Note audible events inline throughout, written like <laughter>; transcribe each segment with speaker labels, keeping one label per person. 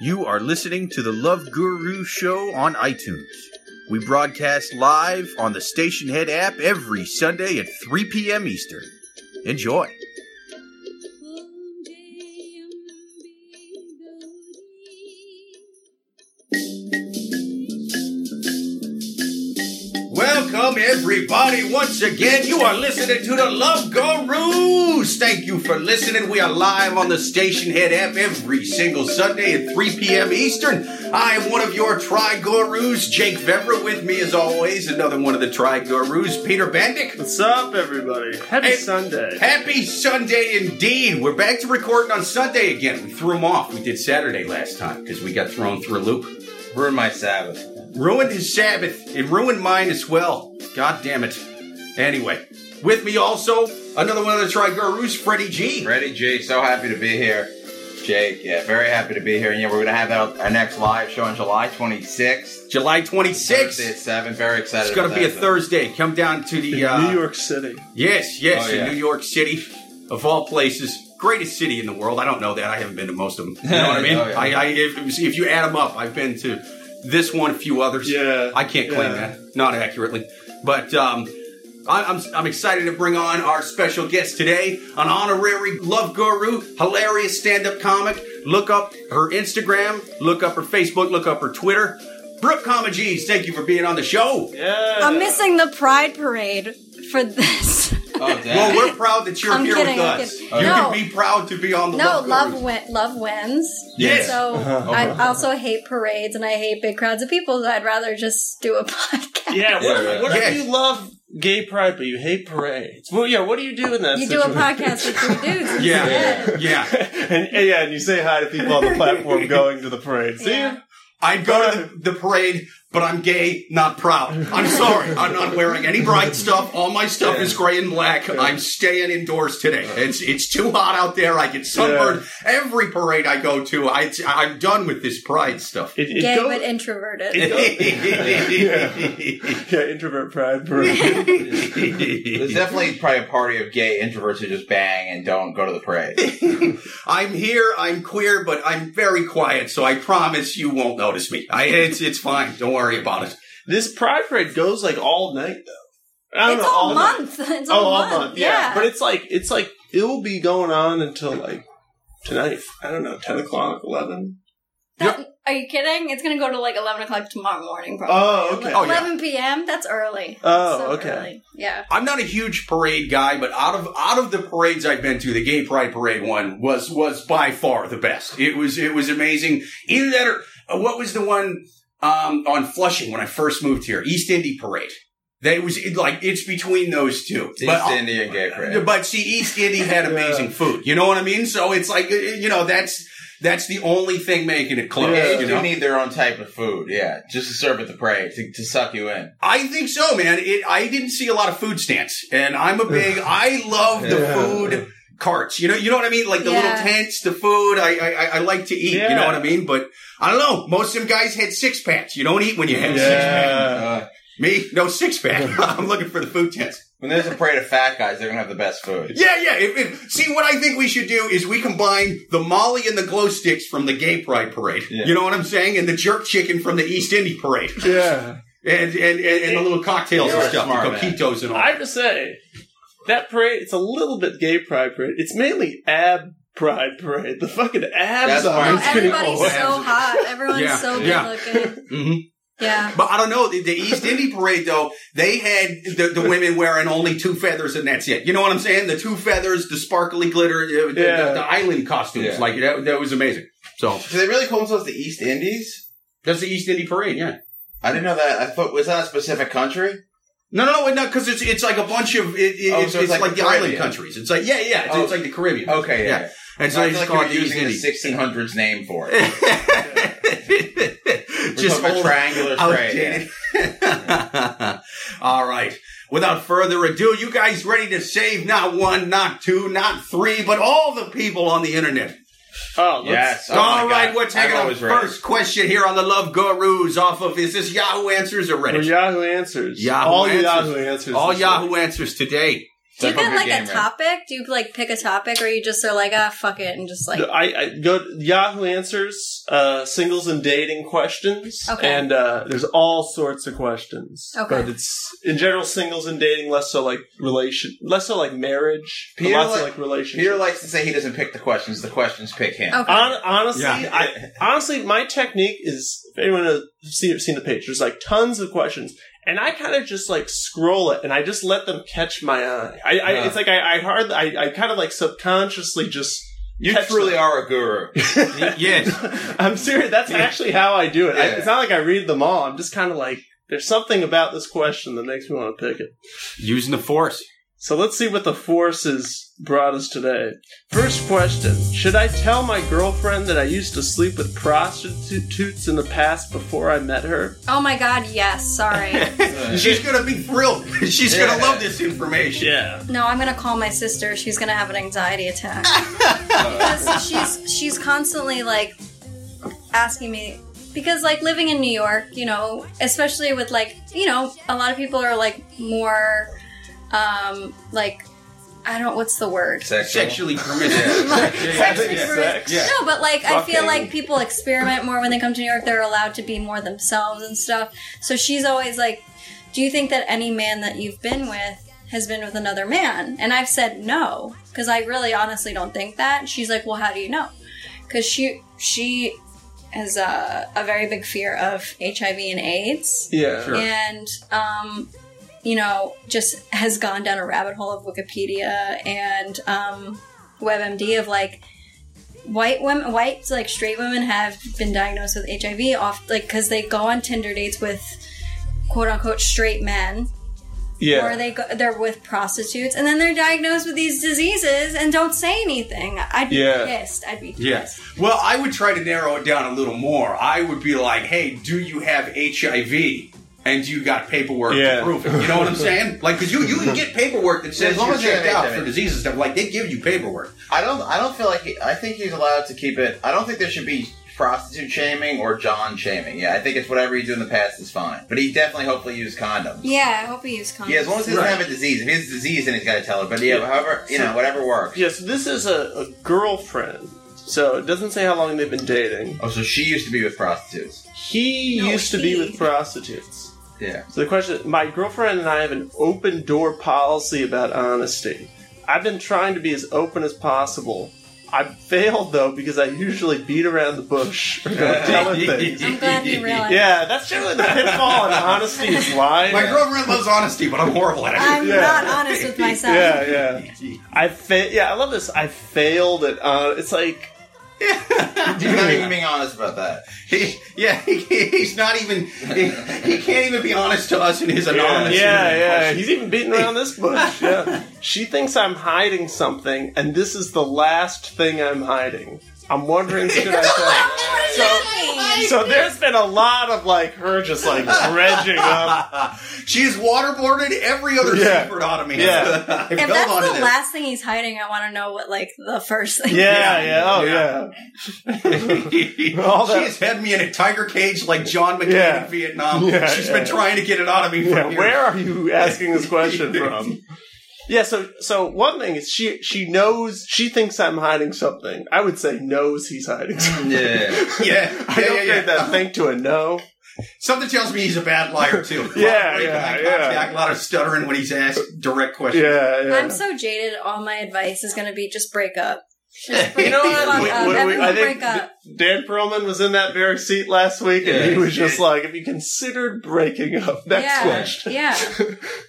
Speaker 1: You are listening to the Love Guru Show on iTunes. We broadcast live on the Station Head app every Sunday at 3 p.m. Eastern. Enjoy. Welcome, everybody, once again. You are listening to the Love Gurus. Thank you for listening. We are live on the Station Head app every single Sunday at 3 p.m. Eastern. I am one of your Tri Gurus, Jake Vebra. With me, as always, another one of the Tri Gurus, Peter Bendick.
Speaker 2: What's up, everybody? Happy
Speaker 1: Hey.
Speaker 2: Sunday.
Speaker 1: Happy Sunday indeed. We're back to recording on Sunday again. We threw them off. We did Saturday last time because we got thrown through a loop.
Speaker 3: Ruined my Sabbath.
Speaker 1: Ruined his Sabbath. It ruined mine as well. God damn it. Anyway, with me also, another one of the Trigurus, Freddie G.
Speaker 3: Ready, G? So happy to be here. Jake, yeah, very happy to be here. And yeah, we're going to have our, our next live show on July 26th.
Speaker 1: July
Speaker 3: Thursday at
Speaker 1: 26th.
Speaker 3: 7. Very excited.
Speaker 1: It's going to
Speaker 3: about
Speaker 1: be a
Speaker 3: that.
Speaker 1: Thursday. Come down to the.
Speaker 2: In
Speaker 1: Uh,
Speaker 2: New York City.
Speaker 1: Yes, yes,
Speaker 3: Oh,
Speaker 1: in
Speaker 3: yeah.
Speaker 1: New York City, of all places. Greatest city in the world. I don't know that. I haven't been to most of them. You know
Speaker 3: <laughs>
Speaker 1: what I mean?
Speaker 3: Oh, yeah.
Speaker 1: I, I, if, if you add them up, I've been to this one, a few others.
Speaker 2: Yeah.
Speaker 1: I can't claim
Speaker 2: Yeah.
Speaker 1: that, not accurately. But um, I, I'm, I'm excited to bring on our special guest today, an honorary love guru, hilarious stand up comic. Look up her Instagram, look up her Facebook, look up her Twitter. Brooke Comagees, thank you for being on the show.
Speaker 2: Yeah.
Speaker 4: I'm missing the Pride Parade for this.
Speaker 3: Oh, damn.
Speaker 1: Well, we're proud that you're
Speaker 4: I'm
Speaker 1: here
Speaker 4: kidding,
Speaker 1: with
Speaker 4: I'm
Speaker 1: us. You
Speaker 4: kidding.
Speaker 1: can
Speaker 4: No.
Speaker 1: be proud to be on the
Speaker 4: no,
Speaker 1: Love
Speaker 4: love
Speaker 1: Gurus.
Speaker 4: win- love wins.
Speaker 1: Yes.
Speaker 2: <laughs>
Speaker 4: So I also hate parades and I hate big crowds of people. So I'd rather just do a <laughs> podcast.
Speaker 2: Yeah, what,
Speaker 3: Yeah, yeah.
Speaker 2: If, what if
Speaker 1: Yes.
Speaker 2: you love gay pride but you hate parades? Well, yeah, what do you do in that
Speaker 4: You do a
Speaker 2: situation?
Speaker 4: podcast with two dudes.
Speaker 1: Yeah.
Speaker 4: instead.
Speaker 1: Yeah,
Speaker 2: <laughs> and, and yeah, and you say hi to people on
Speaker 4: <laughs>
Speaker 2: the platform going to the parade. See?
Speaker 4: Yeah.
Speaker 1: I'd go to the, the parade, but I'm gay, not proud. I'm sorry, I'm not wearing any bright stuff. All my stuff is gray and black. I'm staying indoors today. It's it's too hot out there. I get sunburned. Every parade I go to, I I'm done with this pride stuff.
Speaker 2: It, it
Speaker 4: Gay
Speaker 2: go-
Speaker 4: but introverted.
Speaker 1: <laughs>
Speaker 2: yeah, introvert
Speaker 4: <laughs>
Speaker 2: pride parade.
Speaker 3: There's definitely probably a party of gay introverts who just bang and don't go to
Speaker 1: <laughs>
Speaker 3: the parade.
Speaker 1: I'm here. I'm queer, but I'm very quiet. So I promise you won't notice me. I, it's it's fine. Don't worry about it.
Speaker 2: this pride parade goes like all night though. I don't
Speaker 4: It's
Speaker 2: know,
Speaker 4: all
Speaker 2: night.
Speaker 4: month. It's
Speaker 2: Oh,
Speaker 4: all
Speaker 2: all
Speaker 4: month.
Speaker 2: month. Yeah.
Speaker 4: Yeah.
Speaker 2: But it's like it's like it will be going on until like tonight. I don't know, ten o'clock, eleven.
Speaker 4: That- are you kidding? It's gonna go to like eleven o'clock tomorrow morning. Probably.
Speaker 2: Oh, okay.
Speaker 4: Like,
Speaker 1: Oh, yeah.
Speaker 4: Eleven p.m. That's early.
Speaker 2: Oh,
Speaker 4: So
Speaker 2: okay.
Speaker 4: early. Yeah.
Speaker 1: I'm not a huge parade guy, but out of out of the parades I've been to, the Gay Pride Parade one was was by far the best. It was it was amazing. Either that or uh, what was the one um, on Flushing when I first moved here, East Indy Parade. They was it, like it's between those two.
Speaker 3: East
Speaker 1: But- uh,
Speaker 3: Indian gay parade.
Speaker 1: But see, East Indy had amazing food. You know what I mean? So it's like uh, you know that's that's the only thing making it close.
Speaker 3: Gays
Speaker 1: you
Speaker 3: do
Speaker 1: know?
Speaker 3: need their own type of food, yeah, just to serve at the parade, to, to suck you in.
Speaker 1: I think so, man. It, I didn't see a lot of food stands, and I'm a
Speaker 2: <laughs>
Speaker 1: big. I love the
Speaker 2: Yeah.
Speaker 1: food carts. You know, you know what I mean, like the
Speaker 4: Yeah.
Speaker 1: little tents, the food. I I, I- I like to eat. You know
Speaker 2: Yeah.
Speaker 1: what I mean, but I don't know. Most of them guys had six packs. You don't eat when you have six pack.
Speaker 2: Yeah.
Speaker 3: <laughs> Uh,
Speaker 1: Me, no six pack. <laughs> I'm looking for the food tents.
Speaker 3: when there's a parade of fat guys, they're going to have the best food.
Speaker 1: Yeah, yeah. If, if, see, what I think we should do is we combine the Molly and the glow sticks from the Gay Pride Parade.
Speaker 3: Yeah.
Speaker 1: You know what I'm saying? And the jerk chicken from the East Indy Parade,
Speaker 2: Yeah.
Speaker 1: and and and, and the little cocktails
Speaker 3: You're
Speaker 1: and
Speaker 3: a
Speaker 1: stuff, the
Speaker 3: smart man.
Speaker 1: coquitos and all.
Speaker 2: I have to say, that parade, it's a little bit gay pride parade. It's mainly ab pride parade. The fucking abs
Speaker 3: That's
Speaker 2: on
Speaker 3: fine.
Speaker 4: Oh,
Speaker 2: it's pretty
Speaker 4: everybody's
Speaker 2: cool.
Speaker 4: so hot. Everyone's
Speaker 1: Yeah.
Speaker 4: so good
Speaker 1: Yeah.
Speaker 4: looking.
Speaker 1: Mhm. <laughs>
Speaker 4: Yeah.
Speaker 1: But I don't know. The, the East Indy Parade, though, they had the, the women wearing only two feathers and that's it. You know what I'm saying? The two feathers, the sparkly glitter, the, the-
Speaker 2: Yeah.
Speaker 1: the, the island costumes.
Speaker 3: Yeah.
Speaker 1: Like, that, that was amazing. So,
Speaker 3: Do they really call themselves the East Indies?
Speaker 1: that's the East Indy Parade, yeah.
Speaker 3: I didn't know that. I thought, was that a specific country?
Speaker 1: No, no, no, because it's, it's like a bunch of, it, it-
Speaker 3: Oh,
Speaker 1: it's,
Speaker 3: so it's
Speaker 1: it's
Speaker 3: like
Speaker 1: like,
Speaker 3: the
Speaker 1: the island
Speaker 3: Caribbean.
Speaker 1: countries. It's like, yeah, yeah, it's,
Speaker 3: Oh.
Speaker 1: it's like the Caribbean.
Speaker 3: Okay, yeah.
Speaker 1: Yeah. And so
Speaker 3: I
Speaker 1: they
Speaker 3: feel
Speaker 1: just
Speaker 3: like
Speaker 1: call
Speaker 3: you're
Speaker 1: it the East
Speaker 3: using the
Speaker 1: Indy.
Speaker 3: 1600s name
Speaker 1: <laughs>
Speaker 3: for it. We're
Speaker 1: just
Speaker 3: talking about
Speaker 1: old,
Speaker 3: triangular
Speaker 1: outdated. <laughs> All right. Without further ado, you guys ready to save not one, not two, not three, but all the people on the internet?
Speaker 2: <laughs> Oh, let's,
Speaker 3: Yes. Oh my
Speaker 1: all right,
Speaker 3: God.
Speaker 1: we're taking
Speaker 3: I'm
Speaker 1: our
Speaker 3: always ready.
Speaker 1: first question here on the Love Gurus off of is this Yahoo Answers or
Speaker 2: Or
Speaker 1: Reddit?
Speaker 2: Yahoo Answers.
Speaker 1: Yahoo
Speaker 2: All
Speaker 1: Answers.
Speaker 2: Yahoo Answers.
Speaker 1: all
Speaker 2: this
Speaker 1: Yahoo Answers today.
Speaker 4: Do you
Speaker 3: Step up
Speaker 4: get
Speaker 3: your
Speaker 4: like
Speaker 3: game,
Speaker 4: a
Speaker 3: man.
Speaker 4: topic? Do you like pick a topic, or you just are like, ah, fuck it, and
Speaker 2: <laughs>
Speaker 4: just like,
Speaker 2: I, I go to Yahoo Answers, uh, singles and dating questions,
Speaker 4: Okay.
Speaker 2: and uh, there's all sorts of questions.
Speaker 4: Okay.
Speaker 2: But it's in general singles and dating, less so like relation, less so like marriage, but
Speaker 3: Peter
Speaker 2: lots
Speaker 3: like-
Speaker 2: of like relationships.
Speaker 3: Peter likes to say he doesn't pick the questions; the questions pick him.
Speaker 4: okay,
Speaker 2: Hon- honestly,
Speaker 1: Yeah.
Speaker 2: I, honestly, my technique is if anyone has seen, seen the page, there's like tons of questions, and I kind of just like scroll it, and I just let them catch my eye. I, I
Speaker 3: Yeah.
Speaker 2: it's like I, I hard, I, I kind of like subconsciously just. <laughs>
Speaker 3: You
Speaker 2: catch
Speaker 3: truly are a
Speaker 1: <laughs>
Speaker 3: guru.
Speaker 1: Y- yes.
Speaker 2: I'm serious. That's actually how I do it. I,
Speaker 3: Yeah.
Speaker 2: it's not like I read them all. I'm just kind of like, there's something about this question that makes me want to pick it.
Speaker 1: Using the force.
Speaker 2: So let's see what the forces brought us today. First question Should I tell my girlfriend that I used to sleep with prostitutes in the past before I met her?
Speaker 4: oh my god, yes. Sorry,
Speaker 1: She's gonna be thrilled. <laughs> She's
Speaker 3: Yeah.
Speaker 1: gonna love this information.
Speaker 2: Yeah.
Speaker 4: no, I'm gonna call my sister. She's gonna have an anxiety attack because she's she's constantly like asking me because like living in New York, you know, especially with like you know, a lot of people are like more, um, like I don't what's the word.
Speaker 1: Sexually permissive.
Speaker 2: Having
Speaker 4: Yeah.
Speaker 2: sex.
Speaker 1: Yeah.
Speaker 4: No, but like I feel
Speaker 2: Fucking-
Speaker 4: like people experiment more when they come to New York. They're allowed to be more themselves and stuff. So she's always like, "Do you think that any man that you've been with has been with another man?" And I've said no because I really honestly don't think that. And she's like, "Well, how do you know?" Because she she has a, a very big fear of HIV and AIDS
Speaker 2: Yeah.
Speaker 1: Sure.
Speaker 4: and um, you know just has gone down a rabbit hole of wikipedia and um, webmd of like white women white like straight women have been diagnosed with hiv off like because they go on tinder dates with quote unquote straight men or
Speaker 2: Yeah.
Speaker 4: they go, they're with prostitutes and then they're diagnosed with these diseases and don't say anything i'd be
Speaker 2: Yeah.
Speaker 4: pissed i'd be pissed.
Speaker 1: Yes. Well, I would try to narrow it down a little more. I would be like, hey, do you have HIV? And you got paperwork
Speaker 2: Yeah.
Speaker 1: to prove it. You know what I'm
Speaker 2: <laughs>
Speaker 1: saying? Like, because you, you can get paperwork that says
Speaker 3: As long
Speaker 1: you're
Speaker 3: as you have
Speaker 1: checked out
Speaker 3: HIV.
Speaker 1: for diseases and stuff. Like, they give you paperwork.
Speaker 3: I don't. I don't feel like. He, I think he's allowed to keep it. I don't think there should be prostitute shaming or John shaming. Yeah, I think it's whatever you do in the past is fine. But he definitely, hopefully, used condoms.
Speaker 4: yeah i hope you use condoms
Speaker 3: Yeah, as long as he doesn't
Speaker 1: Right.
Speaker 3: have a disease. If he has a disease, then he's got to tell her. But yeah,
Speaker 2: Yeah.
Speaker 3: however, you know, whatever works.
Speaker 2: Yeah, so this is a, a girlfriend. So it doesn't say how long they've been dating.
Speaker 3: Oh, so she used to be with prostitutes.
Speaker 2: He
Speaker 4: No,
Speaker 2: used to be
Speaker 4: he.
Speaker 2: with prostitutes.
Speaker 3: Yeah.
Speaker 2: So the question, my girlfriend and I have an open door policy about honesty. I've been trying to be as open as possible. I failed though because I usually beat around the bush <laughs> or don't <laughs>
Speaker 1: <laughs>
Speaker 2: tell her things.
Speaker 4: i'm glad you realized
Speaker 2: Yeah, that's generally the pitfall in honesty is lying.
Speaker 1: My girlfriend loves honesty, but I'm horrible at it.
Speaker 4: i'm
Speaker 2: <laughs> Yeah.
Speaker 4: not honest with myself
Speaker 2: Yeah,
Speaker 1: <laughs>
Speaker 2: yeah. I fa- yeah, I love this. I failed at uh it's like
Speaker 3: He's not even being honest about that.
Speaker 1: He, yeah, he, he's not even. He, he can't even be honest to us in his anonymous.
Speaker 2: Yeah, yeah.
Speaker 1: question.
Speaker 2: He's even beating around this bush. Yeah. she thinks I'm hiding something, and this is the last thing I'm hiding. I'm wondering should I tell?
Speaker 4: What does that mean?
Speaker 2: her? So there's been a lot of like her just like dredging up.
Speaker 1: She's waterboarded every other
Speaker 2: Yeah.
Speaker 1: secret out of me. <laughs>
Speaker 2: Yeah.
Speaker 1: I
Speaker 4: If
Speaker 1: fell
Speaker 4: that's
Speaker 1: onto
Speaker 4: the
Speaker 1: this. <laughs>
Speaker 4: last thing he's hiding, I want to know what like the first thing.
Speaker 2: Yeah, yeah, oh
Speaker 1: Yeah.
Speaker 2: yeah. All that-
Speaker 1: She's had me in a tiger cage like John McCain
Speaker 2: Yeah.
Speaker 1: in Vietnam.
Speaker 2: Yeah,
Speaker 1: She's been
Speaker 2: yeah.
Speaker 1: trying to get it out of me for
Speaker 2: Yeah,
Speaker 1: years.
Speaker 2: where are you asking this question from? <laughs> Yeah, so so one thing is she she knows she thinks I'm hiding something. I would say knows he's hiding <laughs> something.
Speaker 3: Yeah.
Speaker 1: Yeah,
Speaker 2: I
Speaker 1: yeah,
Speaker 2: don't
Speaker 1: yeah,
Speaker 2: think
Speaker 1: yeah.
Speaker 2: that thing to a no.
Speaker 1: Something tells me he's a bad liar too. a lot of
Speaker 2: <laughs> Yeah, yeah,
Speaker 1: breaking eye
Speaker 2: yeah.
Speaker 1: contact, a lot of stuttering when he's asked direct questions.
Speaker 2: Yeah, yeah.
Speaker 4: <laughs> I'm so jaded. All my advice is going to be just break up. Just break
Speaker 2: You know
Speaker 4: the
Speaker 2: what?
Speaker 4: fuck
Speaker 2: We-
Speaker 4: up.
Speaker 2: we- we-
Speaker 4: Everyone
Speaker 2: I think
Speaker 4: break up.
Speaker 2: D- Dan Perlman was in that very seat last week, and he
Speaker 1: Yeah.
Speaker 2: was just like, "Have you considered breaking up?" Next
Speaker 4: yeah,
Speaker 2: question.
Speaker 4: yeah.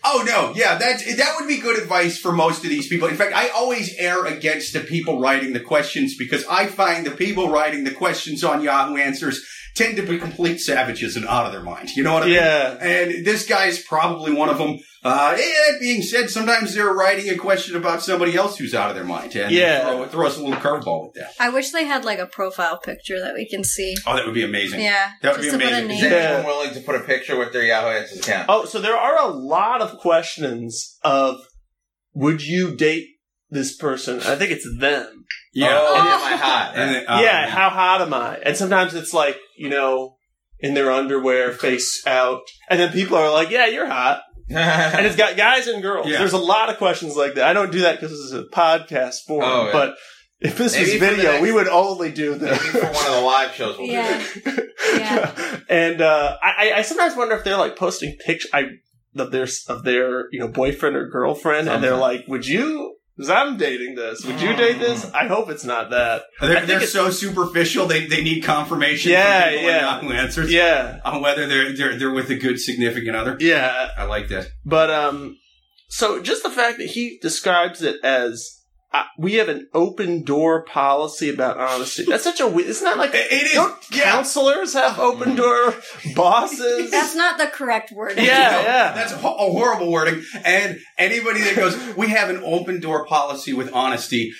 Speaker 1: Oh no, yeah, that that would be good advice for most of these people. In fact, I always err against the people writing the questions because I find the people writing the questions on Yahoo Answers tend to be complete savages and out of their mind. You know what I mean?
Speaker 2: Yeah.
Speaker 1: And this guy's probably one of them. Uh, eh, that being said, sometimes they're writing a question about somebody else who's out of their mind. And
Speaker 2: Yeah.
Speaker 1: throw, throw us a little curveball with that.
Speaker 4: I wish they had like a profile picture that we can see.
Speaker 1: Oh, that would be amazing.
Speaker 4: Yeah,
Speaker 1: That would
Speaker 4: just
Speaker 1: be
Speaker 4: to put a
Speaker 1: amazing.
Speaker 3: Is
Speaker 4: name.
Speaker 3: anyone willing to put a picture with their Yahoo Answers account?
Speaker 2: Oh, so there are a lot of questions of, "Would you date this person?" I think it's them.
Speaker 3: Oh,
Speaker 4: Oh.
Speaker 3: am I hot?
Speaker 1: Uh, And then- oh,
Speaker 2: yeah, how hot am I? And sometimes it's like you know, in their underwear, face out, and then people are like, "Yeah, you're hot." and it's got guys and girls.
Speaker 1: Yeah.
Speaker 2: There's a lot of questions like that. I don't do that because this is a podcast form,
Speaker 3: Oh, yeah.
Speaker 2: but if this
Speaker 3: Maybe
Speaker 2: was
Speaker 3: for the
Speaker 2: video,
Speaker 3: next-
Speaker 2: we would only do
Speaker 3: <laughs> Maybe for
Speaker 2: this.
Speaker 3: one of the live shows, we'll do
Speaker 4: Yeah.
Speaker 3: that.
Speaker 4: Yeah.
Speaker 2: <laughs> and uh, I, I- I sometimes wonder if they're like posting pictures of their of their you know boyfriend or girlfriend, and they're like, "Would you?" Because I'm dating this. Would you date
Speaker 1: Mm.
Speaker 2: this? I hope it's not that. I
Speaker 1: They're,
Speaker 2: think
Speaker 1: they're
Speaker 2: it's-
Speaker 1: so superficial. They, they need confirmation.
Speaker 2: Yeah,
Speaker 1: from people and
Speaker 2: yeah.
Speaker 1: not who answers
Speaker 2: Yeah,
Speaker 1: on whether they're, they're they're with a good significant other.
Speaker 2: yeah.
Speaker 1: I like that.
Speaker 2: But um, so just the fact that he describes it as uh, we have an open door policy about honesty. That's such a. we- It's not like
Speaker 1: It- it is-
Speaker 2: Don't
Speaker 1: yeah. Mm.
Speaker 2: counselors have open door
Speaker 4: <laughs>
Speaker 2: bosses.
Speaker 4: That's not the correct word.
Speaker 2: Yeah.
Speaker 1: No, That's a, ho- a horrible wording. And anybody that goes, we have an open door policy with honesty.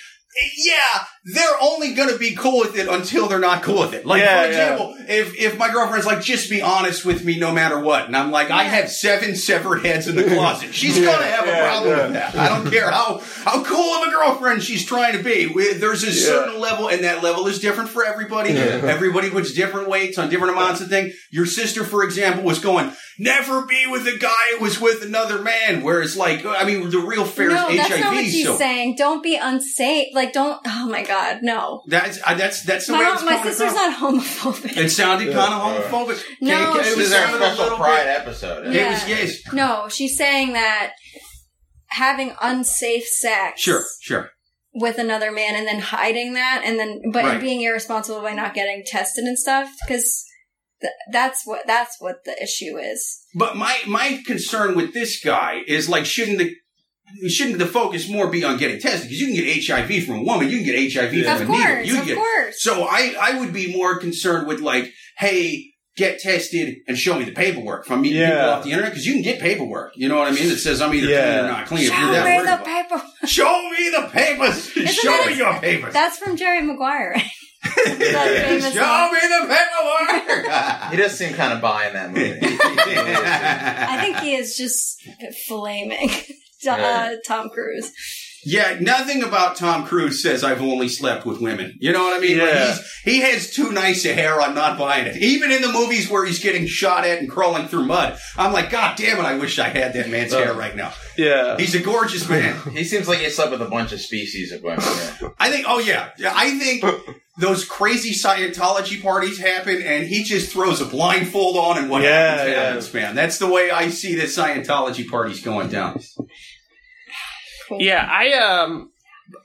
Speaker 1: Yeah, they're only going to be cool with it until they're not cool with it. Like,
Speaker 2: Yeah,
Speaker 1: for example, if, if my girlfriend's like, just be honest with me no matter what. And I'm like, I have seven severed heads in the closet. She's going to have a
Speaker 2: yeah,
Speaker 1: problem
Speaker 2: yeah.
Speaker 1: with that. I don't care how, how cool of a girlfriend she's trying to be. We- There's a certain level, and that level is different for everybody. Everybody puts different weights on different amounts of things. Your sister, for example, was going, never be with a guy who was with another man. Whereas, like, I mean, the real fair
Speaker 4: no,
Speaker 1: is
Speaker 4: that's
Speaker 1: HIV.
Speaker 4: not what she's
Speaker 1: so
Speaker 4: saying. Don't be unsafe. Like, don't. Oh my God, no.
Speaker 1: that's uh, that's that's the
Speaker 4: My,
Speaker 1: way it's
Speaker 4: my
Speaker 1: coming
Speaker 4: sister's
Speaker 1: across.
Speaker 4: not homophobic.
Speaker 1: It sounded kind of
Speaker 3: Yeah.
Speaker 1: homophobic.
Speaker 4: No,
Speaker 1: Can't-
Speaker 4: It
Speaker 3: This is
Speaker 4: was
Speaker 3: our
Speaker 1: sounded a
Speaker 3: special
Speaker 1: little
Speaker 3: Pride
Speaker 1: bit-
Speaker 3: episode.
Speaker 1: It was
Speaker 4: Yeah.
Speaker 1: yes.
Speaker 4: No, she's saying that having unsafe sex
Speaker 1: Sure, sure.
Speaker 4: with another man and then hiding that and then but
Speaker 1: Right.
Speaker 4: being irresponsible by not getting tested and stuff because th- that's what that's what the issue is.
Speaker 1: But my my concern with this guy is like, shouldn't the shouldn't the focus more be on getting tested? Because you can get HIV from a woman, you can get HIV
Speaker 4: of
Speaker 1: from a needle,
Speaker 4: course,
Speaker 1: you can
Speaker 4: of
Speaker 1: get
Speaker 4: course.
Speaker 1: So I, I would be more concerned with like, hey, get tested and show me the paperwork from meeting people
Speaker 2: Yeah.
Speaker 1: off the internet because you can get paperwork. You know what I mean? That says I'm either clean
Speaker 2: Yeah.
Speaker 1: or not clean. if you're
Speaker 4: Show
Speaker 1: that
Speaker 4: me
Speaker 1: worried
Speaker 4: the
Speaker 1: about it.
Speaker 4: paper.
Speaker 1: show me the papers.
Speaker 4: <laughs>
Speaker 1: show
Speaker 4: that
Speaker 1: me
Speaker 4: a-
Speaker 1: your papers.
Speaker 4: <laughs> That's from Jerry Maguire. right? that
Speaker 1: <laughs>
Speaker 4: famous
Speaker 1: show
Speaker 4: line.
Speaker 1: me <laughs> the
Speaker 3: He does seem kind of buying that <laughs> movie.
Speaker 1: paperwork.
Speaker 4: <laughs> I think he is just flaming <laughs> to, uh,
Speaker 3: Right.
Speaker 4: Tom Cruise.
Speaker 1: Yeah, nothing about Tom Cruise says I've only slept with women. You know what I mean? Like,
Speaker 2: Yeah.
Speaker 1: he's, he has too nice a hair. I'm not buying it. Even in the movies where he's getting shot at and crawling through mud, I'm like, God damn it! I wish I had that man's hair right now.
Speaker 2: yeah.
Speaker 1: He's a gorgeous man.
Speaker 3: He seems like he slept with a bunch of species of women. yeah.
Speaker 1: I think. Oh yeah, Yeah, I think those crazy Scientology parties happen, and he just throws a blindfold on, and what
Speaker 2: Yeah,
Speaker 1: happens
Speaker 2: yeah.
Speaker 1: happens, man. That's the way I see the Scientology parties going down.
Speaker 4: Cool.
Speaker 2: Yeah, I um,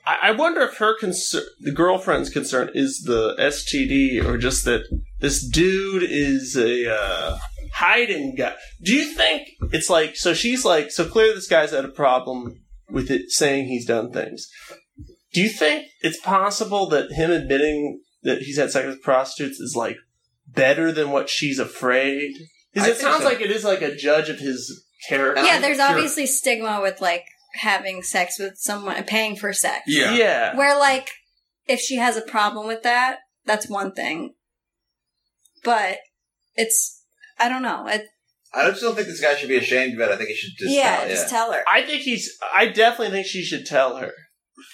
Speaker 2: I I wonder if her concern, the girlfriend's concern, is the STD or just that this dude is a uh, hiding guy. Do you think it's like so? She's like so clearly this guy's had a problem with it saying he's done things. Do you think it's possible that him admitting that he's had sex with prostitutes is like better than what she's afraid? Because
Speaker 3: I
Speaker 2: it
Speaker 3: think
Speaker 2: sounds
Speaker 3: so.
Speaker 2: like it is like a judge of his character.
Speaker 4: Yeah, there's
Speaker 1: Sure.
Speaker 4: obviously stigma with like having sex with someone, paying for sex.
Speaker 1: Yeah.
Speaker 2: yeah.
Speaker 4: Where like if she has a problem with that, that's one thing. But it's I don't know. It,
Speaker 3: I just don't think this guy should be ashamed of it. I think he should just
Speaker 4: yeah,
Speaker 3: tell-
Speaker 4: just tell her.
Speaker 2: I think he's. I definitely think she should tell her.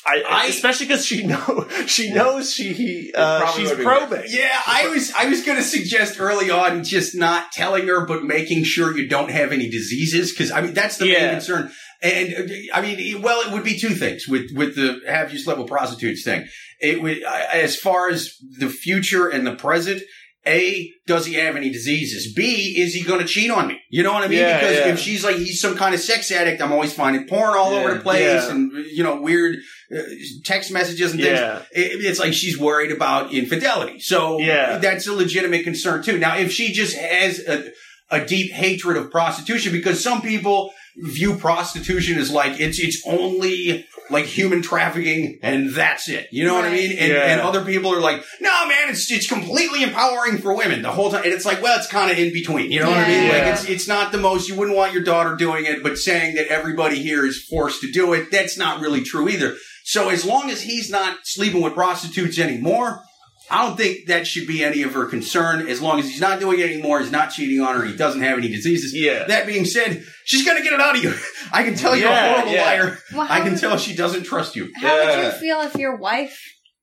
Speaker 2: I,
Speaker 1: I-
Speaker 2: especially because she know <laughs> she knows she he,
Speaker 3: It
Speaker 2: uh,
Speaker 3: probably
Speaker 2: she's
Speaker 3: would be worth it.
Speaker 2: probing.
Speaker 1: Yeah, I was I was going to suggest early on just not telling her, but making sure you don't have any diseases because I mean that's the main
Speaker 2: Yeah.
Speaker 1: concern. And uh, I mean, it- well, it would be two things with with the have you slept with prostitutes thing. It would I- as far as the future and the present. A, does he have any diseases? B, is he going to cheat on me? You know what I mean?
Speaker 2: Yeah,
Speaker 1: because
Speaker 2: yeah.
Speaker 1: if she's like, he's some kind of sex addict, I'm always finding porn all
Speaker 3: Yeah,
Speaker 1: over the place
Speaker 2: yeah.
Speaker 1: and, you know, weird uh, text messages and things
Speaker 2: Yeah,
Speaker 1: it, it's like she's worried about infidelity. So
Speaker 2: Yeah.
Speaker 1: that's a legitimate concern too. Now, if she just has a, a deep hatred of prostitution, because some people view prostitution as like it's it's only like human trafficking and that's it. You know what I
Speaker 4: Right.
Speaker 1: mean? And,
Speaker 2: Yeah.
Speaker 1: and other people are like, no, man, it's it's completely empowering for women the whole time. And it's like, well, it's kind of in between. You know what I mean?
Speaker 2: Yeah.
Speaker 1: Like it's it's not the most. You wouldn't want your daughter doing it, but saying that everybody here is forced to do it, that's not really true either. So as long as he's not sleeping with prostitutes anymore, I don't think that should be any of her concern. As long as he's not doing it anymore, he's not cheating on her, he doesn't have any diseases.
Speaker 2: Yeah.
Speaker 1: That being said, she's gonna get it out of you. <laughs> I can tell you're a
Speaker 2: Yeah,
Speaker 1: horrible
Speaker 2: yeah.
Speaker 1: liar.
Speaker 4: Well, how
Speaker 1: I can
Speaker 4: would-
Speaker 1: tell she doesn't trust you.
Speaker 4: How would you
Speaker 3: Yeah.
Speaker 4: feel if your wife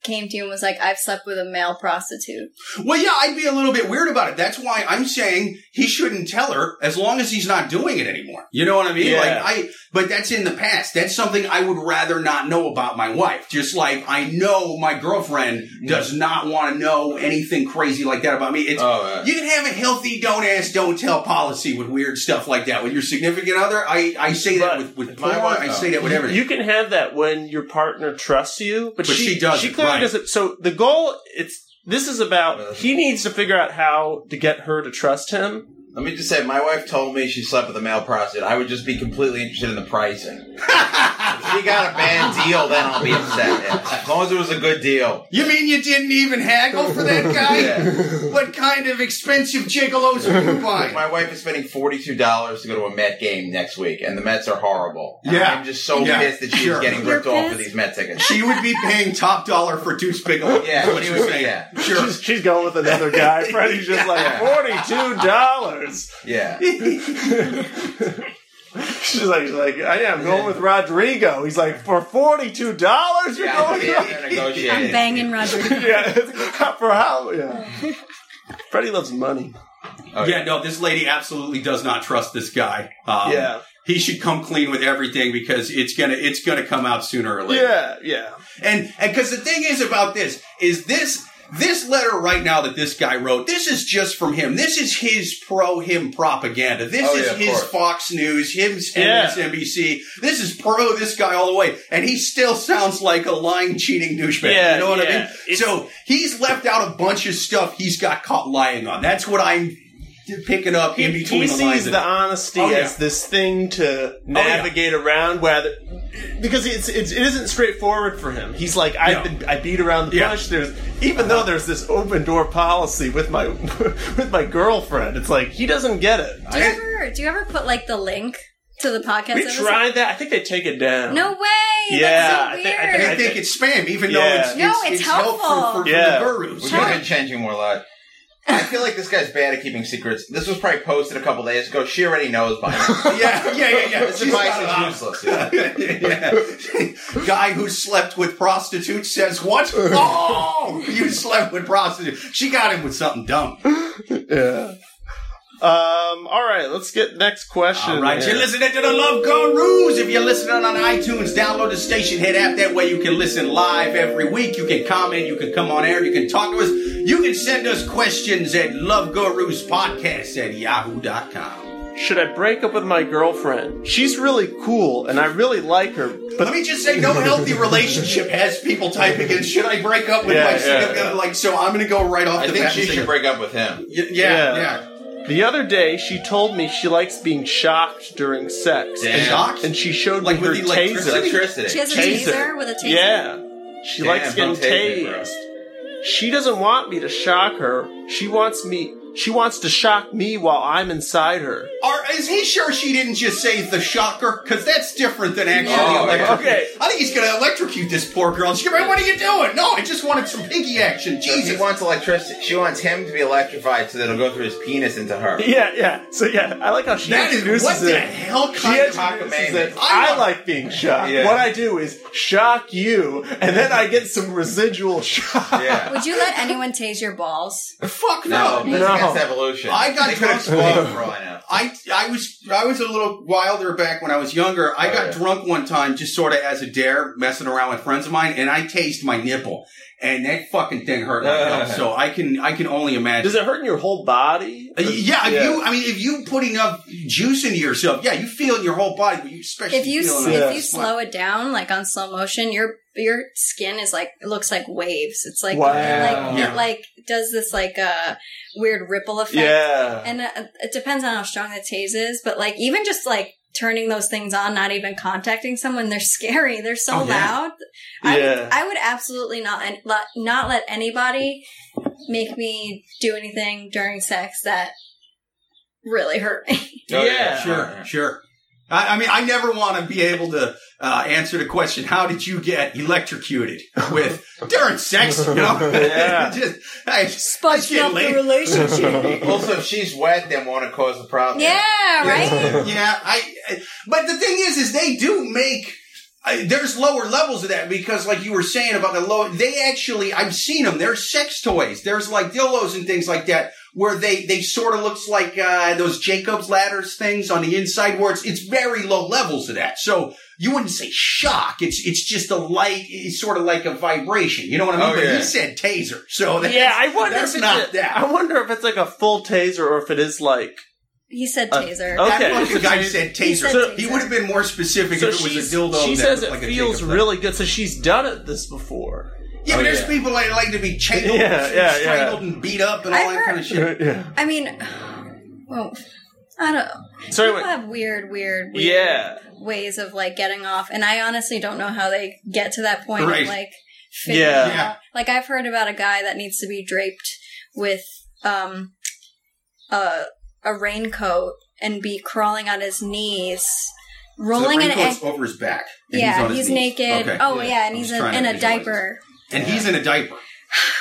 Speaker 4: came to you and was like, I've slept with a male prostitute.
Speaker 1: Well, yeah, I'd be a little bit weird about it. That's why I'm saying he shouldn't tell her as long as he's not doing it anymore. You know what I mean?
Speaker 2: Yeah.
Speaker 1: Like I, but that's in the past. That's something I would rather not know about my wife. Just like I know my girlfriend does not want to know anything crazy like that about me. It's,
Speaker 3: Oh, uh,
Speaker 1: you can have a healthy don't ask, don't tell policy with weird stuff like that. With your significant other, I, I say that
Speaker 2: But
Speaker 1: with, with
Speaker 3: my
Speaker 1: porn,
Speaker 3: wife-
Speaker 1: I say that with everything.
Speaker 2: You can have that when your partner trusts you, but,
Speaker 1: But she doesn't,
Speaker 2: She clearly
Speaker 1: right.
Speaker 2: doesn't. So the goal, it's this is about.
Speaker 3: Doesn't.
Speaker 2: He needs to figure out how to get her to trust him.
Speaker 3: let me just say, my wife told me she slept with a male prostitute. I would just be completely interested in the <laughs> pricing. if she got a bad deal, then I'll be upset. Yeah. As long as it was a good deal.
Speaker 1: You mean you didn't even haggle for that guy?
Speaker 3: Yeah.
Speaker 1: What kind of expensive gigolos are you buying?
Speaker 3: My wife is spending forty-two dollars to go to a Met game next week, and the Mets are horrible. And
Speaker 1: Yeah.
Speaker 3: I'm just so
Speaker 1: Yeah.
Speaker 3: pissed that she's
Speaker 1: Sure.
Speaker 3: getting ripped
Speaker 4: You're
Speaker 3: off for
Speaker 4: pissed?
Speaker 3: these Met tickets.
Speaker 1: She would be paying top dollar for Deuce Bigelow.
Speaker 3: Yeah,
Speaker 1: is what
Speaker 3: she
Speaker 1: you're
Speaker 3: would be,
Speaker 1: saying.
Speaker 3: yeah.
Speaker 1: Sure.
Speaker 2: She's, she's going with another guy. Freddie's just like forty-two dollars.
Speaker 1: <laughs>
Speaker 3: Yeah,
Speaker 2: She's like, she's like, yeah, I'm going with Rodrigo. He's like, for forty-two dollars, you're
Speaker 3: yeah,
Speaker 2: going.
Speaker 3: yeah, they're negotiating.
Speaker 4: I'm banging
Speaker 2: <laughs>
Speaker 4: Roger.
Speaker 2: yeah, for how? Yeah. <laughs> Freddie loves money.
Speaker 3: Oh,
Speaker 1: Yeah, no, this lady absolutely does not trust this guy. Um,
Speaker 2: yeah,
Speaker 1: he should come clean with everything because it's gonna it's gonna come out sooner or later.
Speaker 2: yeah, yeah.
Speaker 1: And and because the thing is about this is this this letter right now that this guy wrote. This is just from him. This is his pro him propaganda. This
Speaker 3: Oh,
Speaker 1: is
Speaker 3: yeah, of
Speaker 1: his
Speaker 3: course.
Speaker 1: Fox News, his
Speaker 2: Yeah.
Speaker 1: MSNBC. This is pro this guy all the way, and he still sounds like a lying, cheating douchebag.
Speaker 2: Yeah,
Speaker 1: you know what
Speaker 2: yeah.
Speaker 1: I mean?
Speaker 2: It's-
Speaker 1: so he's left out a bunch of stuff he's got caught lying on. That's what I'm picking up in
Speaker 2: He-
Speaker 1: between
Speaker 2: he
Speaker 1: the
Speaker 2: sees
Speaker 1: lines. of
Speaker 2: the
Speaker 1: it.
Speaker 2: honesty
Speaker 1: Oh, yeah.
Speaker 2: as this thing to navigate around whether because it's, it's it isn't straightforward for him he's like
Speaker 1: No.
Speaker 2: I've been, i beat around the
Speaker 1: Yeah.
Speaker 2: bush there's even though there's this open door policy with my <laughs> with my girlfriend it's like he doesn't get it
Speaker 4: Do you ever do you ever put like the link to the podcast?
Speaker 2: we
Speaker 4: episode?
Speaker 2: tried that i think they take it down
Speaker 4: No way.
Speaker 2: Yeah, I
Speaker 4: That's so
Speaker 2: think- I
Speaker 4: weird.
Speaker 2: think-
Speaker 1: They think it's spam, even though
Speaker 2: Yeah.
Speaker 1: it's,
Speaker 4: No,
Speaker 1: it's,
Speaker 4: it's
Speaker 1: helpful,
Speaker 4: helpful.
Speaker 1: for, for
Speaker 2: Yeah.
Speaker 1: the
Speaker 3: We
Speaker 1: gurus.
Speaker 3: could have
Speaker 1: Yeah.
Speaker 3: been changing more lives. I feel like this guy's bad at keeping secrets. This was probably posted a couple days ago. She already knows
Speaker 1: <laughs>
Speaker 3: by
Speaker 1: yeah,
Speaker 3: now.
Speaker 1: yeah, yeah, yeah.
Speaker 3: This
Speaker 1: She's
Speaker 3: advice
Speaker 1: not
Speaker 3: is
Speaker 1: allowed.
Speaker 3: useless. yeah.
Speaker 1: Yeah. <laughs> Guy who slept with prostitutes says what? Oh, you slept with prostitutes. She got him with something dumb.
Speaker 2: yeah um all right let's get next question
Speaker 1: All right,
Speaker 2: here.
Speaker 1: you're listening to the Love Gurus. If you're listening on iTunes, download the Station Head app. That way you can listen live every week. You can comment. You can come on air. You can talk to us. You can send us questions at loveguruspodcast at yahoo.com.
Speaker 2: should i break up with my girlfriend she's really cool and i really like her
Speaker 1: But let me just say, no healthy relationship has people typing in, should I break up with
Speaker 2: Yeah,
Speaker 1: my significant
Speaker 2: yeah.
Speaker 1: other?" Like, so I'm going to go right off
Speaker 3: I
Speaker 1: the
Speaker 3: think
Speaker 1: bat
Speaker 3: she
Speaker 1: and say,
Speaker 3: should break up with him.
Speaker 1: Y- yeah,
Speaker 2: Yeah.
Speaker 1: yeah.
Speaker 2: The other day, she told me she likes being shocked during sex,
Speaker 3: Damn.
Speaker 2: and,
Speaker 1: Shocked?
Speaker 2: and she showed
Speaker 1: Like
Speaker 2: me her
Speaker 1: with
Speaker 2: taser.
Speaker 1: electricity?
Speaker 3: Electricity.
Speaker 4: She has a
Speaker 2: Taser.
Speaker 4: taser, with a taser.
Speaker 2: Yeah, she
Speaker 3: Damn,
Speaker 2: likes getting
Speaker 3: don't tase me, bro.
Speaker 2: tased. She doesn't want me to shock her. She wants me. She wants to shock me while I'm inside her.
Speaker 1: Are, is he sure she didn't just say the shocker? Because that's different than actually
Speaker 3: Oh, yeah.
Speaker 1: electrocute.
Speaker 2: Okay.
Speaker 1: I think he's going to electrocute this poor girl. And she's going to be like, what are you doing? No, I just wanted some pinky action.
Speaker 3: She
Speaker 1: Jesus.
Speaker 3: wants electricity. She wants him to be electrified so that it'll go through his penis into her.
Speaker 2: Yeah, yeah. So yeah, I like how she
Speaker 1: That is,
Speaker 2: introduces
Speaker 1: what the
Speaker 2: it.
Speaker 1: hell
Speaker 2: She
Speaker 1: kind of...
Speaker 2: introduces
Speaker 3: cockamamie.
Speaker 2: it.
Speaker 1: I
Speaker 2: I
Speaker 1: love-
Speaker 2: like being shocked.
Speaker 3: Yeah.
Speaker 2: What I do is shock you, and then I get some residual <laughs> shock.
Speaker 3: Yeah.
Speaker 4: Would you let anyone tase your balls?
Speaker 1: Fuck no.
Speaker 3: No, that's
Speaker 2: No.
Speaker 3: against evolution.
Speaker 1: I got
Speaker 3: they could have
Speaker 1: drunk-
Speaker 3: exploded for all I know.
Speaker 1: I, I was I was a little wilder back when I was younger. I
Speaker 3: Oh,
Speaker 1: got
Speaker 3: yeah.
Speaker 1: drunk one time just sort of as a dare, messing around with friends of mine, and I tased my nipple, and that fucking thing hurt. like hell. so I can I can only imagine.
Speaker 2: Does it hurt in your whole body?
Speaker 1: Uh, Yeah, if
Speaker 2: Yeah.
Speaker 1: you I mean if you put enough juice into yourself, yeah, you feel it in your whole body, but you especially
Speaker 4: If you
Speaker 1: feel
Speaker 4: s-
Speaker 1: it on
Speaker 2: Yeah.
Speaker 4: if
Speaker 1: the
Speaker 4: you
Speaker 1: spine.
Speaker 4: slow it down like on slow motion, your your skin is like it looks like waves. It's like
Speaker 2: Wow.
Speaker 4: like
Speaker 1: Yeah.
Speaker 4: it like does this like uh, weird ripple effect.
Speaker 2: Yeah.
Speaker 4: And uh, it depends on how strong the tase is, but like even just like turning those things on, not even contacting someone, they're scary. <laughs> They're so
Speaker 1: Oh, yeah.
Speaker 4: loud. I
Speaker 2: Yeah.
Speaker 4: would, I would absolutely not and let- not let anybody make me do anything during sex that really hurt me.
Speaker 3: Oh,
Speaker 2: Yeah.
Speaker 1: Sure, sure. I, I mean, I never want to be able to uh, answer the question, "How did you get electrocuted?" with during sex, you know.
Speaker 2: Yeah.
Speaker 1: <laughs> just I,
Speaker 4: Spiced
Speaker 1: getting up the late.
Speaker 3: <laughs>
Speaker 4: relationship.
Speaker 3: Also, if she's wet, then want to cause the
Speaker 1: <laughs>
Speaker 3: problem.
Speaker 4: yeah, right.
Speaker 1: yeah, I. I- But the thing is, is they do make. I, there's lower levels of that because, like you were saying about the low, they actually I've seen them. There's sex toys. There's like dildos and things like that where they they sort of looks like uh, those Jacob's ladders things on the inside where it's it's very low levels of that. So you wouldn't say shock. It's it's just a light. It's sort of like a vibration. You know what I mean?
Speaker 3: Oh,
Speaker 1: but
Speaker 3: yeah.
Speaker 1: he said taser. So that's,
Speaker 2: yeah, I wonder
Speaker 1: that's
Speaker 2: if it's
Speaker 1: not
Speaker 2: a-
Speaker 1: that.
Speaker 2: I wonder if it's like a full taser or if it is like
Speaker 4: He said
Speaker 2: Uh,
Speaker 4: taser.
Speaker 2: oh,
Speaker 1: That
Speaker 2: Okay.
Speaker 1: fucking guy said
Speaker 4: He
Speaker 1: taser.
Speaker 4: said
Speaker 1: So
Speaker 4: taser.
Speaker 1: he would have been more specific
Speaker 2: so
Speaker 1: if it was
Speaker 2: she's,
Speaker 1: a dildo.
Speaker 2: she
Speaker 1: that
Speaker 2: says
Speaker 1: looked
Speaker 2: it
Speaker 1: like a
Speaker 2: feels
Speaker 1: Jacob's
Speaker 2: really good. So she's done it this before.
Speaker 1: Yeah, but
Speaker 3: Oh,
Speaker 1: there's
Speaker 3: yeah.
Speaker 1: people that like to be changled,
Speaker 2: <laughs> Yeah,
Speaker 1: and
Speaker 2: yeah, yeah.
Speaker 1: strangled, and beat up, and all
Speaker 4: I
Speaker 1: that
Speaker 4: heard-
Speaker 1: kind of shit.
Speaker 2: yeah.
Speaker 4: I mean, <sighs> well, I don't.
Speaker 2: So
Speaker 4: People
Speaker 2: anyway,
Speaker 4: have weird, weird, weird
Speaker 2: yeah,
Speaker 4: ways of like getting off, and I honestly don't know how they get to that point.
Speaker 1: Right.
Speaker 4: Of, like, figuring
Speaker 2: Yeah.
Speaker 4: out.
Speaker 1: Yeah.
Speaker 4: Like I've heard about a guy that needs to be draped with um a a raincoat and be crawling on his knees, rolling
Speaker 1: so
Speaker 4: an
Speaker 1: the
Speaker 4: egg.
Speaker 1: raincoat's over his back. and
Speaker 4: Yeah,
Speaker 1: on his
Speaker 4: he's,
Speaker 1: knees.
Speaker 4: naked.
Speaker 1: Okay.
Speaker 4: Oh
Speaker 3: Yeah.
Speaker 4: yeah, and
Speaker 1: I'm
Speaker 4: he's
Speaker 1: just
Speaker 4: a,
Speaker 1: trying to
Speaker 4: in a
Speaker 1: visualize
Speaker 4: diaper,
Speaker 1: and he's in a
Speaker 4: <laughs>
Speaker 1: diaper.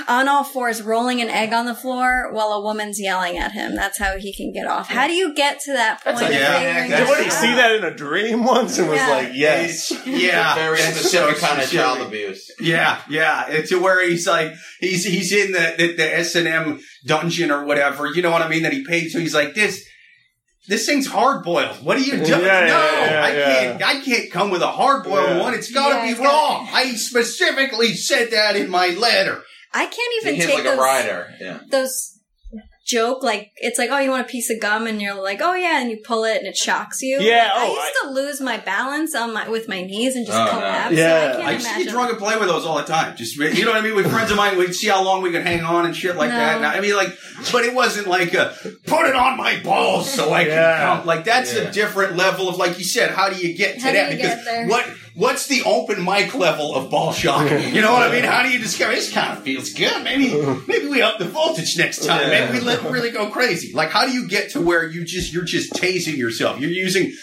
Speaker 4: on all fours, rolling an egg on the floor while a woman's yelling at him. That's how he can get off. How do you get to that point?
Speaker 2: That's
Speaker 4: of
Speaker 2: a-
Speaker 1: Yeah.
Speaker 4: figuring
Speaker 1: That's-
Speaker 4: it
Speaker 2: What did he
Speaker 4: out?
Speaker 2: see that in a dream once and was
Speaker 4: Yeah.
Speaker 2: like, yes.
Speaker 1: <laughs> Yeah,
Speaker 3: very
Speaker 1: that's
Speaker 3: specific
Speaker 1: so
Speaker 3: kind of
Speaker 1: specific.
Speaker 3: child abuse.
Speaker 1: Yeah, yeah. It's to where he's like he's he's in the the, the S and M dungeon or whatever. You know what I mean? That he paid. So he's like this. This thing's hard boiled. What are you doing?
Speaker 2: Yeah,
Speaker 1: no,
Speaker 2: yeah, yeah,
Speaker 1: I
Speaker 2: yeah.
Speaker 1: can't. I can't come with a hard boiled
Speaker 2: Yeah.
Speaker 1: one. It's got to
Speaker 4: Yeah,
Speaker 1: be
Speaker 4: it's gotta-
Speaker 1: raw. I specifically said that in my letter.
Speaker 4: I can't
Speaker 3: He
Speaker 4: even
Speaker 3: hits
Speaker 4: take
Speaker 3: like
Speaker 4: those,
Speaker 3: a rider. Yeah.
Speaker 4: those joke like it's like oh you want a piece of gum and you're like oh yeah and you pull it and it shocks you.
Speaker 2: Yeah,
Speaker 4: I
Speaker 2: oh,
Speaker 4: used to lose my balance on my with my knees and just
Speaker 3: Oh, no.
Speaker 4: collapse.
Speaker 2: Yeah.
Speaker 4: so I can't
Speaker 1: I used to
Speaker 4: imagine.
Speaker 1: get drunk and play with those all the time. Just you know what I mean. With friends of mine, we'd see how long we could hang on and shit like
Speaker 4: No.
Speaker 1: that. And I mean, like, but it wasn't like a, put it on my balls so I
Speaker 2: Yeah.
Speaker 1: can come. Like that's
Speaker 3: Yeah.
Speaker 1: a different level of like you said. How do you get to
Speaker 4: How do
Speaker 1: that?
Speaker 4: you
Speaker 1: because
Speaker 4: get there?
Speaker 1: what what's the open mic level of ball shocking? You know what I mean? How do you discover this kind of feels good? Maybe maybe we up the voltage next time.
Speaker 2: Yeah.
Speaker 1: Maybe we let really go crazy. Like how do you get to where you just you're just tasing yourself? You're using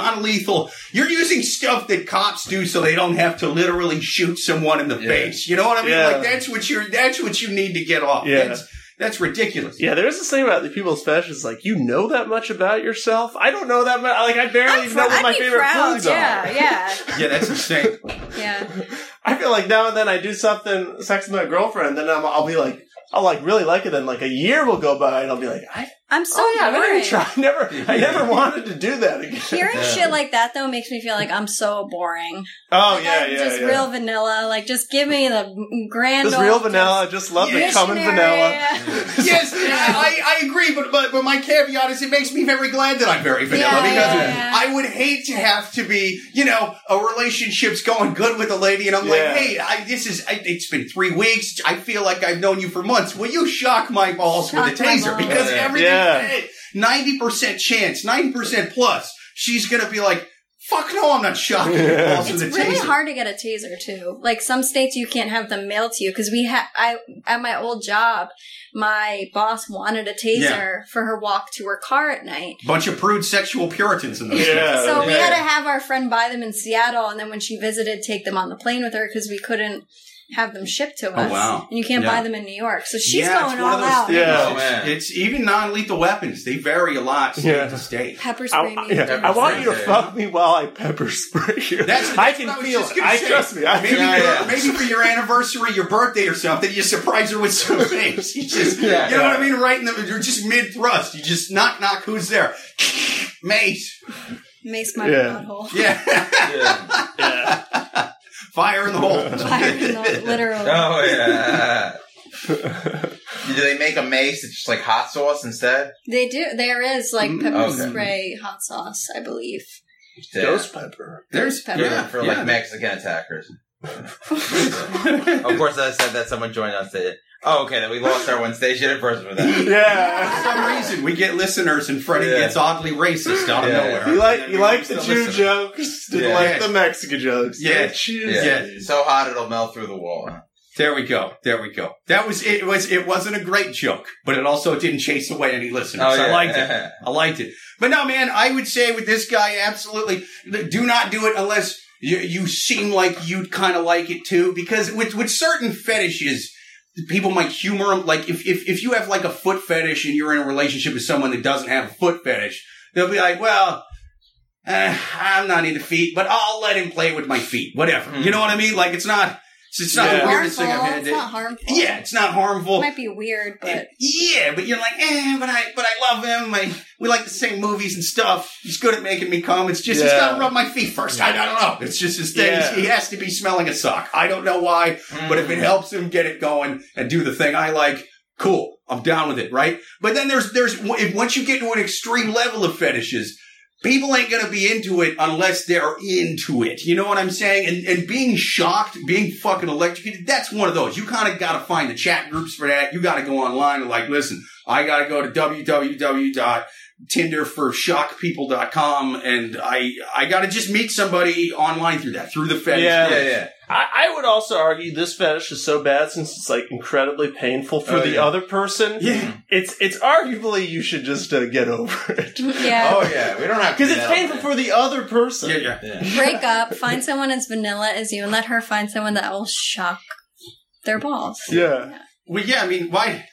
Speaker 1: non-lethal. You're using stuff that cops do so they don't have to literally shoot someone in the
Speaker 3: Yeah.
Speaker 1: face. You know what I mean?
Speaker 2: Yeah.
Speaker 1: Like that's what you're that's what you need to get off.
Speaker 2: Yeah.
Speaker 1: That's that's ridiculous.
Speaker 2: Yeah, there's this thing about the people's fashions. Like, you know that much about yourself. I don't know that much. Like, I barely
Speaker 4: I'm
Speaker 2: even
Speaker 4: fr-
Speaker 2: know what
Speaker 4: I'd
Speaker 2: my
Speaker 4: be
Speaker 2: favorite
Speaker 4: proud.
Speaker 2: foods
Speaker 4: yeah,
Speaker 2: are.
Speaker 4: yeah,
Speaker 1: Yeah, that's insane.
Speaker 4: yeah.
Speaker 2: <laughs> I feel like now and then I do something, sex with my girlfriend, then I'm, I'll be like, I'll like really like it. Then like a year will go by, and I'll be like, I,
Speaker 4: I'm so
Speaker 2: oh yeah, I never
Speaker 4: boring.
Speaker 2: even tried. <laughs> I never, I never wanted to do that again. <laughs>
Speaker 4: Hearing shit like that though makes me feel like I'm so boring.
Speaker 2: oh
Speaker 4: Like,
Speaker 2: yeah,
Speaker 4: I'm
Speaker 2: yeah,
Speaker 4: just
Speaker 2: yeah.
Speaker 4: real vanilla. Like just give me the grand.
Speaker 2: Just
Speaker 4: old-
Speaker 2: real vanilla. I just love the
Speaker 4: Missionary.
Speaker 2: common vanilla.
Speaker 4: <laughs>
Speaker 1: yes,
Speaker 2: <laughs>
Speaker 1: I, I agree, but, but but my caveat is it makes me very glad that I'm very vanilla
Speaker 4: Yeah,
Speaker 1: because
Speaker 4: yeah, yeah.
Speaker 1: I would hate to have to be, you know, a relationship's going good with a lady, and I'm
Speaker 2: Yeah.
Speaker 1: like, hey, I, this is I, it's been three weeks. I feel like I've known you for months. Will you shock my balls
Speaker 4: Shock
Speaker 1: with a
Speaker 4: my
Speaker 1: taser
Speaker 4: balls.
Speaker 1: because
Speaker 3: Yeah.
Speaker 2: Yeah.
Speaker 1: everything ninety percent chance, ninety percent plus, she's gonna be like, fuck no, I'm not shocking your balls
Speaker 4: It's
Speaker 1: with a
Speaker 4: really
Speaker 1: taser.
Speaker 4: hard to get a taser too. Like some states, you can't have them mailed to you because we have. I at my old job, my boss wanted a taser for her walk to her car at night.
Speaker 1: Bunch of prude sexual Puritans in those. states.
Speaker 2: Yeah.
Speaker 4: So we
Speaker 2: yeah.
Speaker 4: had to have our friend buy them in Seattle, and then when she visited, take them on the plane with her because we couldn't have them shipped to us.
Speaker 1: Oh, wow.
Speaker 4: And you can't
Speaker 1: Yeah.
Speaker 4: buy them in New York, so she's
Speaker 1: Yeah, it's
Speaker 4: going
Speaker 1: one of
Speaker 4: all
Speaker 1: those
Speaker 4: out.
Speaker 1: things.
Speaker 2: Yeah.
Speaker 1: It's-
Speaker 3: Oh, man.
Speaker 1: It's even non-lethal weapons. They vary a lot state
Speaker 2: Yeah.
Speaker 1: to state.
Speaker 4: Pepper
Speaker 2: I,
Speaker 4: spray
Speaker 2: I-
Speaker 4: me.
Speaker 2: yeah, I want you to
Speaker 3: Yeah.
Speaker 2: fuck me while I pepper spray you.
Speaker 1: That's, that's
Speaker 2: I can
Speaker 1: what was
Speaker 2: feel
Speaker 1: just
Speaker 2: it.
Speaker 1: gonna
Speaker 2: I
Speaker 1: say.
Speaker 2: trust me. I
Speaker 1: maybe,
Speaker 2: feel
Speaker 3: Yeah,
Speaker 1: for,
Speaker 3: yeah.
Speaker 1: maybe for your anniversary, your birthday, or something, you surprise her with some things. You just,
Speaker 3: Yeah,
Speaker 1: you know
Speaker 2: yeah.
Speaker 1: what I mean? Right in the, you're just mid thrust. You just knock, knock. Who's there? Mate.
Speaker 4: Mace my
Speaker 2: Yeah.
Speaker 4: <laughs>
Speaker 1: <laughs>
Speaker 4: butthole.
Speaker 1: Yeah. <laughs>
Speaker 3: Yeah.
Speaker 2: Yeah.
Speaker 1: Fire in the hole.
Speaker 4: Fire in the- literally.
Speaker 3: Oh yeah. Do they make a mace that's just like hot sauce instead?
Speaker 4: They do. There is like
Speaker 1: Mm,
Speaker 4: pepper
Speaker 3: okay.
Speaker 4: spray hot sauce, I believe.
Speaker 3: Yeah.
Speaker 2: Ghost pepper.
Speaker 1: <laughs> There's
Speaker 4: Pepper.
Speaker 3: Good
Speaker 1: yeah,
Speaker 3: for
Speaker 1: yeah.
Speaker 3: like Mexican attackers.
Speaker 4: <laughs>
Speaker 3: of course, I said that someone joined us. Today. Oh, okay. Then we lost our one station in person for that.
Speaker 1: <laughs>
Speaker 2: Yeah.
Speaker 1: For some reason, we get listeners and Freddie
Speaker 3: Yeah.
Speaker 1: gets oddly racist out of
Speaker 3: Yeah.
Speaker 1: nowhere.
Speaker 2: <laughs> You like you like the
Speaker 3: Still
Speaker 2: Jew
Speaker 3: listening.
Speaker 2: jokes, didn't
Speaker 3: Yeah.
Speaker 2: like the Mexican jokes.
Speaker 1: Yeah.
Speaker 2: They choose
Speaker 3: Yeah.
Speaker 1: Yeah. Oh,
Speaker 2: these.
Speaker 3: So hot it'll melt through the wall. huh?
Speaker 1: There we go. There we go. That was it. Was it wasn't a great joke, but it also didn't chase away any listeners.
Speaker 3: Oh,
Speaker 1: I liked it. I liked it. But no, man, I would say with this guy, absolutely, do not do it unless you, you seem like you'd kind of like it too. Because with, with certain fetishes, people might humor them. Like if, if, if you have like a foot fetish and you're in a relationship with someone that doesn't have a foot fetish, they'll be like, well, eh, I'm not into feet, but I'll let him play with my feet. Whatever. You know what I mean? Like it's not it's, it's not
Speaker 2: Yeah.
Speaker 1: the weirdest thing
Speaker 4: harmful.
Speaker 1: I've had.
Speaker 4: It's not
Speaker 1: To,
Speaker 4: harmful.
Speaker 1: yeah, it's not harmful.
Speaker 4: It might be weird, but
Speaker 1: <laughs> yeah, but you're like, eh, but I, but I love him. I, we like the same movies and stuff. He's good at making me come. It's just he's
Speaker 2: Yeah.
Speaker 1: got to rub my feet first. I, I don't know. It's just his thing.
Speaker 2: Yeah.
Speaker 1: He has to be smelling a sock. I don't know why, but if it
Speaker 3: Mm.
Speaker 1: helps him get it going and do the thing I like, cool. I'm down with it, right? But then there's there's if once you get to an extreme level of fetishes, people ain't gonna be into it unless they're into it. You know what I'm saying? And and being shocked, being fucking electrocuted, that's one of those. You kind of gotta find the chat groups for that. You gotta go online and like, listen, I gotta go to www.tinderforshockpeople.com and I I gotta just meet somebody online through that, through the fetish.
Speaker 2: Yeah.
Speaker 3: yeah,
Speaker 1: group.
Speaker 3: yeah.
Speaker 2: I, I would also argue this fetish is so bad since it's like incredibly painful for
Speaker 3: Oh,
Speaker 2: the
Speaker 3: yeah.
Speaker 2: other person.
Speaker 1: Yeah.
Speaker 2: It's it's arguably you should just uh, get over it
Speaker 4: yeah.
Speaker 3: Oh yeah, we don't
Speaker 2: because
Speaker 3: have to do
Speaker 2: it's
Speaker 3: that all
Speaker 2: painful
Speaker 3: day.
Speaker 2: for the other person.
Speaker 1: Yeah, yeah.
Speaker 3: Yeah.
Speaker 4: Break up. Find someone as vanilla as you, and let her find someone that will shock their balls.
Speaker 2: Yeah.
Speaker 1: Well, yeah, I mean, why?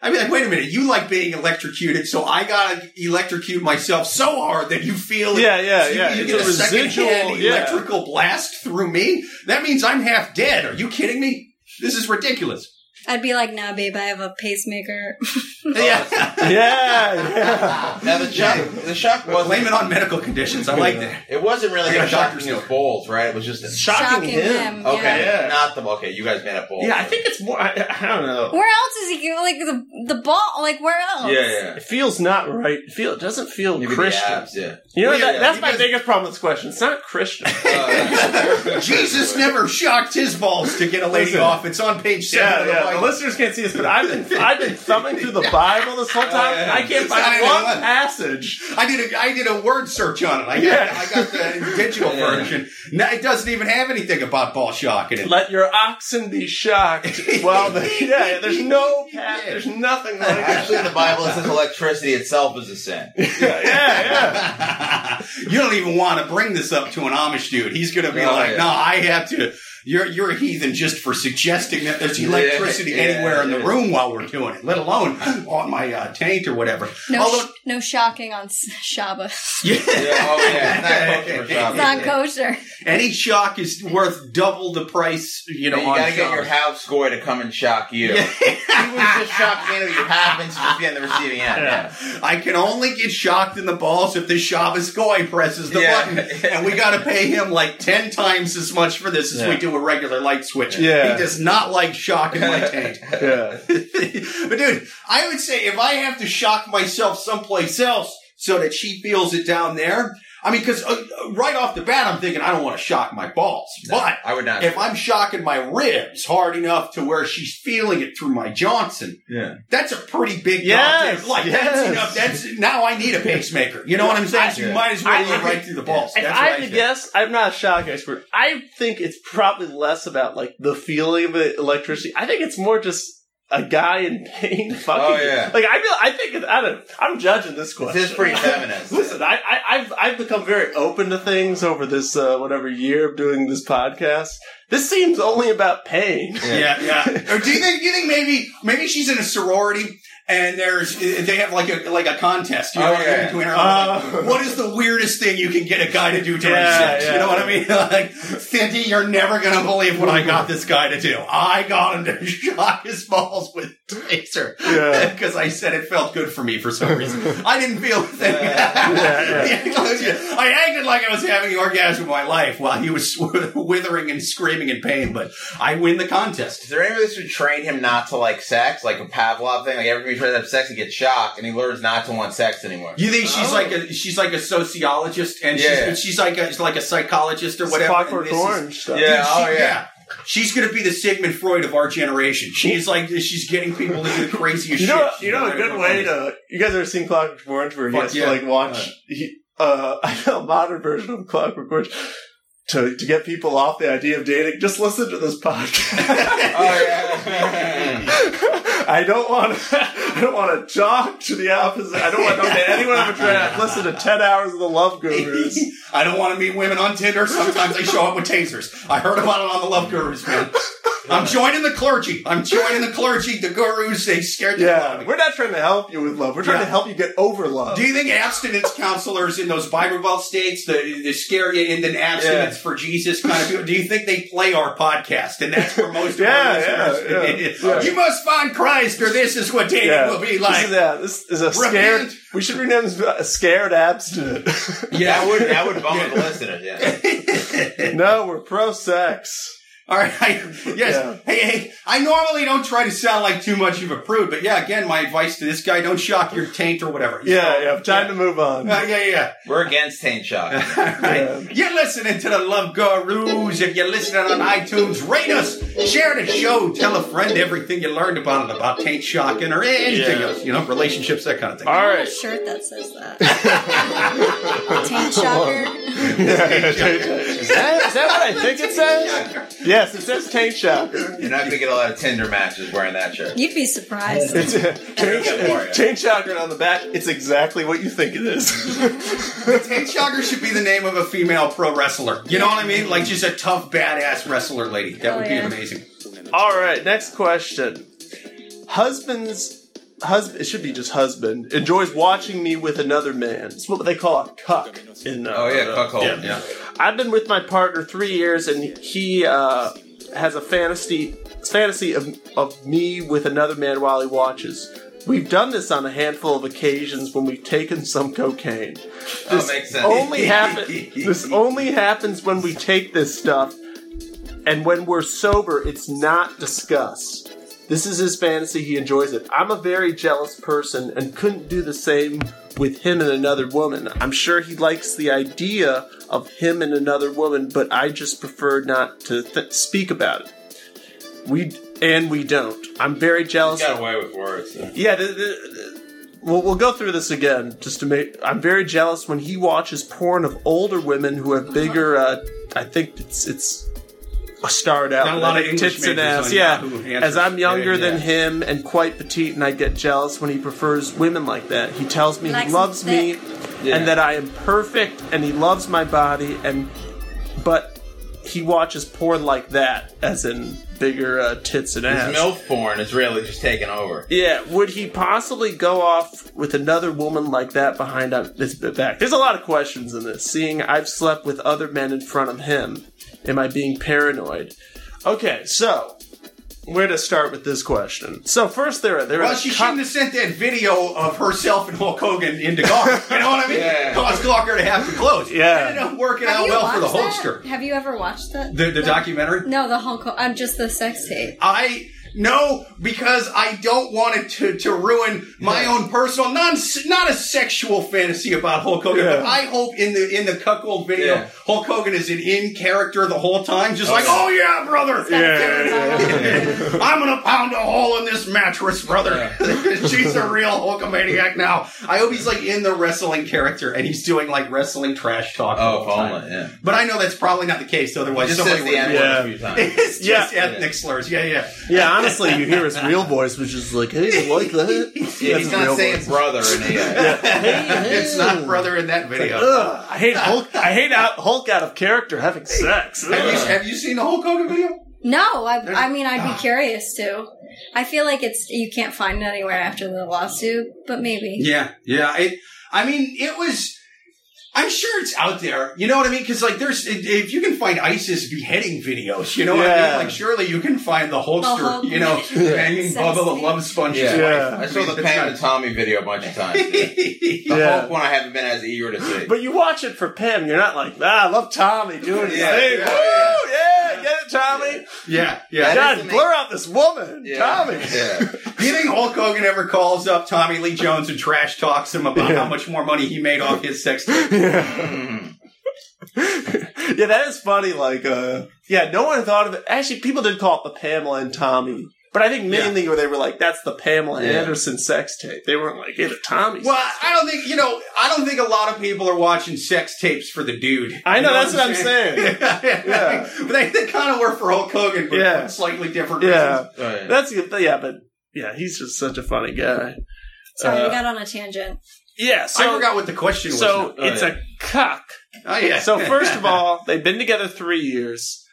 Speaker 1: I mean, like, wait a minute. You like being electrocuted, so I gotta electrocute myself so hard that you feel
Speaker 2: Yeah, yeah,
Speaker 1: you,
Speaker 2: yeah.
Speaker 1: You
Speaker 2: It's
Speaker 1: get
Speaker 2: a
Speaker 1: a,
Speaker 2: residual-
Speaker 1: secondhand
Speaker 2: yeah.
Speaker 1: electrical blast through me. That means I'm half dead. Are you kidding me? This is ridiculous.
Speaker 4: I'd be like, nah, babe, I have a pacemaker. <laughs>
Speaker 1: yeah,
Speaker 2: Yeah, yeah.
Speaker 3: Now the shock, the shock wasn't.
Speaker 1: blame it on medical conditions. I like that.
Speaker 3: It wasn't really
Speaker 1: I got
Speaker 3: him
Speaker 1: a doctor's
Speaker 3: shocking his
Speaker 1: note.
Speaker 3: balls, right? It was just a
Speaker 2: Shocking,
Speaker 4: Shocking
Speaker 2: him.
Speaker 4: him.
Speaker 3: okay,
Speaker 2: Yeah.
Speaker 3: not the okay. You guys made up
Speaker 2: <laughs>
Speaker 3: balls.
Speaker 2: Yeah, I think it's more. I, I don't know.
Speaker 4: Where else is he? Like the the ball? Like where else?
Speaker 3: Yeah, yeah.
Speaker 2: It feels not right. It feel it doesn't feel
Speaker 3: Maybe the
Speaker 2: Christian.
Speaker 1: <laughs>
Speaker 3: abs, yeah.
Speaker 2: You know
Speaker 1: Well, yeah,
Speaker 2: that,
Speaker 1: yeah,
Speaker 2: that's my
Speaker 1: because-
Speaker 2: biggest problem with this question. It's
Speaker 1: <laughs>
Speaker 2: not Christian.
Speaker 3: Uh,
Speaker 1: Jesus never shocked his balls to get a lady
Speaker 2: Listen.
Speaker 1: off. It's on page seven
Speaker 2: Yeah,
Speaker 1: of the
Speaker 2: yeah.
Speaker 1: Bible.
Speaker 2: The listeners can't see this, but I've
Speaker 3: <laughs>
Speaker 2: been I've been thumbing through the Bible this whole time.
Speaker 3: Oh, Yeah, yeah.
Speaker 2: I can't find
Speaker 1: I know
Speaker 2: one
Speaker 1: what.
Speaker 2: passage.
Speaker 1: I did a I did a word search on it. I got
Speaker 2: Yeah.
Speaker 1: I got the digital
Speaker 3: Yeah.
Speaker 1: version. No, it doesn't even have anything about ball shock in it.
Speaker 2: Let your oxen be shocked. Well,
Speaker 3: <laughs>
Speaker 2: the, yeah, yeah, there's no path. There's nothing like that.
Speaker 3: <laughs> Actually, in the Bible it says electricity itself is a sin.
Speaker 2: Yeah, yeah.
Speaker 1: <laughs> you don't even want to bring this up to an Amish dude. He's going to be
Speaker 3: Oh,
Speaker 1: like,
Speaker 3: yeah.
Speaker 1: "No, I have to." You're you're a heathen just for suggesting that there's electricity
Speaker 3: Yeah,
Speaker 1: anywhere in the
Speaker 3: yeah.
Speaker 1: room while we're doing it, let alone on my uh, taint or whatever.
Speaker 4: No,
Speaker 1: Although,
Speaker 4: sh- no shocking on s- <laughs> Shabbos.
Speaker 1: <laughs> yeah,
Speaker 3: Yeah, oh yeah,
Speaker 1: <laughs>
Speaker 3: it's not kosher for
Speaker 4: It's
Speaker 3: shopping.
Speaker 4: not
Speaker 1: yeah.
Speaker 4: kosher.
Speaker 1: any shock is worth double the price. You know,
Speaker 3: You
Speaker 1: on
Speaker 3: gotta get
Speaker 1: Shabbos.
Speaker 3: your house goy to come and shock you.
Speaker 1: Yeah.
Speaker 3: <laughs> He was just shocked man, who you happens to just be on the receiving end.
Speaker 2: Yeah.
Speaker 1: I can only get shocked in the balls if the Shabbos goy presses the
Speaker 3: Yeah.
Speaker 1: button, and we got to pay him like ten times as much for this as
Speaker 3: Yeah.
Speaker 1: we do a regular light switch.
Speaker 2: Yeah.
Speaker 1: he does not like shock in my
Speaker 3: <laughs>
Speaker 1: taint.
Speaker 2: yeah.
Speaker 1: but dude, I would say if I have to shock myself someplace else so that she feels it down there, I mean, because uh, uh, right off the bat, I'm thinking I don't want to shock my balls, but
Speaker 3: I would not.
Speaker 1: if I'm shocking my ribs hard enough to where she's feeling it through my Johnson,
Speaker 3: yeah.
Speaker 1: that's a pretty big
Speaker 2: Yes,
Speaker 1: goddamn- Like
Speaker 2: yes.
Speaker 1: that's enough. That's now I need a pacemaker. You know what I'm saying? So you
Speaker 3: Yeah.
Speaker 1: might as well
Speaker 2: I-
Speaker 1: look right through the balls.
Speaker 2: If
Speaker 1: That's
Speaker 2: I
Speaker 1: what I
Speaker 2: had to
Speaker 1: think.
Speaker 2: guess, I'm not a shock expert. I think it's probably less about like the feeling of the electricity. I think it's more just a guy in
Speaker 1: <laughs>
Speaker 2: pain fucking.
Speaker 3: Oh, yeah.
Speaker 2: Like I feel, I think it- I don't. I'm judging this question.
Speaker 3: This is pretty feminist.
Speaker 2: Listen, I, I, I've I've become very open to things over this uh, whatever year of doing this podcast. This seems only about pain. <laughs>
Speaker 1: Yeah, yeah. or do you think? Do you think maybe maybe she's in a sorority and there's they have like a like a contest? You know
Speaker 3: Oh,
Speaker 1: what I mean,
Speaker 3: yeah.
Speaker 1: between her.
Speaker 2: Oh.
Speaker 1: like, what is the weirdest thing you can get a guy to do during
Speaker 2: Yeah,
Speaker 1: sex?
Speaker 2: yeah.
Speaker 1: You know what I mean? <laughs> like, Cindy, you're never gonna believe what I got this guy to do. I got him to <laughs> shock his balls with a taser <laughs>
Speaker 2: Yeah.
Speaker 1: because I said it felt good for me for some reason. I didn't feel a thing. <laughs>
Speaker 2: yeah.
Speaker 1: I acted like I was having the orgasm of my life while he was <laughs> withering and screaming in pain, but I win the contest.
Speaker 3: Is there any of this who trained him not to like sex, like a Pavlov thing? Like every time he tries to have sex, he gets shocked and he learns not to want sex anymore.
Speaker 1: You think she's
Speaker 2: Oh.
Speaker 1: like a she's like a sociologist and
Speaker 3: Yeah.
Speaker 1: she's she's like a she's like a psychologist or whatever. and
Speaker 2: Clockwork
Speaker 1: this is-
Speaker 2: Orange stuff.
Speaker 1: Dude,
Speaker 3: Yeah, oh,
Speaker 1: she-
Speaker 3: yeah.
Speaker 1: She's gonna be the Sigmund Freud of our generation. She's like she's getting people to do the craziest
Speaker 2: You know,
Speaker 1: shit.
Speaker 2: you know, a good way to. You guys ever seen Clockwork Orange, where he
Speaker 1: Fuck
Speaker 2: has
Speaker 1: yeah.
Speaker 2: to like watch
Speaker 1: Uh.
Speaker 2: he, uh, <laughs> I know a modern version of Clockwork Orange to to get people off the idea of dating. Just listen to this podcast. <laughs>
Speaker 3: Oh yeah.
Speaker 2: I don't want. I don't want to talk to the opposite. I don't want to talk to anyone I'm attracted. to. Listen to ten hours of the
Speaker 1: <laughs>
Speaker 2: Love Gurus.
Speaker 1: I don't want to meet women on Tinder. Sometimes they show up with tasers. I heard about it on the Love Gurus, man. I'm joining the clergy. I'm joining the clergy. The gurus, they scared the hell out of
Speaker 2: Yeah,
Speaker 1: me.
Speaker 2: we're not trying to help you with love. We're trying
Speaker 1: Yeah.
Speaker 2: to help you get over love.
Speaker 1: Do you think abstinence counselors in those Bible Belt states, the, the scare you into abstinence for Jesus kind of people, do you think they play our podcast? And that's for most
Speaker 2: <laughs> Yeah,
Speaker 1: of our listeners.
Speaker 2: yeah, yeah.
Speaker 1: You must find Christ or this is what dating
Speaker 2: yeah,
Speaker 1: will be like.
Speaker 2: This is, yeah, this is a scared.
Speaker 1: Repent.
Speaker 2: We should rename this a scared abstinent. <laughs>
Speaker 1: yeah,
Speaker 3: That would that would bummer the listeners. Yeah.
Speaker 2: no, we're pro sex.
Speaker 1: All right. yes.
Speaker 2: Yeah.
Speaker 1: Hey, hey, I normally don't try to sound like too much of a prude, but yeah, again, my advice to this guy, don't shock your taint or whatever.
Speaker 2: Yeah, yeah. Time to move on.
Speaker 1: Uh, yeah, yeah.
Speaker 3: We're against taint shock.
Speaker 1: Right. You're listening to the Love Gurus. If you're listening on iTunes, rate us, share the show, tell a friend everything you learned about it, about taint shocking or anything
Speaker 2: Yeah.
Speaker 1: else, you know, relationships, that kind of thing.
Speaker 2: All
Speaker 4: I want a shirt that says
Speaker 1: <laughs>
Speaker 4: that. Taint shocker.
Speaker 2: is, that, is that what I think it says? Yes, it says taint shocker.
Speaker 3: You're not gonna get a lot of Tinder matches wearing that shirt.
Speaker 4: You'd be surprised.
Speaker 2: It's taint, taint shocker on the back. It's exactly what you think it is. <laughs>
Speaker 1: Taint shocker should be the name of a female pro wrestler. You know what I mean? Like just a tough, badass wrestler lady. That
Speaker 4: Oh,
Speaker 1: would
Speaker 4: yeah.
Speaker 1: be amazing.
Speaker 2: All right, next question. Husband's husband. It should be just husband enjoys watching me with another man. It's what they call a cuck. In uh,
Speaker 3: Oh yeah, cuckold.
Speaker 1: Yeah.
Speaker 2: I've been with my partner three years, and he uh, has a fantasy fantasy of, of me with another man while he watches. We've done this on a handful of occasions when we've taken some cocaine.
Speaker 3: That
Speaker 2: This
Speaker 3: makes sense.
Speaker 2: Only happen- this only happens when we take this stuff, and when we're sober, it's not discussed. This is his fantasy, he enjoys it. I'm a very jealous person and couldn't do the same with him and another woman. I'm sure he likes the idea of him and another woman, but I just prefer not to th- speak about it. We and we don't. I'm very jealous.
Speaker 3: Got away with words. though.
Speaker 2: Yeah, the, the, the- we'll, we'll go through this again just to make. I'm very jealous when he watches porn of older women who have bigger. Uh, I think it's it's starred out
Speaker 1: Not a lot of
Speaker 2: with
Speaker 1: English
Speaker 2: tits and
Speaker 1: majors
Speaker 2: ass.
Speaker 1: on
Speaker 2: Yeah,
Speaker 1: Yahoo Answers.
Speaker 2: as I'm younger
Speaker 3: Yeah, yeah.
Speaker 2: than him and quite petite, and I get jealous when he prefers women like that. He tells me
Speaker 4: Likes
Speaker 2: he
Speaker 4: 'em
Speaker 2: loves me
Speaker 4: thick.
Speaker 3: Yeah.
Speaker 2: and that I am perfect, and he loves my body, and but. He watches porn like that, as in bigger uh, tits and ass.
Speaker 3: This milf porn is really just taking over.
Speaker 2: Yeah, would he possibly go off with another woman like that behind on this back? There's a lot of questions in this. Seeing I've slept with other men in front of him, am I being paranoid? Okay, so where to start with this question? So first, there there
Speaker 1: Well,
Speaker 2: are
Speaker 1: she
Speaker 2: co-
Speaker 1: shouldn't have sent that video of herself and Hulk Hogan into Gawker. You know what I mean?
Speaker 3: Yeah.
Speaker 1: Caused Gawker to have to close.
Speaker 2: Yeah.
Speaker 1: It ended up working
Speaker 4: Have
Speaker 1: out
Speaker 4: you
Speaker 1: well for the
Speaker 4: watched that?
Speaker 1: Hulkster.
Speaker 4: Have you ever watched that?
Speaker 1: The, the documentary?
Speaker 4: No, the Hulk. I'm just the sex tape.
Speaker 1: I no, because I don't want it to, to ruin my own personal, not not a sexual fantasy about Hulk Hogan.
Speaker 2: Yeah.
Speaker 1: But I hope in the in the cuckold video,
Speaker 3: Yeah.
Speaker 1: Hulk Hogan is an in character the whole time, just like,
Speaker 3: yeah.
Speaker 1: oh yeah, brother,
Speaker 2: Yeah, yeah,
Speaker 1: I'm gonna pound a hole in this mattress, brother. <laughs> She's a real Hulkamaniac now. I hope he's like in the wrestling character and he's doing like wrestling trash talk. the
Speaker 3: Oh,
Speaker 1: whole time.
Speaker 3: Homeland, yeah.
Speaker 1: But I know that's probably not the case. Otherwise,
Speaker 3: Just
Speaker 1: somebody
Speaker 3: says
Speaker 1: would.
Speaker 3: the N
Speaker 2: Yeah.
Speaker 3: word a few times.
Speaker 1: <laughs> It's just
Speaker 2: Yeah.
Speaker 1: ethnic slurs. Yeah, yeah.
Speaker 2: yeah, honestly, you hear his real voice, which is like, "Hey, you
Speaker 1: <laughs>
Speaker 2: like that?"
Speaker 3: Yeah,
Speaker 2: That's
Speaker 3: he's
Speaker 2: his
Speaker 3: not
Speaker 2: real
Speaker 3: saying
Speaker 2: voice.
Speaker 3: brother in the end.
Speaker 1: It's not brother in that video.
Speaker 2: Ugh, I hate Hulk. I hate out, Hulk out of character having sex.
Speaker 1: Have you,
Speaker 2: Ugh.
Speaker 1: have you seen the Hulk Hogan video?
Speaker 4: <laughs> No, I, I mean I'd be curious to. I feel like it's you can't find it anywhere after the lawsuit, but maybe.
Speaker 1: Yeah, yeah. It, I mean, it was. I'm sure it's out there. You know what I mean? Because like, there's if you can find ISIS beheading videos, you know what I
Speaker 2: Yeah.
Speaker 1: mean? Like, surely you can find the Hulkster,
Speaker 4: Hulk.
Speaker 1: you <laughs> know, hanging
Speaker 4: Sex
Speaker 1: Bubba the
Speaker 4: tape.
Speaker 1: Love Sponge's
Speaker 3: Yeah.
Speaker 2: Yeah.
Speaker 1: wife.
Speaker 3: I saw the
Speaker 1: It's
Speaker 3: Pam
Speaker 1: not-
Speaker 3: and Tommy video a bunch of times. The
Speaker 2: Yeah.
Speaker 3: Hulk one I haven't been as eager to see.
Speaker 2: But you watch it for Pam. You're not like, ah, I love Tommy doing his
Speaker 3: Yeah,
Speaker 2: thing.
Speaker 1: yeah,
Speaker 2: Woo!
Speaker 3: yeah.
Speaker 2: Yeah, get it, Tommy.
Speaker 1: <laughs> yeah, yeah.
Speaker 2: God,
Speaker 3: That is the
Speaker 2: blur out this woman,
Speaker 3: Yeah.
Speaker 2: Tommy.
Speaker 3: Yeah.
Speaker 1: Do you think Hulk Hogan ever calls up Tommy Lee Jones and trash talks him about how much more money he made off his sex tape?
Speaker 2: <laughs>
Speaker 3: Mm-hmm.
Speaker 2: yeah, that is funny. Like, uh, yeah, no one thought of it. Actually, people did call it the Pamela and Tommy. But I think mainly they were like, that's the Pamela
Speaker 3: Yeah.
Speaker 2: Anderson sex tape. They weren't like, it's a Tommy.
Speaker 1: Well, I don't think you know. I don't think a lot of people are watching sex tapes for the dude.
Speaker 2: I know,
Speaker 1: You
Speaker 2: that's what I'm saying.
Speaker 1: <laughs>
Speaker 2: Yeah.
Speaker 1: but they, they kind of work for Hulk Hogan, but
Speaker 2: Yeah.
Speaker 1: for slightly different
Speaker 2: yeah,
Speaker 1: reasons.
Speaker 3: Right.
Speaker 2: that's a good thing. Yeah, but yeah, he's just such a funny guy.
Speaker 4: Sorry,
Speaker 2: Uh,
Speaker 4: we got on a tangent.
Speaker 2: Yeah, so
Speaker 1: I forgot what the question was.
Speaker 2: so
Speaker 3: now. Oh,
Speaker 2: it's
Speaker 3: yeah.
Speaker 2: a cuck.
Speaker 1: oh, yeah. <laughs>
Speaker 2: So first of all, they've been together three years,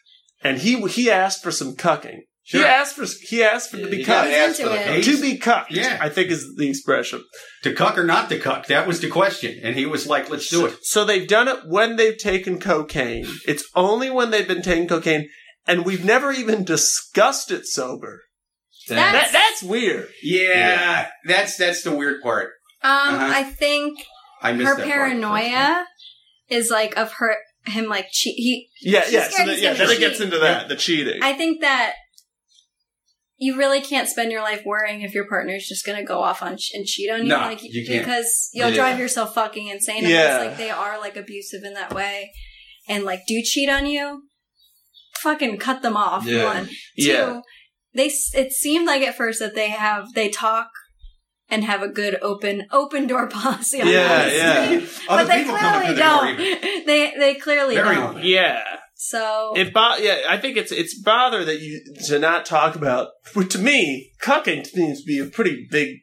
Speaker 2: and he he asked for some cucking. He
Speaker 1: Sure.
Speaker 2: asked for he asked for to
Speaker 3: He
Speaker 2: be
Speaker 3: got
Speaker 2: cut.
Speaker 3: asked
Speaker 4: into
Speaker 3: for the
Speaker 4: it.
Speaker 3: coach.
Speaker 2: To be cucked,
Speaker 1: Yeah.
Speaker 2: I think is the expression.
Speaker 1: To cuck or not to cuck? That was the question. And he was like, let's do it.
Speaker 2: So they've done it when they've taken cocaine. It's only when they've been taking cocaine, and we've never even discussed it sober.
Speaker 4: That-
Speaker 2: That, that's weird.
Speaker 1: Yeah, That's that's the weird part.
Speaker 4: Um,
Speaker 1: Uh-huh.
Speaker 4: I think
Speaker 1: I missed
Speaker 4: her
Speaker 1: that part.
Speaker 4: paranoia is like of her him like che- he.
Speaker 2: Yeah,
Speaker 4: She's
Speaker 2: yeah. So
Speaker 4: scared
Speaker 2: that,
Speaker 4: he's
Speaker 2: yeah,
Speaker 4: gonna
Speaker 2: then it
Speaker 4: cheat.
Speaker 2: gets into that the cheating.
Speaker 4: I think that you really can't spend your life worrying if your partner's just going to go off on ch- and cheat on you,
Speaker 1: No,
Speaker 4: like
Speaker 1: you can't.
Speaker 4: because you'll
Speaker 3: Yeah.
Speaker 4: drive yourself fucking insane.
Speaker 2: Yeah.
Speaker 4: Unless like they are like abusive in that way, and like do cheat on you, fucking cut them off.
Speaker 3: Yeah.
Speaker 4: One, two.
Speaker 2: Yeah.
Speaker 4: They s- it seemed like at first that they have they talk. And have a good open open door <laughs> policy. On
Speaker 2: Yeah,
Speaker 4: this. <laughs>
Speaker 2: yeah.
Speaker 4: but
Speaker 1: Other
Speaker 4: they
Speaker 1: people come up
Speaker 4: clearly
Speaker 1: to the door
Speaker 4: don't. <laughs>
Speaker 1: even.
Speaker 4: They they clearly
Speaker 1: Very
Speaker 4: don't.
Speaker 1: open.
Speaker 2: yeah.
Speaker 4: So
Speaker 2: It bo- yeah, I think it's it's bother that you to not talk about. But to me, cucking seems to be a pretty big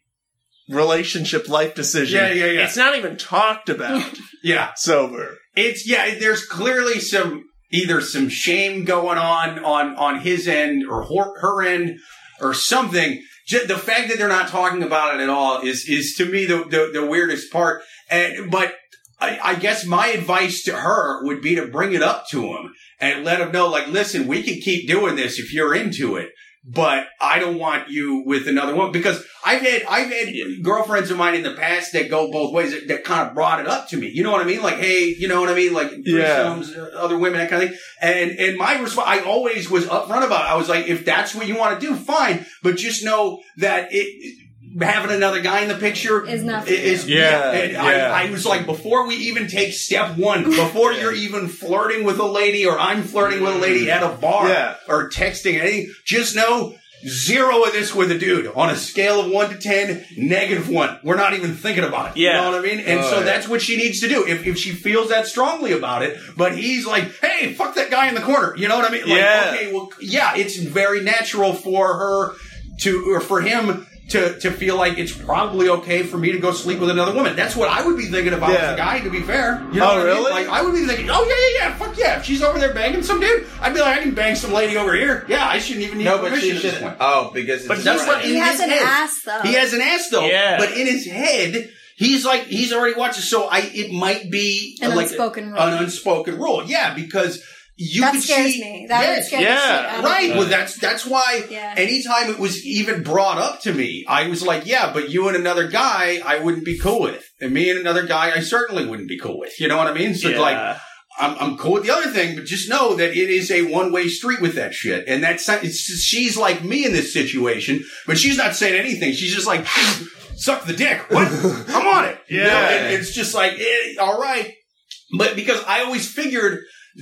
Speaker 2: relationship life decision.
Speaker 1: Yeah, yeah, yeah.
Speaker 2: It's not even talked about
Speaker 1: <laughs> Yeah.
Speaker 2: sober.
Speaker 1: It's yeah, there's clearly some either some shame going on on on his end or her, her end or something. Ju- The fact that they're not talking about it at all is is to me the the, the weirdest part. And but I, I guess my advice to her would be to bring it up to him and let him know, like, listen, we can keep doing this if you're into it, but I don't want you with another woman because I've had I've had girlfriends of mine in the past that go both ways that, that kind of brought it up to me. You know what I mean? Like, hey, you know what I mean? Like,
Speaker 2: Yeah.
Speaker 1: threesomes, uh, other women, that kind of thing. And and my response, I always was upfront about. It. I was like, if that's what you want to do, fine, but just know that it. Having another guy in the picture
Speaker 4: Is not-
Speaker 1: is
Speaker 2: Yeah,
Speaker 1: and
Speaker 2: yeah.
Speaker 1: I, I was like, before we even take step
Speaker 4: <laughs>
Speaker 1: one, before you're even flirting with a lady or I'm flirting with a lady at a bar
Speaker 2: Yeah.
Speaker 1: or texting anything, just know zero of this with a dude on a scale of one to ten, negative one. We're not even thinking about it.
Speaker 2: Yeah.
Speaker 1: You know what I mean? And
Speaker 3: Oh,
Speaker 1: so
Speaker 3: yeah.
Speaker 1: that's what she needs to do. If, if she feels that strongly about it, but he's like, hey, fuck that guy in the corner. You know what I mean? Like,
Speaker 2: Yeah.
Speaker 1: okay, well, yeah, it's very natural for her to, or for him to, to feel like it's probably okay for me to go sleep with another woman. That's what I would be thinking about
Speaker 2: Yeah.
Speaker 1: as a guy, to be fair. You know
Speaker 2: Oh,
Speaker 1: what I mean?
Speaker 2: really?
Speaker 1: Like, I would be thinking, oh, yeah, yeah, yeah, fuck yeah. If she's over there banging some dude, I'd be like, I can bang some lady over here. Yeah, I shouldn't even need
Speaker 3: No, but
Speaker 1: permission
Speaker 3: she
Speaker 1: at
Speaker 3: should.
Speaker 1: this point.
Speaker 3: Oh, because it's
Speaker 1: But that's
Speaker 3: right.
Speaker 1: what in
Speaker 4: he
Speaker 1: his
Speaker 4: hasn't
Speaker 1: head.
Speaker 4: asked though.
Speaker 1: He has an ass though,
Speaker 2: Yeah.
Speaker 1: but in his head, he's like he's already watching. So I, it might be
Speaker 4: An
Speaker 1: like
Speaker 4: unspoken rule.
Speaker 1: an unspoken rule. Yeah, because you
Speaker 4: that
Speaker 1: could
Speaker 4: scares
Speaker 1: see,
Speaker 4: me. That would
Speaker 1: yes,
Speaker 4: scare the
Speaker 2: yeah,
Speaker 4: shit out of
Speaker 1: Right.
Speaker 4: me.
Speaker 1: Well, that's that's why.
Speaker 4: Yeah.
Speaker 1: Anytime it was even brought up to me, I was like, "Yeah, but you and another guy, I wouldn't be cool with, and me and another guy, I certainly wouldn't be cool with." You know what I mean? So
Speaker 2: Yeah.
Speaker 1: like, I'm, I'm cool with the other thing, but just know that it is a one way street with that shit. And that's, it's, she's like me in this situation, but she's not saying anything. She's just like, <laughs> suck the dick. What? I'm on it. You know,
Speaker 2: Yeah.
Speaker 1: and it's just like, eh, all right. But because I always figured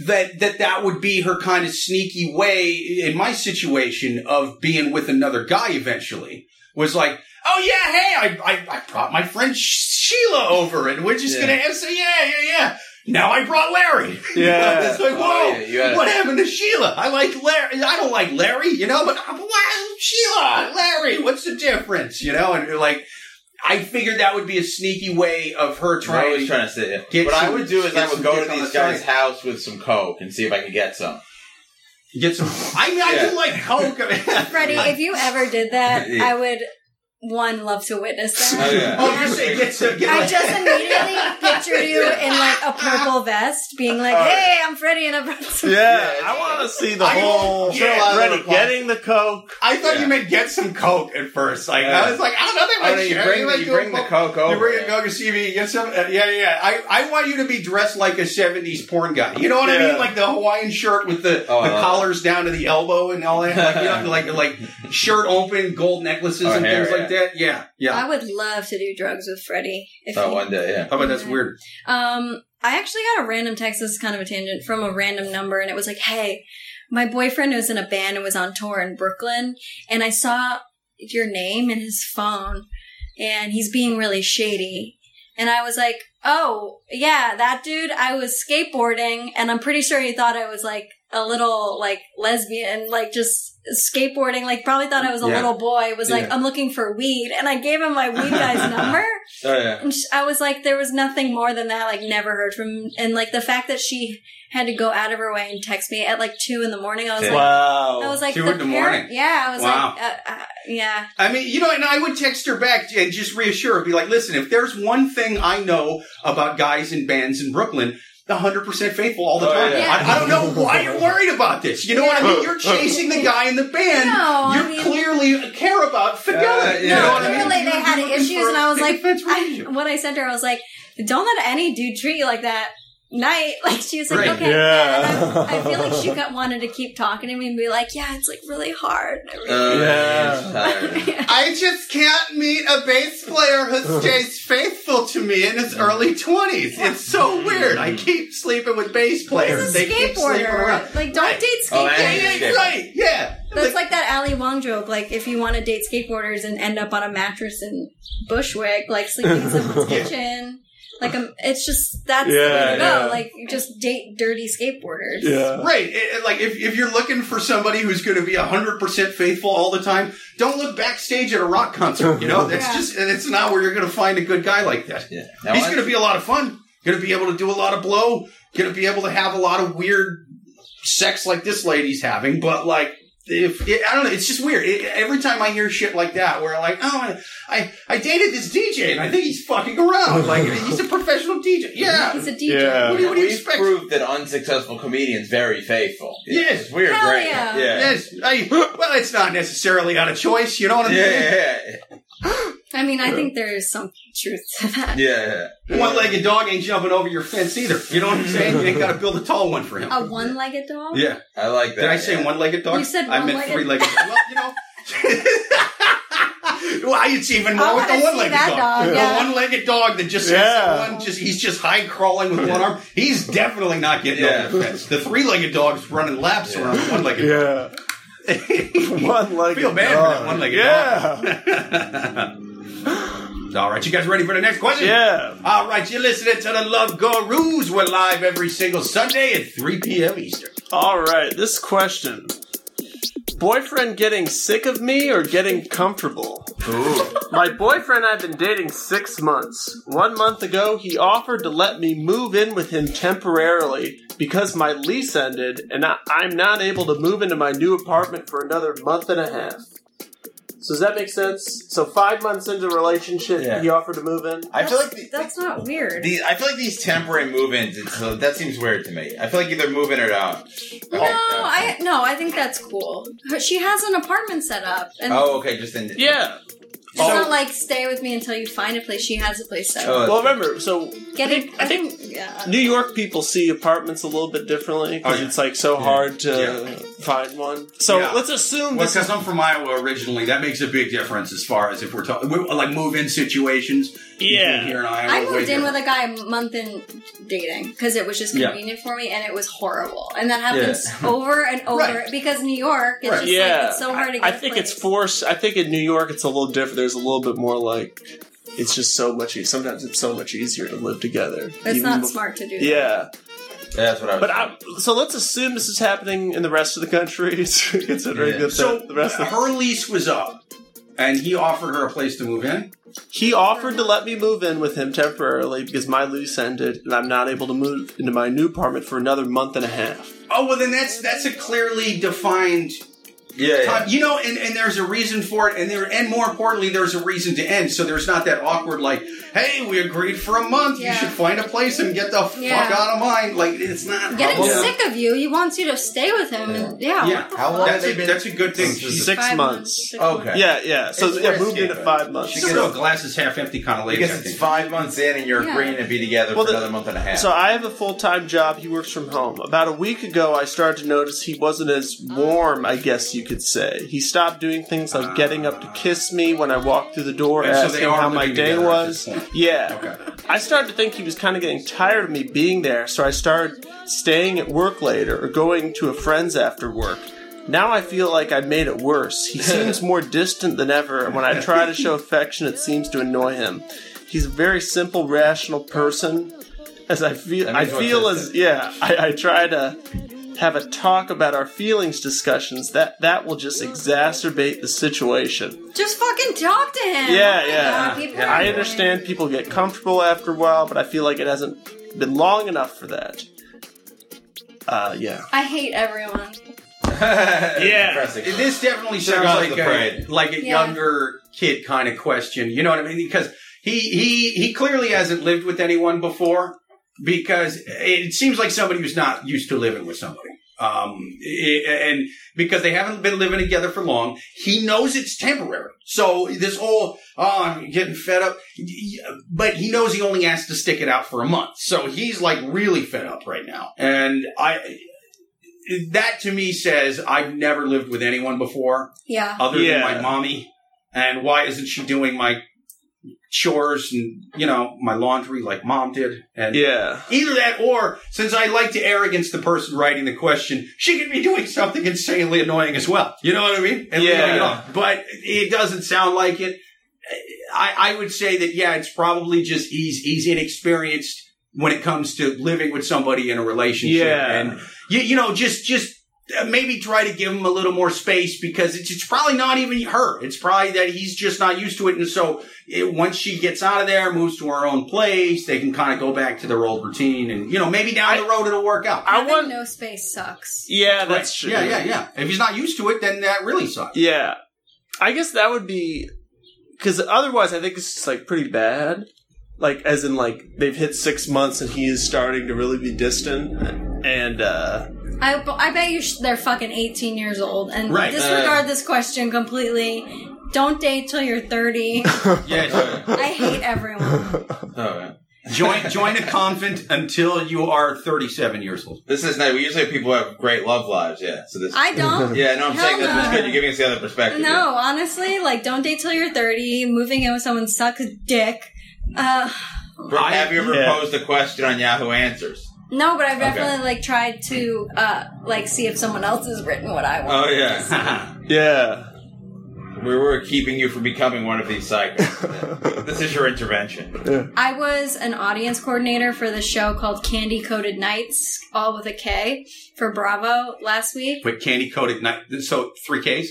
Speaker 1: that, that that would be her kind of sneaky way in my situation of being with another guy eventually was like, oh yeah, hey, I, I, I brought my friend Sh- Sheila over and we're just
Speaker 3: Yeah.
Speaker 1: going to have say, yeah, yeah, yeah. Now I brought Larry. <laughs>
Speaker 2: <laughs> Yeah.
Speaker 1: it's like, whoa,
Speaker 3: Oh, yeah, you had-
Speaker 1: what happened to Sheila? I like Larry. I don't like Larry, you know, but I'm, wow, Sheila, Larry, what's the difference? You know, and you're like, I figured that would be a sneaky way of her
Speaker 3: I
Speaker 1: trying
Speaker 3: was trying to sit.
Speaker 1: Get
Speaker 3: what I
Speaker 1: some-
Speaker 3: would do is
Speaker 1: get
Speaker 3: I would
Speaker 1: some
Speaker 3: go
Speaker 1: dick
Speaker 3: to
Speaker 1: on
Speaker 3: these
Speaker 1: the
Speaker 3: guys'
Speaker 1: side.
Speaker 3: house with some coke and see if I could get some.
Speaker 1: to get some. I mean, I
Speaker 3: Yeah.
Speaker 1: do like Coke. <laughs> I mean,
Speaker 4: Freddie, if you ever did that,
Speaker 3: Yeah.
Speaker 4: I would one love to witness
Speaker 3: Oh,
Speaker 4: that.
Speaker 3: yeah.
Speaker 1: oh, you say get some. Get
Speaker 4: I
Speaker 1: like-
Speaker 4: just immediately pictured you in like a purple vest, being like,
Speaker 3: All right.
Speaker 4: "Hey, I'm Freddie," and I brought some.
Speaker 2: yeah,
Speaker 3: Yeah,
Speaker 2: I want to see the
Speaker 1: I-
Speaker 2: whole
Speaker 1: I'm sure a lot of
Speaker 2: Freddy
Speaker 1: them apply.
Speaker 2: getting the coke.
Speaker 1: I thought
Speaker 3: Yeah.
Speaker 1: you meant get some Coke at first. Like
Speaker 3: Yeah.
Speaker 1: I was like, I don't know. They might
Speaker 3: Oh, no, you
Speaker 1: share.
Speaker 3: bring,
Speaker 1: They
Speaker 3: the,
Speaker 1: might
Speaker 3: you
Speaker 1: do a
Speaker 3: bring the
Speaker 1: Coke.
Speaker 3: coke over.
Speaker 1: You bring a Goga CV, get some. Uh, yeah, yeah, yeah. I, I want you to be dressed like a 70s porn guy. You know what I
Speaker 2: Yeah.
Speaker 1: mean? Like the Hawaiian shirt with the,
Speaker 3: Oh, I
Speaker 1: the
Speaker 3: love
Speaker 1: collars down to the elbow and all that. Like, you know, like, like shirt open, gold necklaces
Speaker 3: Oh,
Speaker 1: and
Speaker 3: hair,
Speaker 1: things like that. Yeah, yeah.
Speaker 4: I would love to do drugs with Freddie. If
Speaker 3: Oh,
Speaker 4: he-
Speaker 3: one day, yeah.
Speaker 1: How about that's weird?
Speaker 4: Um, I actually got a random text. This is kind of a tangent from a random number, and it was like, "Hey, my boyfriend was in a band and was on tour in Brooklyn, and I saw your name in his phone, and he's being really shady." And I was like, "Oh yeah, that dude. I was skateboarding, and I'm pretty sure he thought I was like." a little like lesbian, like just skateboarding, like probably thought I was a
Speaker 1: Yeah.
Speaker 4: little boy, was like,
Speaker 3: Yeah.
Speaker 4: I'm looking for weed. And I gave him my weed guy's number.
Speaker 3: Oh yeah.
Speaker 4: And sh- I was like, there was nothing more than that. Like, never heard from. And like the fact that she had to go out of her way and text me at like two in the morning, I was like,
Speaker 2: Wow.
Speaker 4: I was like,
Speaker 3: Two
Speaker 4: the
Speaker 3: in the
Speaker 4: parent-
Speaker 3: morning.
Speaker 4: Yeah, I was
Speaker 1: Wow.
Speaker 4: like, uh, uh, yeah,
Speaker 1: I mean, you know, and I would text her back and just reassure her, be like, listen, if there's one thing I know about guys and bands in Brooklyn, the 100% faithful all the
Speaker 3: Oh,
Speaker 1: time.
Speaker 3: yeah.
Speaker 1: I, I don't know why you're worried about this. You know what I mean?
Speaker 3: <laughs>
Speaker 1: You're chasing the guy in the band.
Speaker 4: No, I
Speaker 1: you
Speaker 4: mean-
Speaker 1: clearly care about fidelity.
Speaker 3: Uh, Yeah,
Speaker 1: you know
Speaker 4: no,
Speaker 1: what I mean?
Speaker 4: clearly
Speaker 1: You're
Speaker 4: they had
Speaker 1: looking
Speaker 4: issues,
Speaker 1: for
Speaker 4: and
Speaker 1: <laughs>
Speaker 4: I was
Speaker 1: a
Speaker 4: like,
Speaker 1: defense
Speaker 4: I,
Speaker 1: relationship.
Speaker 4: what I said to her, I was like, don't let any dude treat you like that night. <laughs> Like she was like,
Speaker 1: Right.
Speaker 4: okay,
Speaker 2: Yeah.
Speaker 4: And I, I feel like she got, wanted to keep talking to me and be like, yeah, it's like really hard. I really-
Speaker 3: Uh,
Speaker 2: Yeah.
Speaker 3: it's tired.
Speaker 4: <laughs>
Speaker 1: I just can't meet a bass player
Speaker 3: <laughs>
Speaker 1: who stays faithful to me in his early 20s. It's so weird.
Speaker 3: Mm.
Speaker 1: I keep sleeping with bass players.
Speaker 4: He's a
Speaker 1: They keep sleeping around.
Speaker 4: skateboarder. Like, don't
Speaker 1: Right.
Speaker 4: date
Speaker 3: Oh, and-
Speaker 4: skateboarders.
Speaker 1: Yeah, right, yeah.
Speaker 4: That's like that Ali Wong joke. Like, if you want to date skateboarders and end up on a mattress in Bushwick, like sleeping in someone's kitchen, like um, it's just that's the way
Speaker 2: Yeah,
Speaker 4: to go.
Speaker 2: yeah.
Speaker 4: Like, you just date dirty skateboarders.
Speaker 2: yeah.
Speaker 1: Right, uh, it- it- like if, if you're looking for somebody who's going to be hundred percent faithful all the time, don't look backstage at a rock concert. You know, that's
Speaker 4: Yeah.
Speaker 1: just and it's not where you're going to find a good guy like that.
Speaker 3: Yeah. Now,
Speaker 1: He's
Speaker 3: I-
Speaker 1: going to be a lot of fun. Going to be able to do a lot of blow. Going to be able to have a lot of weird sex like this lady's having. But like, if it, I don't know, it's just weird. It, every time I hear shit like that, where like, oh, I, I I dated this DJ and I think he's fucking around. Like he's a professional DJ. Yeah.
Speaker 4: He's a DJ.
Speaker 2: Yeah.
Speaker 1: What do you, what do you
Speaker 3: We've
Speaker 1: expect?
Speaker 3: proved that unsuccessful comedians very faithful.
Speaker 1: Yes.
Speaker 3: It's weird,
Speaker 4: Hell
Speaker 3: right?
Speaker 4: yeah.
Speaker 3: Yeah.
Speaker 1: Yes, I, well, it's not necessarily out of choice. You know what
Speaker 3: Yeah.
Speaker 1: I'm saying?
Speaker 3: Yeah.
Speaker 4: I mean, I think there is some truth to
Speaker 3: Yeah.
Speaker 4: that.
Speaker 3: yeah.
Speaker 1: One-legged dog ain't jumping over your fence either. You know what I'm saying? You ain't got to build a tall one for him.
Speaker 4: A one-legged dog.
Speaker 1: Yeah.
Speaker 3: I like that.
Speaker 1: Did I say one-legged dog?
Speaker 4: Um, You said
Speaker 1: I meant
Speaker 4: one-legged.
Speaker 1: three-legged. well, you know. <laughs> well, it's even more
Speaker 4: I
Speaker 1: with
Speaker 4: wanna
Speaker 1: the
Speaker 4: see
Speaker 1: one-legged
Speaker 4: that
Speaker 1: dog.
Speaker 4: dog,
Speaker 1: The
Speaker 4: yeah.
Speaker 1: one-legged dog that just has
Speaker 2: Yeah.
Speaker 1: that one just he's just high crawling with one arm. He's definitely not getting
Speaker 3: Yeah.
Speaker 1: over the fence. The three-legged dog's running laps
Speaker 3: Yeah.
Speaker 1: around the one-legged. dog.
Speaker 2: Yeah.
Speaker 1: <laughs>
Speaker 2: <laughs> one leg.
Speaker 1: Feel bad for that one-legged
Speaker 2: Yeah.
Speaker 1: All right, you guys ready for the next question? <laughs>
Speaker 2: Yeah.
Speaker 1: All right, you're listening to the Love Gurus. We're live every single Sunday at 3 p.m. Eastern.
Speaker 2: All right. This question: Boyfriend getting sick of me or getting comfortable? My boyfriend I've been dating six months. One month ago, he offered to let me move in with him temporarily because my lease ended and I- I'm not able to move into my new apartment for another month and a half. So does that make sense? So five months into the relationship,
Speaker 3: Yeah.
Speaker 2: he offered to move in.
Speaker 3: I feel like
Speaker 4: That's-
Speaker 3: the,
Speaker 4: that's not weird.
Speaker 3: these. I feel like these temporary move-ins. It's, uh, that seems weird to me. I feel like either move in or out.
Speaker 4: no, I no, I think that's cool. Her- She has an apartment set up, and
Speaker 3: Oh, okay. Just in.
Speaker 2: Yeah.
Speaker 4: it's not like stay with me until you find a place. She has a place set up.
Speaker 3: Oh,
Speaker 2: Well, remember, so
Speaker 4: Get it?
Speaker 2: I think-
Speaker 4: yeah.
Speaker 2: New York people see apartments a little bit differently because
Speaker 1: Oh, yeah.
Speaker 2: it's like so hard to find one. So
Speaker 1: Yeah.
Speaker 2: let's assume
Speaker 1: Well,
Speaker 2: this.
Speaker 1: because I'm from Iowa originally, that makes a big difference as far as if we're talking like move-in situations. Between
Speaker 2: yeah.
Speaker 1: here in Iowa.
Speaker 4: I moved in with a guy a month in dating because it was just
Speaker 1: Yeah.
Speaker 4: convenient for me and it was horrible. And that happens
Speaker 2: <laughs>
Speaker 4: over and over
Speaker 1: Right.
Speaker 4: because New York, it's
Speaker 1: Right.
Speaker 4: just like
Speaker 2: Yeah.
Speaker 4: it's so hard to
Speaker 2: I
Speaker 4: get. a
Speaker 2: think
Speaker 4: place.
Speaker 2: it's forced. I think in New York it's a little different. There's a little bit more like it's just so much. e- Sometimes it's so much easier to live together.
Speaker 4: It's
Speaker 2: Even
Speaker 4: not
Speaker 2: bef-
Speaker 4: smart to do. that.
Speaker 2: Yeah,
Speaker 3: That's what I was.
Speaker 2: but I, so let's assume this is happening in the rest of the country, <laughs> considering
Speaker 3: Yeah.
Speaker 2: that
Speaker 1: so uh,
Speaker 2: the, the rest of the,
Speaker 1: her lease was up, and he offered her a place to move in.
Speaker 2: he offered to let me move in with him temporarily because my lease ended and I'm not able to move into my new apartment for another month and a half.
Speaker 1: Oh well, then that's that's a clearly defined
Speaker 3: yeah.
Speaker 1: time.
Speaker 3: yeah.
Speaker 1: Uh, You know, and, and there's a reason for it, and there and more importantly, there's a reason to end. So there's not that awkward like, hey, we agreed for a month. You
Speaker 4: Yeah.
Speaker 1: should find a place and get the
Speaker 4: Yeah.
Speaker 1: fuck out of mine. Like it's not
Speaker 4: Getting
Speaker 1: Well,
Speaker 4: sick of you, he wants you to stay with him. And, yeah.
Speaker 1: Yeah.
Speaker 4: what the
Speaker 3: How
Speaker 4: fuck?
Speaker 3: long
Speaker 1: That's
Speaker 3: have
Speaker 1: a,
Speaker 3: they been-
Speaker 1: that's a good thing.
Speaker 3: This is
Speaker 1: She's
Speaker 2: six
Speaker 4: Five
Speaker 2: months.
Speaker 4: six
Speaker 3: Okay.
Speaker 4: months.
Speaker 2: Yeah, yeah. So
Speaker 3: It's
Speaker 2: yeah, moved
Speaker 3: risky,
Speaker 2: into
Speaker 3: but
Speaker 2: five months.
Speaker 3: she
Speaker 1: still
Speaker 2: So,
Speaker 1: a glasses half empty kind of lady. I
Speaker 3: Because it's
Speaker 1: think.
Speaker 3: five months in, and you're
Speaker 4: Yeah.
Speaker 3: agreeing to be together
Speaker 2: Well,
Speaker 3: for
Speaker 2: the-
Speaker 3: another month and a half. <laughs>
Speaker 2: so uh, I have a full time job. He works from home. About a week ago, I started to notice he wasn't as warm. I guess you could say he stopped doing things like getting up to kiss me when I walked through the door,
Speaker 1: And so they
Speaker 2: asking
Speaker 1: are
Speaker 2: how my
Speaker 1: living
Speaker 2: day
Speaker 1: together at this
Speaker 2: was.
Speaker 1: point.
Speaker 2: Yeah.
Speaker 1: Okay.
Speaker 2: I started to think he was kind of getting tired of me being there, so I started staying at work later or going to a friend's after work. Now I feel like I made it worse.
Speaker 1: <laughs>
Speaker 2: He seems more distant than ever, and when I try to show affection, it seems to annoy him. He's a very simple, rational person. As I feel,
Speaker 3: That
Speaker 2: I
Speaker 3: means
Speaker 2: feel as
Speaker 3: autistic.
Speaker 2: yeah. I, I try to have a talk about our feelings discussions, that that will just exacerbate the situation.
Speaker 4: Just fucking talk to him.
Speaker 2: Yeah,
Speaker 4: Oh my
Speaker 2: yeah.
Speaker 4: God, people
Speaker 1: Yeah,
Speaker 4: are
Speaker 2: I
Speaker 4: annoying.
Speaker 2: understand people get comfortable after a while, but I feel like it hasn't been long enough for that. Uh, yeah.
Speaker 4: I hate everyone.
Speaker 2: Yeah.
Speaker 3: Impressive.
Speaker 1: This definitely
Speaker 3: Should've
Speaker 1: sounds
Speaker 3: gone
Speaker 1: like
Speaker 3: to the
Speaker 1: a,
Speaker 3: parade.
Speaker 1: like a
Speaker 4: Yeah.
Speaker 1: younger kid kind of question. You know what I mean? Because he he he clearly hasn't lived with anyone before because it seems like somebody who's not used to living with somebody. Um, i- and because they haven't been living together for long, he knows it's temporary. So this whole, oh, I'm getting fed up, but he knows he only has to stick it out for a month. So he's like really fed up right now. And I, that to me says I've never lived with anyone before
Speaker 4: Yeah.
Speaker 1: other
Speaker 2: Yeah.
Speaker 1: than my mommy. And why isn't she doing my chores and, you know, my laundry like mom did? And
Speaker 2: Yeah.
Speaker 1: either that or since I like to air against the person writing the question, she could be doing something insanely annoying as well. You know what I mean? And leaving
Speaker 2: Yeah.
Speaker 1: it off. But it doesn't sound like it. I, I would say that, yeah, it's probably just he's, he's inexperienced when it comes to living with somebody in a relationship.
Speaker 2: Yeah.
Speaker 1: And, you, you know, just, just, uh, Maybe try to give him a little more space because it's, it's probably not even her. It's probably that he's just not used to it. And so it, once she gets out of there, moves to her own place, they can kind of go back to their old routine, and you know maybe down the road it'll work out.
Speaker 2: I
Speaker 4: Having
Speaker 2: want.
Speaker 4: no space sucks.
Speaker 2: Yeah, that's true.
Speaker 1: Yeah, yeah, yeah. If he's not used to it, then that really sucks.
Speaker 2: Yeah. I guess that would be because otherwise I think it's just like pretty bad. Like as in like they've hit six months and he is starting to really be distant and uh
Speaker 4: I, I bet you sh- they're fucking 18 years old and
Speaker 1: Right.
Speaker 4: disregard this question completely. Don't date till you're 30.
Speaker 1: Yes.
Speaker 4: I hate everyone.
Speaker 3: Oh, yeah.
Speaker 1: <laughs> join join a convent until you are thirty seven years old. <laughs>
Speaker 3: This is nice. We usually have people who have great love lives. Yeah. So this.
Speaker 4: I don't.
Speaker 3: yeah. No, I'm
Speaker 4: Hell
Speaker 3: saying this was
Speaker 4: no.
Speaker 3: good. You're giving us the other perspective.
Speaker 4: No, honestly, like don't date till you're 30. Moving in with someone sucks dick. Uh,
Speaker 3: Brooke,
Speaker 1: I-
Speaker 3: have you ever
Speaker 2: Yeah.
Speaker 3: posed a question on Yahoo Answers?
Speaker 4: no, but I've definitely like tried to uh, like see if someone else has written what I want.
Speaker 3: Oh yeah.
Speaker 2: yeah.
Speaker 3: We were keeping you from becoming one of
Speaker 2: <laughs>
Speaker 3: these psychos. this is your intervention.
Speaker 4: I was an audience coordinator for the show called Candy Coated Nights, all with a K, for Bravo last week.
Speaker 1: With candy coated night, so three Ks.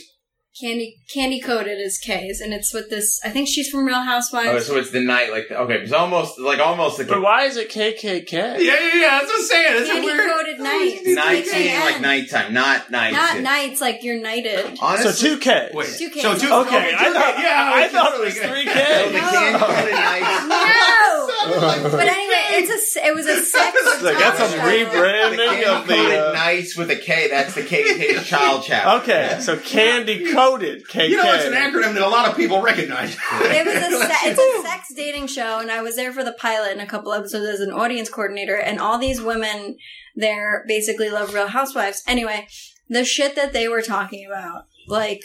Speaker 4: Candy Candy Coated is K's, and it's with this. I think she's from Real Housewives.
Speaker 3: Oh, so it's the night, like okay, it's almost like almost the
Speaker 2: But why is it KKK?
Speaker 1: yeah, yeah. That's what I'm saying. That's a
Speaker 4: Candy
Speaker 1: weird-
Speaker 4: coated nights.
Speaker 3: night
Speaker 4: It's
Speaker 3: scene, like
Speaker 4: KKN.
Speaker 3: nighttime, not night.
Speaker 4: Not
Speaker 3: scene.
Speaker 4: nights like you're
Speaker 3: <laughs>
Speaker 4: knighted.
Speaker 3: Honestly,
Speaker 2: So two K.
Speaker 1: Wait,
Speaker 4: Two Ks.
Speaker 1: So two.
Speaker 4: Oh,
Speaker 2: Okay,
Speaker 1: two
Speaker 2: I thought
Speaker 1: Ks.
Speaker 2: yeah, I,
Speaker 1: was
Speaker 2: thought
Speaker 1: just
Speaker 2: it was
Speaker 1: thinking-
Speaker 2: three
Speaker 3: <laughs> So the
Speaker 2: K.
Speaker 3: candy
Speaker 2: <laughs>
Speaker 3: Oh coated nights.
Speaker 4: No. but anyway, it's a it was a sex.
Speaker 2: Like that's a
Speaker 4: talk show.
Speaker 3: The
Speaker 2: rebranding of
Speaker 3: candy coated
Speaker 2: the. Uh,
Speaker 3: nights with a K. That's the KKK child chapter.
Speaker 2: okay, so candy coated KK.
Speaker 1: You know, it's an acronym that a lot of people recognize.
Speaker 4: It
Speaker 1: <laughs>
Speaker 4: was a se- it's a sex dating show, and I was there for the pilot and a couple episodes as an audience coordinator. And all these women there basically love Real Housewives. Anyway, the shit that they were talking about, like,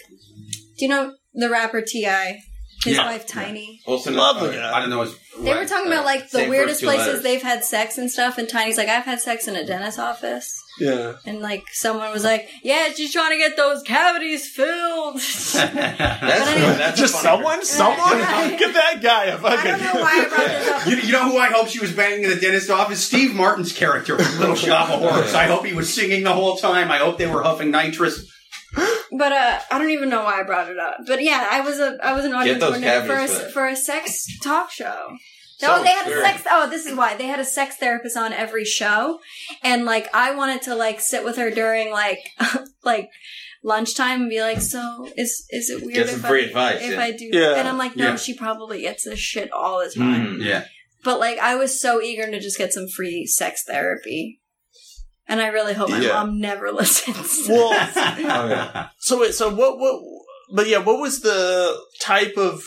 Speaker 4: do you know the rapper Ti? His
Speaker 1: Yeah.
Speaker 4: wife Tiny.
Speaker 3: Wilson,
Speaker 2: Lovely.
Speaker 3: okay.
Speaker 1: I don't know. It's,
Speaker 4: They were talking about like the
Speaker 3: Same
Speaker 4: weirdest
Speaker 3: first two
Speaker 4: places
Speaker 3: letters.
Speaker 4: they've had sex and stuff, and Tiny's like, I've had sex in a dentist's office.
Speaker 2: Yeah.
Speaker 4: And like someone was like, Yeah, she's trying to get those cavities filled. <laughs>
Speaker 3: That's,
Speaker 4: But anyway,
Speaker 3: that's a
Speaker 2: Just
Speaker 3: funny-
Speaker 2: someone, someone,
Speaker 4: Yeah.
Speaker 2: get that guy a
Speaker 4: I
Speaker 2: fucking.
Speaker 4: don't know why I brought this
Speaker 1: <laughs>
Speaker 4: up.
Speaker 1: You, you know who I hope she was banging in the dentist office? Steve Martin's character from <laughs> Little Shop of Horrors. I hope he was singing the whole time. I hope they were huffing nitrous.
Speaker 4: But uh, I don't even know why I brought it up. But yeah, I was a I was an audience
Speaker 3: those
Speaker 4: coordinator for a,
Speaker 3: cavities filled.
Speaker 4: for a sex talk show.
Speaker 3: So
Speaker 4: oh, they had a
Speaker 3: weird.
Speaker 4: sex. Oh, this is why they had a sex therapist on every show, and like I wanted to like sit with her during like <laughs> like lunchtime and be like, so is is it weird
Speaker 3: Get some
Speaker 4: if
Speaker 3: free
Speaker 4: I,
Speaker 3: advice,
Speaker 4: if
Speaker 3: yeah.
Speaker 4: I do?
Speaker 2: Yeah.
Speaker 4: And I'm like, no,
Speaker 1: Yeah.
Speaker 4: she probably gets this shit all the time.
Speaker 1: <laughs>
Speaker 3: Mm.
Speaker 1: Yeah.
Speaker 4: But like, I was so eager to just get some free sex therapy, and I really hope my
Speaker 2: Yeah.
Speaker 4: mom never <laughs> listens.
Speaker 2: Well,
Speaker 1: yeah.
Speaker 2: So wait, so what what but yeah, what was the type of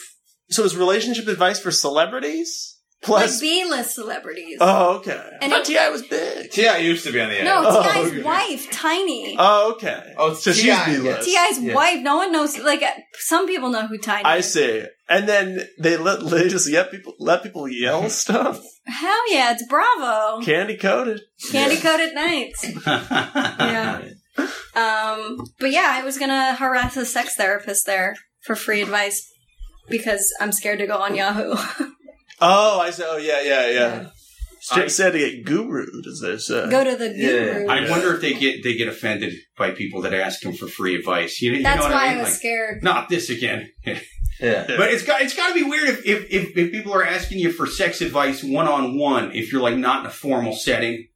Speaker 2: so it was relationship advice for celebrities?
Speaker 4: like
Speaker 2: Plus
Speaker 4: B-list celebrities.
Speaker 2: Oh, okay.
Speaker 4: And
Speaker 2: I thought
Speaker 4: it-
Speaker 2: TI
Speaker 4: <laughs>
Speaker 2: was big.
Speaker 3: Ti used to be on the air.
Speaker 4: No,
Speaker 2: Oh,
Speaker 4: Ti's
Speaker 2: okay.
Speaker 4: wife, Tiny.
Speaker 2: Oh, okay.
Speaker 3: Oh, it's
Speaker 2: so she's
Speaker 3: T.I.,
Speaker 2: B
Speaker 3: yeah.
Speaker 2: list.
Speaker 4: Ti's
Speaker 3: yeah.
Speaker 4: wife. No one knows. Like uh, some people know who Tiny.
Speaker 2: I
Speaker 4: is.
Speaker 2: see. And then they let <laughs> they just let people let
Speaker 1: <laughs>
Speaker 2: people yell stuff.
Speaker 4: Hell yeah, it's Bravo.
Speaker 2: Candy coated.
Speaker 4: Candy coated nights. Yeah. Um. But yeah, I was gonna harass a sex therapist there for free advice because I'm scared to go on Yahoo. <laughs>
Speaker 2: Oh, I see. Oh yeah, yeah, yeah.
Speaker 1: I-
Speaker 2: Jake said to get gurued, as they say.
Speaker 4: Go to the
Speaker 3: Yeah.
Speaker 4: guru.
Speaker 1: I wonder if they get they get offended by people that ask him for free advice. You, you
Speaker 4: That's
Speaker 1: know what
Speaker 4: why I,
Speaker 1: I mean?
Speaker 4: was
Speaker 1: Like,
Speaker 4: scared.
Speaker 1: not this again.
Speaker 3: Yeah.
Speaker 1: But it's got it's got to be weird if, if if if people are asking you for sex advice one on one if you're like not in a formal setting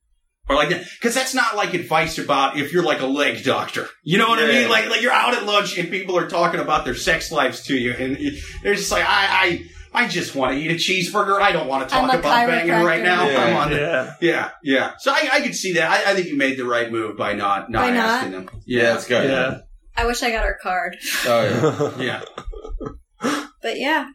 Speaker 1: or like that because that's not like advice about if you're like a leg doctor. You know what I
Speaker 3: Yeah.
Speaker 1: mean? Like like you're out at lunch and people are talking about their sex lives to you and you- they're just like I I I just want to eat a cheeseburger. I don't want to
Speaker 4: I'm
Speaker 1: talk
Speaker 4: a
Speaker 1: about banging right
Speaker 4: chiropractor.
Speaker 1: now.
Speaker 3: Yeah.
Speaker 1: I'm on the
Speaker 2: Yeah.
Speaker 1: yeah yeah. So I I could see that. I, I think you made the right move by not not
Speaker 4: By not?
Speaker 1: asking them.
Speaker 3: Yeah,
Speaker 1: Yeah
Speaker 3: that's good.
Speaker 2: Yeah.
Speaker 4: I wish I got her card.
Speaker 3: Oh,
Speaker 2: <laughs>
Speaker 3: yeah.
Speaker 1: <laughs> yeah.
Speaker 4: But yeah.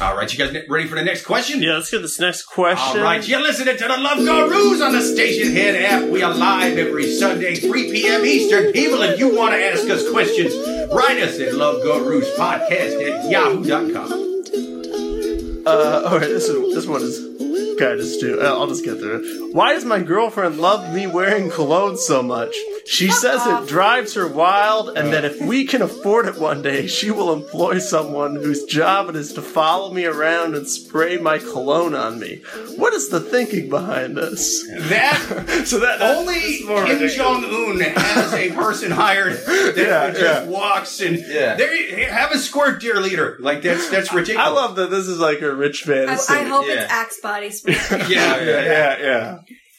Speaker 1: All right, you guys ready for the next question?
Speaker 2: Yeah, let's get this next question.
Speaker 1: All right, you're listening to the Love Gurus on the Station Head app. We are live every Sunday, 3 p.m. Eastern. People, if you want to ask us questions, write us at loveguruspodcast at yahoo.com.
Speaker 2: Uh, all right, this is this one is. Okay, just do. uh, I'll just get through it. Why does my girlfriend love me wearing cologne so much? She says it drives her wild, and that if we can afford it one day, she will employ someone whose job it is to follow me around and spray my cologne on me. What is the thinking behind this? <laughs>
Speaker 1: That
Speaker 2: So that, that
Speaker 1: only
Speaker 2: is more
Speaker 1: Kim
Speaker 2: ridiculous.
Speaker 1: Jong Un has a person
Speaker 2: <laughs>
Speaker 1: hired that
Speaker 2: Yeah,
Speaker 1: just
Speaker 2: yeah.
Speaker 1: walks and
Speaker 3: Yeah.
Speaker 1: there you, have a squirt, dear leader. Like that's that's ridiculous.
Speaker 2: <laughs> I love that this is like a rich
Speaker 4: Oh, I,
Speaker 2: fantasy.
Speaker 4: I hope
Speaker 3: Yeah.
Speaker 4: it's Axe Body Spray.
Speaker 1: <laughs>
Speaker 3: <laughs>
Speaker 1: Yeah, yeah, yeah.
Speaker 2: yeah, yeah.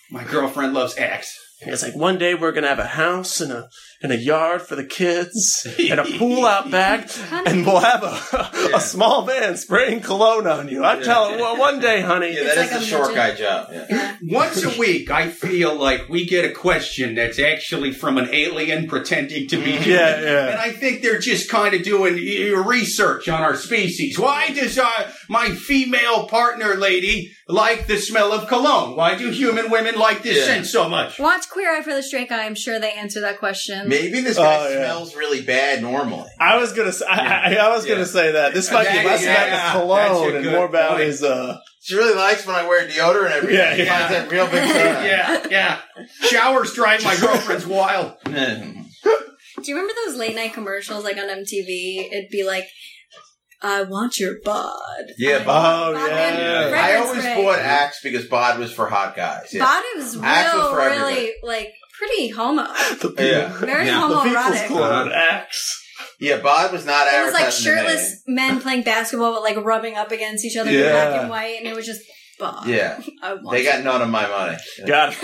Speaker 1: My girlfriend loves Axe.
Speaker 2: And It's like one day we're gonna have a house and a and a yard for the kids and a pool out back, and we'll have a,
Speaker 3: Yeah.
Speaker 2: a small van spraying cologne on you. I'm
Speaker 3: Yeah.
Speaker 2: telling well, one day, honey.
Speaker 3: Yeah,
Speaker 4: It's
Speaker 3: that is
Speaker 4: like
Speaker 3: the
Speaker 4: a
Speaker 3: short
Speaker 4: midget.
Speaker 3: guy job. Yeah.
Speaker 4: yeah.
Speaker 1: Once a week, I feel like we get a question that's actually from an alien pretending to be human.
Speaker 2: <laughs> Yeah, yeah.
Speaker 1: And I think they're just kind of doing uh, research on our species. Why does uh, my female partner lady like the smell of cologne? Why do human women like this
Speaker 3: Yeah.
Speaker 1: scent so much?
Speaker 4: Watch Queer Eye for the Straight Guy. I'm sure they answer that question.
Speaker 3: Maybe this guy
Speaker 2: Oh, yeah.
Speaker 3: smells really bad normally.
Speaker 2: I was gonna, s- I, I- I was
Speaker 3: Yeah.
Speaker 2: gonna say that this might
Speaker 1: Yeah,
Speaker 2: be less
Speaker 1: yeah, yeah.
Speaker 2: about the
Speaker 1: That's
Speaker 2: cologne
Speaker 1: a
Speaker 2: and
Speaker 1: good
Speaker 2: more about
Speaker 1: point.
Speaker 2: his. Uh,
Speaker 3: She really likes when I wear deodorant every
Speaker 2: Yeah,
Speaker 3: day. She
Speaker 2: yeah.
Speaker 3: finds that real
Speaker 2: <laughs>
Speaker 3: big fan.
Speaker 1: Yeah, yeah. Showers drive my girlfriend's wild.
Speaker 3: Mm.
Speaker 4: Do you remember those late night commercials like on MTV? It'd be like, I want your bod.
Speaker 3: Yeah,
Speaker 4: I
Speaker 2: bod.
Speaker 4: want
Speaker 2: Oh,
Speaker 4: bod
Speaker 2: yeah.
Speaker 4: and
Speaker 3: I
Speaker 4: reference
Speaker 3: always
Speaker 4: rate.
Speaker 3: bought Axe because bod was for hot guys. Yeah.
Speaker 4: Bod is
Speaker 3: Axe was
Speaker 4: real,
Speaker 3: for
Speaker 4: really,
Speaker 3: everybody.
Speaker 4: like, pretty homo.
Speaker 2: the people,
Speaker 3: Yeah.
Speaker 4: Very
Speaker 1: Yeah.
Speaker 2: the people's
Speaker 4: homoerotic.
Speaker 2: cologne
Speaker 1: Uh-huh.
Speaker 2: acts.
Speaker 3: yeah, bod was not
Speaker 4: It was like
Speaker 3: advertising to me.
Speaker 4: shirtless men playing basketball, but like rubbing up against each other, in
Speaker 2: Yeah.
Speaker 4: black and white, and it was just bod.
Speaker 3: Yeah,
Speaker 4: I want
Speaker 3: they
Speaker 4: your-
Speaker 3: got none of my money.
Speaker 2: God, if,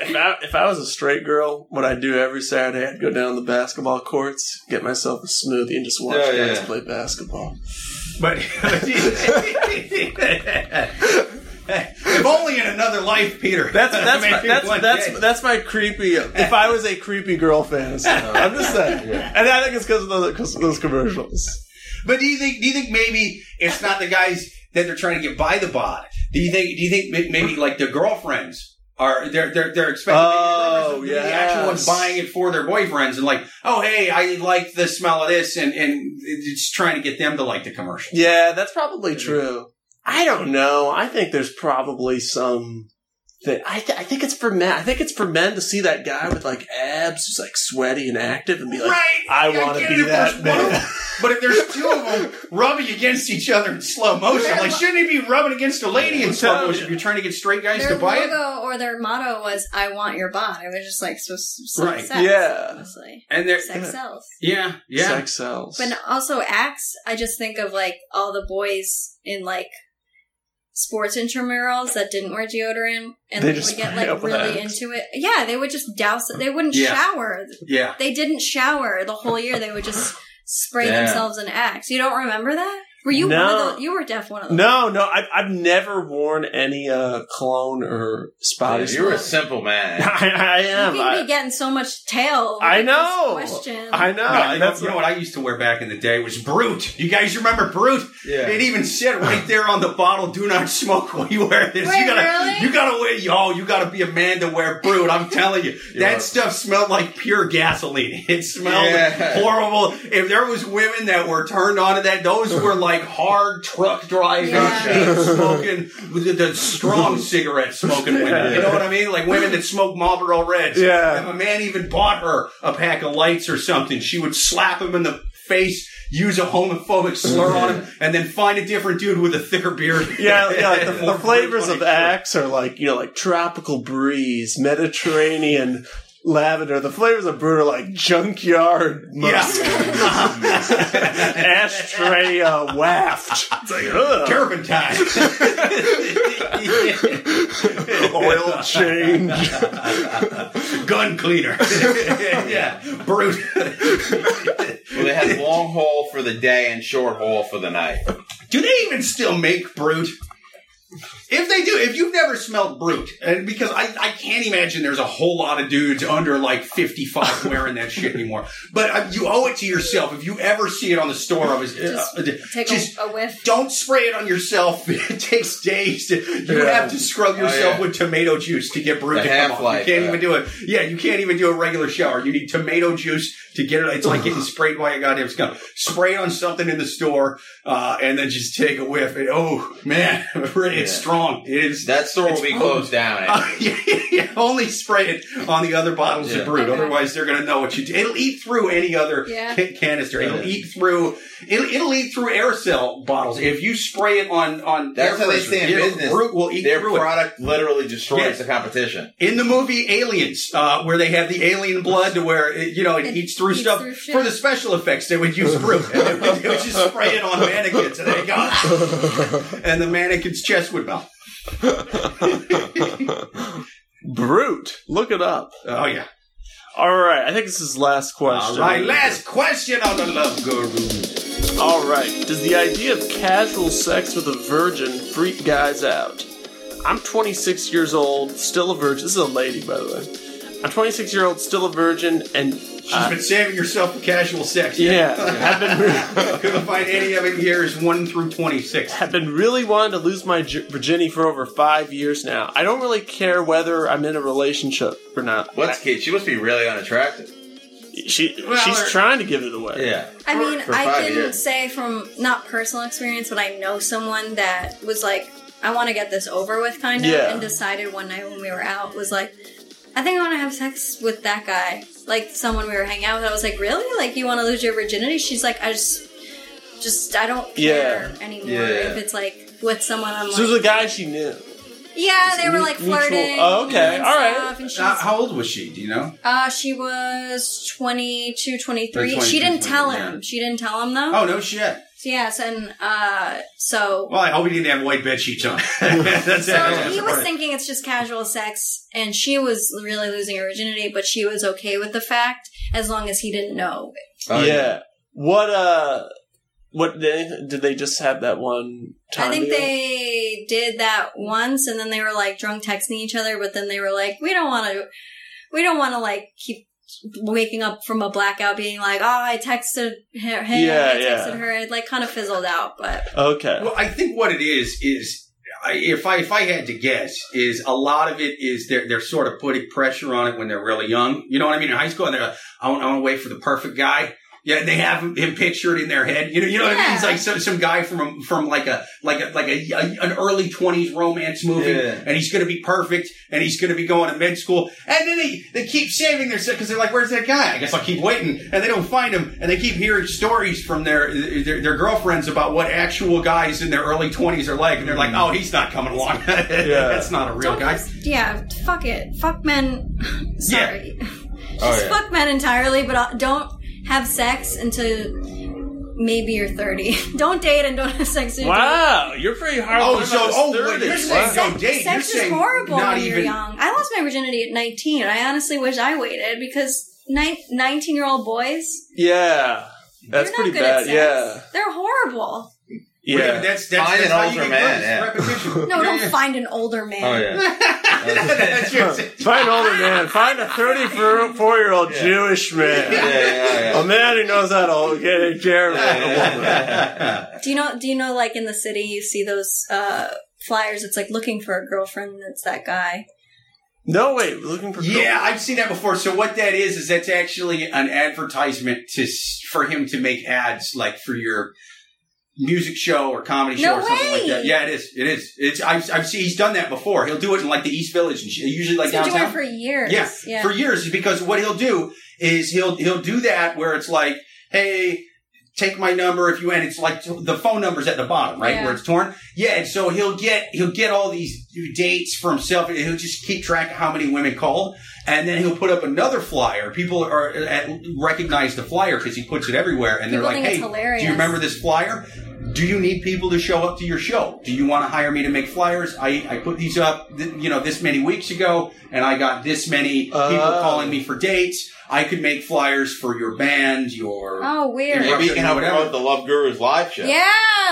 Speaker 2: if, I, if I was a straight girl, what I'd do every Saturday, I'd go down to the basketball courts, get myself a smoothie, and just watch
Speaker 3: Oh, yeah.
Speaker 2: guys play basketball.
Speaker 1: But <laughs> if only in another life, Peter. <laughs>
Speaker 2: That's that's my,
Speaker 1: Maybe
Speaker 2: that's
Speaker 1: one
Speaker 2: that's
Speaker 1: day.
Speaker 2: that's my creepy. If I was a creepy girl fantasy, I'm just
Speaker 1: <laughs>
Speaker 2: saying, and I think it's because of those, 'cause of those commercials.
Speaker 1: But do you think? Do you think maybe it's not the guys that they're trying to get by the bod? Do you think? Do you think may- maybe like the girlfriends are they're they're they're expecting
Speaker 2: Oh,
Speaker 1: maybe the girlfriends are the actual ones
Speaker 2: yes.
Speaker 1: buying it for their boyfriends and like oh hey I like the smell of this and and it's trying to get them to like the commercial.
Speaker 2: Yeah, that's probably true. I don't know. I think there's probably some. That I, th- I think it's for men. I think it's for men to see that guy with like abs who's like sweaty and active and be like,
Speaker 1: Right,
Speaker 2: I
Speaker 1: I
Speaker 2: want to
Speaker 1: get
Speaker 2: be
Speaker 1: it if
Speaker 2: that
Speaker 1: there's one of
Speaker 2: man.
Speaker 1: But if there's two of them rubbing against each other in slow motion, like shouldn't he be rubbing against a lady in slow motion? If you're trying to get straight guys
Speaker 4: Their
Speaker 1: to buy it,
Speaker 4: logo or their motto was "I want your bod." It was just like so, so
Speaker 1: Right.
Speaker 4: sex,
Speaker 2: Yeah.
Speaker 4: honestly.
Speaker 1: and they're
Speaker 4: sex sells.
Speaker 1: yeah yeah
Speaker 2: Sex sells.
Speaker 4: But also acts, I just think of like all the boys in like sports intramurals that didn't wear deodorant and
Speaker 2: They
Speaker 4: would
Speaker 2: just
Speaker 4: get
Speaker 2: <laughs> spray
Speaker 4: like
Speaker 2: up with
Speaker 4: really
Speaker 2: Axe.
Speaker 4: into it. Yeah, they would just douse it. They wouldn't
Speaker 1: Yeah.
Speaker 4: shower.
Speaker 1: yeah.
Speaker 4: They didn't shower the whole year. They would just spray
Speaker 3: Damn.
Speaker 4: themselves in acts. You don't remember that? Were you one
Speaker 2: No.
Speaker 4: of those? You were deaf one of those.
Speaker 2: no, no, I've I've never worn any uh cologne or spotty.
Speaker 3: Dude, you were a
Speaker 2: spray. <laughs>
Speaker 3: simple man.
Speaker 2: I, I am.
Speaker 4: You
Speaker 2: I-
Speaker 4: could be getting so much tail.
Speaker 2: I
Speaker 4: with
Speaker 2: know.
Speaker 4: This question.
Speaker 2: I know.
Speaker 1: No, you, know,
Speaker 2: that's
Speaker 1: you know what I used to wear back in the day was Brute. You guys remember Brute? It
Speaker 3: Yeah,
Speaker 1: even said right there on the bottle, "Do not smoke while you wear this." you
Speaker 4: Wait,
Speaker 1: gotta,
Speaker 4: really?
Speaker 1: you gotta wear, y'all. You gotta be a man to wear Brute. I'm telling you, that
Speaker 3: are.
Speaker 1: stuff smelled like pure gasoline. <laughs> It smelled
Speaker 3: Yeah.
Speaker 1: horrible. If there was women that were turned on to that, those were like hard truck driving,
Speaker 4: Yeah.
Speaker 1: chain smoking, the, the strong cigarette smoking women. You know what I mean? Like women that smoke Marlboro Reds.
Speaker 2: Yeah.
Speaker 1: If a man even bought her a pack of lights or something, she would slap him in the face use a homophobic slur on
Speaker 2: <laughs>
Speaker 1: him, and then find a different dude with a thicker beard.
Speaker 2: Yeah,
Speaker 1: <laughs>
Speaker 2: yeah. like the,
Speaker 1: More
Speaker 2: the flavors of
Speaker 1: funny
Speaker 2: Axe are like you know, like tropical breeze, Mediterranean lavender. The flavors of brew are like junkyard musk, ashtray uh, waft. It's like
Speaker 1: <laughs>
Speaker 2: ugh,
Speaker 1: turpentine,
Speaker 2: <laughs> oil change.
Speaker 1: gun cleaner, <laughs> yeah, brute.
Speaker 3: Well, they had long haul for the day and short haul for the night.
Speaker 1: Do they even still make brute? If they do, if you've never smelled brute, and because I, I can't imagine there's a whole lot of dudes under like
Speaker 4: <laughs>
Speaker 1: 55 wearing that shit anymore. But uh, you owe it to yourself if you ever see it on the store. Of uh,
Speaker 4: Just Take
Speaker 1: just
Speaker 4: a, a whiff.
Speaker 1: don't spray it on yourself. <laughs> It takes days. To, you
Speaker 2: Yeah.
Speaker 1: have to scrub yourself
Speaker 3: Oh, yeah.
Speaker 1: with tomato juice to get brute
Speaker 3: The
Speaker 1: to come off. You
Speaker 3: half-life,
Speaker 1: can't
Speaker 3: uh,
Speaker 1: even do it. Yeah, you can't even do a regular shower. You need tomato juice to get it. It's like getting sprayed by a goddamn scum. Spray it on something in the store, uh, and then just take a whiff. And, oh man, <laughs> it's strong. It is.
Speaker 3: That store will be
Speaker 1: It's-
Speaker 3: closed down.
Speaker 1: <laughs> Uh, yeah, yeah, only spray it on the other bottles
Speaker 3: Yeah.
Speaker 1: of brood.
Speaker 4: Okay.
Speaker 1: Otherwise, they're going to know what you did. It'll eat through any other
Speaker 4: Yeah.
Speaker 1: ca- canister. It'll
Speaker 3: Yeah.
Speaker 1: eat through. It'll, it'll eat through aerosol bottles. If you spray it on on
Speaker 3: That's
Speaker 1: air
Speaker 3: how they
Speaker 1: fresheners,
Speaker 3: stay in
Speaker 1: it'll-
Speaker 3: business.
Speaker 1: Brood will eat
Speaker 3: Their
Speaker 1: through it.
Speaker 3: product literally destroys
Speaker 1: Yes.
Speaker 3: the competition.
Speaker 1: In the movie Aliens, uh, where they have the alien blood to where it, you know it,
Speaker 4: It
Speaker 1: eats through
Speaker 4: eats
Speaker 1: stuff
Speaker 4: through shit.
Speaker 1: for the special effects, they would use
Speaker 3: <laughs>
Speaker 1: brute and they would, they would just spray it on mannequins, and they go, "Ah!" and the mannequin's chest would melt.
Speaker 2: Brute, look it up.
Speaker 1: Oh yeah.
Speaker 2: All right, I think this is last question.
Speaker 1: All right, last question on the Love Guru.
Speaker 2: All right. Does the idea of casual sex with a virgin freak guys out? I'm 26 years old, still a virgin. This is a lady, by the way. I'm 26 year old, still a virgin, and
Speaker 1: She's
Speaker 2: I-
Speaker 1: been saving herself for casual sex.
Speaker 2: Uh, yeah, have
Speaker 1: <laughs>
Speaker 2: been
Speaker 1: Couldn't find any of it in years 1 through 26.
Speaker 2: have been really wanting to lose my gi- virginity for over five years now. I don't really care whether I'm in a relationship or not.
Speaker 3: What's kid? She must be really unattractive.
Speaker 2: She
Speaker 1: Well,
Speaker 2: she's
Speaker 1: or-
Speaker 2: trying to give it away.
Speaker 3: Yeah.
Speaker 4: I
Speaker 1: for-
Speaker 4: mean,
Speaker 3: for
Speaker 4: I
Speaker 3: five
Speaker 4: can
Speaker 3: years.
Speaker 4: say from not personal experience, but I know someone that was like, I want to get this over with, kind of,
Speaker 2: Yeah.
Speaker 4: and decided one night when we were out was like, I think I want to have sex with that guy, like someone we were hanging out with. I was like, really? Like you want to lose your virginity? She's like, I just, just I don't care anymore
Speaker 3: Yeah.
Speaker 4: if it's like with someone. I'm
Speaker 2: So it was
Speaker 4: like,
Speaker 2: a guy she knew.
Speaker 4: yeah, they were
Speaker 2: mu-
Speaker 4: like
Speaker 2: mutual-
Speaker 4: flirting.
Speaker 2: Oh, okay.
Speaker 4: and
Speaker 2: All right.
Speaker 4: stuff, and she's-
Speaker 1: Uh, how old was she? Do you know?
Speaker 4: uh, she was 22, 23.
Speaker 1: Like
Speaker 4: she
Speaker 1: 22,
Speaker 4: didn't tell
Speaker 1: 23,
Speaker 4: him.
Speaker 1: yeah.
Speaker 4: She didn't tell him though.
Speaker 1: Oh, no shit.
Speaker 4: Yes, and uh, so
Speaker 1: Well, I hope he didn't have white bed sheets
Speaker 2: <laughs>
Speaker 1: on. <laughs> That's
Speaker 4: so
Speaker 1: it.
Speaker 4: he was thinking it's just casual sex, and she was really losing her virginity, but she was okay with the fact as long as he didn't know.
Speaker 3: Oh,
Speaker 2: yeah. What uh what they, did they just have that one time?
Speaker 4: I think
Speaker 2: together?
Speaker 4: they did that once, and then they were like drunk texting each other, but then they were like, we don't want to, we don't want to like keep waking up from a blackout being like, oh, I texted her, him,
Speaker 2: Yeah,
Speaker 4: I texted
Speaker 2: yeah.
Speaker 4: her, it like kind of fizzled out, but
Speaker 2: Okay.
Speaker 1: Well, I think what it is is I, if I if I had to guess is a lot of it is they're they're sort of putting pressure on it when they're really young. You know what I mean? In high school, and they're like, I want I want to wait for the perfect guy. Yeah, they have him- him pictured in their head. You know, you know what I mean? It's
Speaker 4: Yeah.
Speaker 1: like some, some guy from from like a like a like a, a- an early twenties romance movie,
Speaker 3: Yeah.
Speaker 1: and he's going to be perfect, and he's going to be going to med school, and then they they keep saving their because they're like, "Where's that guy?" I guess I'll keep waiting, and they don't find him, and they keep hearing stories from their their, their girlfriends about what actual guys in their early twenties are like, and they're like, "Oh, he's not coming along. <laughs> That's not a real
Speaker 4: Don't
Speaker 1: guy."
Speaker 4: just- yeah, fuck it. Fuck men. <laughs> Sorry.
Speaker 3: Oh,
Speaker 4: <laughs> just
Speaker 3: yeah.
Speaker 4: fuck men entirely, but uh, don't have sex until maybe you're 30. <laughs> don't date and don't have sex until
Speaker 2: Wow, you're pretty hard.
Speaker 1: Oh,
Speaker 2: on
Speaker 1: so-
Speaker 2: this
Speaker 1: oh,
Speaker 2: 30.
Speaker 1: wait, you're saying
Speaker 2: Wow.
Speaker 1: don't date. You're
Speaker 4: Sex is
Speaker 1: saying
Speaker 4: horrible
Speaker 1: not
Speaker 4: when you're
Speaker 1: even-
Speaker 4: young. I lost my virginity at 19. I honestly wish I waited because 19 year old boys,
Speaker 2: Yeah, that's
Speaker 4: they're
Speaker 2: pretty
Speaker 4: not good at
Speaker 2: bad.
Speaker 4: sex.
Speaker 2: Yeah,
Speaker 4: They're horrible.
Speaker 1: Well, yeah,
Speaker 2: yeah.
Speaker 1: but
Speaker 2: <laughs>
Speaker 1: that's that's,
Speaker 3: Find
Speaker 1: that's
Speaker 3: an
Speaker 1: how you
Speaker 3: older
Speaker 1: get
Speaker 3: man,
Speaker 1: girls,
Speaker 3: yeah.
Speaker 1: repetition. <laughs>
Speaker 4: <laughs> No,
Speaker 1: Yeah,
Speaker 4: don't
Speaker 1: yeah.
Speaker 4: find an older man.
Speaker 3: Oh, yeah.
Speaker 1: <laughs> That's your-
Speaker 2: <laughs> Find an older man. Find a 34 year old
Speaker 3: Yeah.
Speaker 2: Jewish man.
Speaker 3: Yeah, yeah,
Speaker 2: A man who knows how to get care of
Speaker 3: yeah.
Speaker 2: a woman.
Speaker 4: Do you know? Do you know? Like in the city, you see those uh, flyers. It's like looking for a girlfriend. That's that guy.
Speaker 2: No, wait, we're looking for.
Speaker 1: Yeah, I've seen that before. So what that is is that's actually an advertisement to s- for him to make ads like for your music show or comedy show
Speaker 4: No
Speaker 1: or something like
Speaker 4: way.
Speaker 1: that. Yeah, it is. It is. It's I've I've seen he's done that before. He'll do it in like the East Village and shit. usually like
Speaker 4: He's been doing it
Speaker 1: downtown
Speaker 4: for years.
Speaker 1: Yeah, for years because what he'll do is he'll he'll do that where it's like, hey, take my number if you and it's like the phone number's at the bottom, right?
Speaker 4: Yeah.
Speaker 1: Where it's torn. Yeah, and so he'll get he'll get all these dates for himself. and He'll just keep track of how many women called, and then he'll put up another flyer. People are at, recognize the flyer because he puts it everywhere, and
Speaker 4: People
Speaker 1: they're like,
Speaker 4: think it's
Speaker 1: "Hey, do
Speaker 4: hilarious."
Speaker 1: you remember this flyer? Do you need people to show up to your show? Do you want to hire me to make flyers? I, I put these up, th- you know, this many weeks ago, and I got this many people
Speaker 2: Oh.
Speaker 1: calling me for dates. I could make flyers for your band, your
Speaker 4: Oh, weird.
Speaker 1: Yeah,
Speaker 3: Maybe you can help
Speaker 1: Whatever.
Speaker 3: promote the Love Gurus live show.
Speaker 4: Yeah,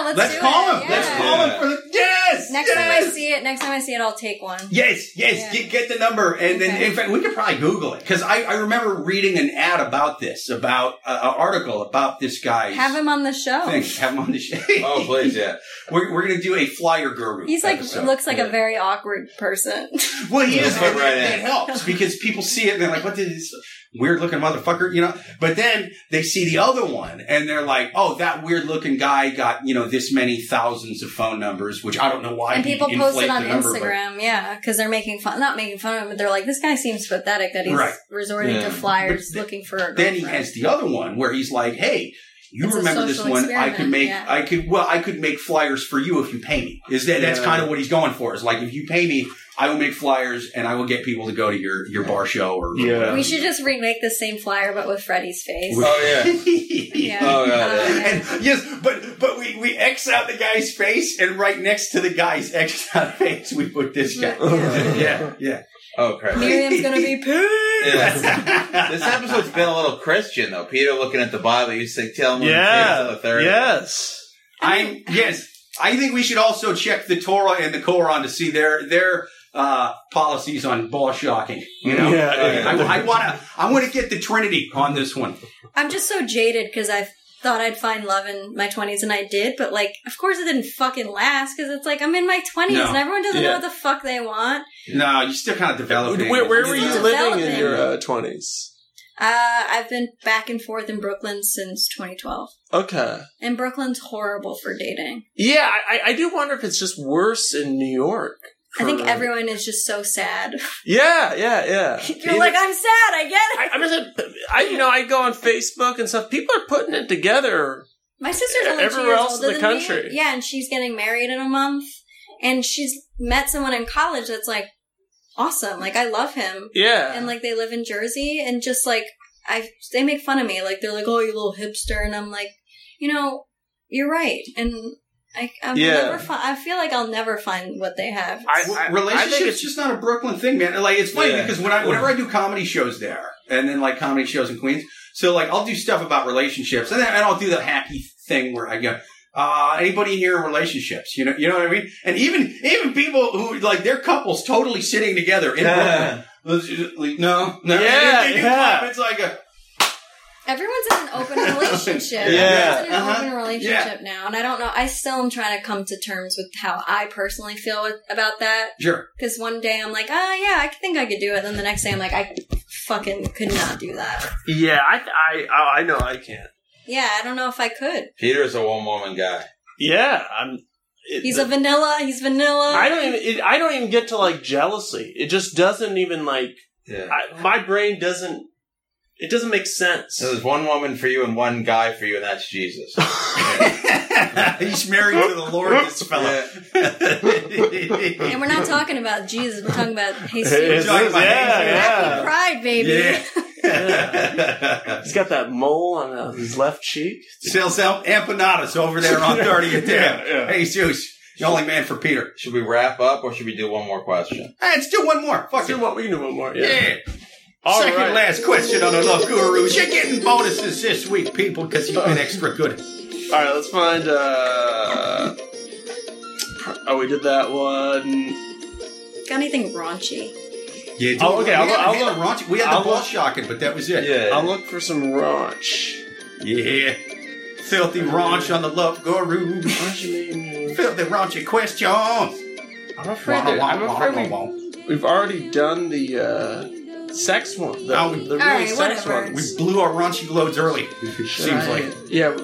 Speaker 4: let's,
Speaker 1: Let's
Speaker 4: do
Speaker 1: call
Speaker 4: it.
Speaker 1: him.
Speaker 4: Yeah.
Speaker 1: Let's call him for the yes.
Speaker 4: Next time
Speaker 1: yes.
Speaker 4: I see it, next time I see it, I'll take one.
Speaker 1: Yes, yes,
Speaker 4: Yeah.
Speaker 1: get, get the number, and then
Speaker 4: Okay.
Speaker 1: in fact we could probably Google it because I, I remember reading an ad about this, about uh, an article about this guy.
Speaker 4: Have him on the show.
Speaker 1: thing. have him on the <laughs> show.
Speaker 3: Oh, please, yeah.
Speaker 1: we're, we're gonna do a flyer guru.
Speaker 4: He's like
Speaker 1: episode.
Speaker 4: looks like
Speaker 3: Yeah.
Speaker 4: a very awkward person.
Speaker 1: Well, he
Speaker 3: Yeah,
Speaker 1: is.
Speaker 3: put
Speaker 1: and
Speaker 3: right
Speaker 1: that,
Speaker 3: in.
Speaker 1: that helps because people see it and they're like, "What did this weird looking motherfucker?" You know. But then they see the other one and they're like, "Oh, that weird looking guy got you know this many thousands of phone numbers," which I don't know why.
Speaker 4: and
Speaker 1: he
Speaker 4: people post
Speaker 1: inflate
Speaker 4: it
Speaker 1: the
Speaker 4: on
Speaker 1: number, but-
Speaker 4: Instagram, yeah, because they're making fun, not making fun of him, but they're like, this guy seems pathetic that he's
Speaker 1: Right.
Speaker 4: resorting
Speaker 3: Yeah.
Speaker 4: to flyers looking for a
Speaker 1: then he
Speaker 4: girlfriend.
Speaker 1: has the other one where he's like, "Hey, you
Speaker 4: It's a
Speaker 1: remember this
Speaker 4: social
Speaker 1: one? I could
Speaker 4: experiment,
Speaker 1: make,
Speaker 4: yeah.
Speaker 1: I could, well, I could make flyers for you if you pay me." Is that that's
Speaker 2: Yeah.
Speaker 1: kind of what he's going for? Is like, if you pay me, I will make flyers and I will get people to go to your your bar show or
Speaker 2: Yeah.
Speaker 1: whatever.
Speaker 4: We should just remake the same flyer but with Freddy's face.
Speaker 1: <laughs>
Speaker 3: Oh, yeah.
Speaker 4: yeah.
Speaker 3: Oh, God, yeah.
Speaker 4: Um,
Speaker 1: And yes, but but we we X out the guy's face, and right next to the guy's X out face, we put this guy. yeah, yeah.
Speaker 3: Oh, crap.
Speaker 4: Miriam's
Speaker 1: <laughs>
Speaker 4: gonna be pissed.
Speaker 3: Yeah. This episode's been a little Christian, though. Peter looking at the Bible, you say, tell him when
Speaker 2: Yeah.
Speaker 3: the third.
Speaker 2: Yes.
Speaker 1: I yes, I think we should also check the Torah and the Koran to see their their uh, policies on ball shocking. You know,
Speaker 2: Yeah,
Speaker 3: yeah.
Speaker 1: I, I wanna I want to get the Trinity on this one.
Speaker 4: I'm just so jaded because I thought I'd find love in my 20s and I did, but like, of course it didn't fucking last because it's like I'm in my 20s
Speaker 1: No.
Speaker 4: and everyone doesn't
Speaker 2: Yeah.
Speaker 4: know what the fuck they want.
Speaker 1: No, you still kind of developing.
Speaker 2: Where, where
Speaker 4: It's
Speaker 2: were you
Speaker 4: still
Speaker 2: living in
Speaker 4: developing.
Speaker 2: your uh, twenties?
Speaker 4: Uh, I've been back and forth in Brooklyn since 2012.
Speaker 2: okay.
Speaker 4: And Brooklyn's horrible for dating.
Speaker 2: Yeah, I, I- I do wonder if it's just worse in New York.
Speaker 4: I think
Speaker 2: for-
Speaker 4: everyone is just so sad. <laughs>
Speaker 2: Yeah, yeah, yeah.
Speaker 4: You're like, I'm sad, I get it.
Speaker 2: I, I mean, I you know, I go on Facebook and stuff. People are putting it together.
Speaker 4: My sister's only two
Speaker 2: Everywhere
Speaker 4: years
Speaker 2: else in
Speaker 4: older
Speaker 2: the
Speaker 4: than me.
Speaker 2: country.
Speaker 4: Yeah, and she's getting married in a month. And she's met someone in college that's like awesome. Like, I love him.
Speaker 2: Yeah,
Speaker 4: and like they live in Jersey and just like I they make fun of me like they're like oh you little hipster and I'm like you know you're right and I I'm
Speaker 2: Yeah.
Speaker 4: never fi- I feel like I'll never find what they have
Speaker 2: I, I, I
Speaker 1: Relationships
Speaker 2: think it's
Speaker 1: just not a Brooklyn thing, man. Like it's funny
Speaker 3: Yeah.
Speaker 1: because when I whenever I do comedy shows there, and then like comedy shows in Queens, so like I'll do stuff about relationships, and then and I'll do the hacky thing where I go, uh, anybody here in relationships? You know, you know what I mean? And even even people who like their couples totally sitting together in
Speaker 2: Yeah.
Speaker 1: Brooklyn. Like, No, no,
Speaker 2: Yeah,
Speaker 1: And if they do
Speaker 2: yeah.
Speaker 1: clap, it's like a
Speaker 4: everyone's in an
Speaker 2: <laughs>
Speaker 4: open relationship
Speaker 2: Yeah.
Speaker 4: everyone's in an
Speaker 1: Uh-huh.
Speaker 4: open relationship now and I don't know I still am trying to come to terms with how I personally feel with, about that
Speaker 1: sure. <laughs>
Speaker 4: because one day I'm like ah yeah I think I could do it and then the next day I'm like I fucking could not do that
Speaker 2: yeah. I I oh, I know I can't.
Speaker 4: yeah I don't know if I could
Speaker 3: Peter's a one woman guy.
Speaker 2: Yeah, I'm. It,
Speaker 4: he's a vanilla he's vanilla
Speaker 2: I don't even. It, I don't even get to like jealousy. It just doesn't even like.
Speaker 3: Yeah.
Speaker 2: I, my brain doesn't. It doesn't make sense. <laughs>
Speaker 3: So there's one woman for you and one guy for you, and that's <laughs> Jesus.
Speaker 1: He's married to the Lord, this fella.
Speaker 3: Yeah.
Speaker 4: And we're not talking about Jesus. We're
Speaker 1: <laughs>
Speaker 4: talking about Jesus.
Speaker 1: It's- Talking about
Speaker 2: yeah,
Speaker 1: hatred.
Speaker 4: Happy
Speaker 2: yeah.
Speaker 4: Pride, baby.
Speaker 1: <laughs> Yeah.
Speaker 2: He's got that mole on uh, his left cheek.
Speaker 1: Sells out empanadas over there
Speaker 2: <laughs>
Speaker 1: on 30th
Speaker 2: Yeah,
Speaker 1: Ave.
Speaker 2: yeah.
Speaker 1: Hey, Zeus, the only man for Peter.
Speaker 3: Should we wrap up or should we do one more question?
Speaker 1: Hey, let's do one more. Fuck
Speaker 2: Do
Speaker 1: it.
Speaker 2: what we do one more. Yeah.
Speaker 1: Yeah.
Speaker 2: All
Speaker 1: Second
Speaker 2: right.
Speaker 1: last question on the Love Gurus. You're getting bonuses this week, people, because you've been extra good.
Speaker 2: All right. Let's find. uh Oh, we did that one.
Speaker 4: Got anything raunchy?
Speaker 1: Yeah, dude,
Speaker 2: Oh, okay,
Speaker 1: we
Speaker 2: I'll-
Speaker 1: haven't
Speaker 2: I'll
Speaker 1: hit
Speaker 2: look.
Speaker 1: the raunch- We had
Speaker 2: I'll
Speaker 1: the ball
Speaker 2: look.
Speaker 1: shocking, but that was it.
Speaker 2: I'll look for some raunch.
Speaker 1: Yeah. Filthy raunch on the Love Guru. <laughs> Filthy raunchy questions.
Speaker 2: I'm afraid. that- I'm afraid we, we've already done the uh, sex one. The,
Speaker 1: Oh, we-
Speaker 2: the really
Speaker 4: All right,
Speaker 2: sex
Speaker 4: whatever.
Speaker 2: one.
Speaker 1: We blew our raunchy loads early.
Speaker 2: Should
Speaker 1: Seems
Speaker 2: I-
Speaker 1: like.
Speaker 2: Yeah.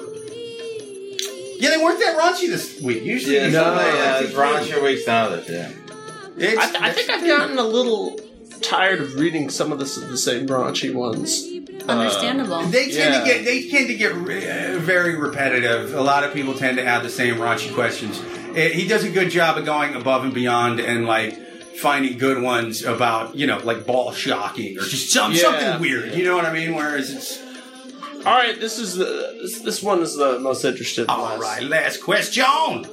Speaker 1: Yeah, they weren't that raunchy this week. Usually,
Speaker 3: Yeah,
Speaker 1: you know,
Speaker 2: No,
Speaker 3: some
Speaker 1: they-
Speaker 3: days, uh,
Speaker 1: it's
Speaker 3: it's raunchier weeks than others, yeah.
Speaker 1: It's-
Speaker 2: I, th- I think I've gotten a little tired of reading some of the, s- the same raunchy ones.
Speaker 4: Understandable.
Speaker 1: They tend
Speaker 2: Yeah.
Speaker 1: to get they tend to get re- uh, very repetitive. A lot of people tend to have the same raunchy questions. Eh, he does a good job of going above and beyond and like finding good ones about you know like ball shocking or just some,
Speaker 2: Yeah.
Speaker 1: something weird. You know what I mean? Whereas it's
Speaker 2: All right, this is the this, this one is the most interesting. of
Speaker 1: Uh, all
Speaker 2: us.
Speaker 1: right. Last question.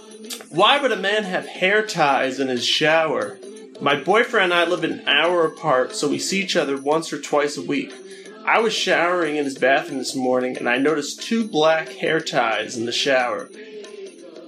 Speaker 2: Why would a man have hair ties in his shower? My boyfriend and I live an hour apart, so we see each other once or twice a week. I was showering in his bathroom this morning and I noticed two black hair ties in the shower.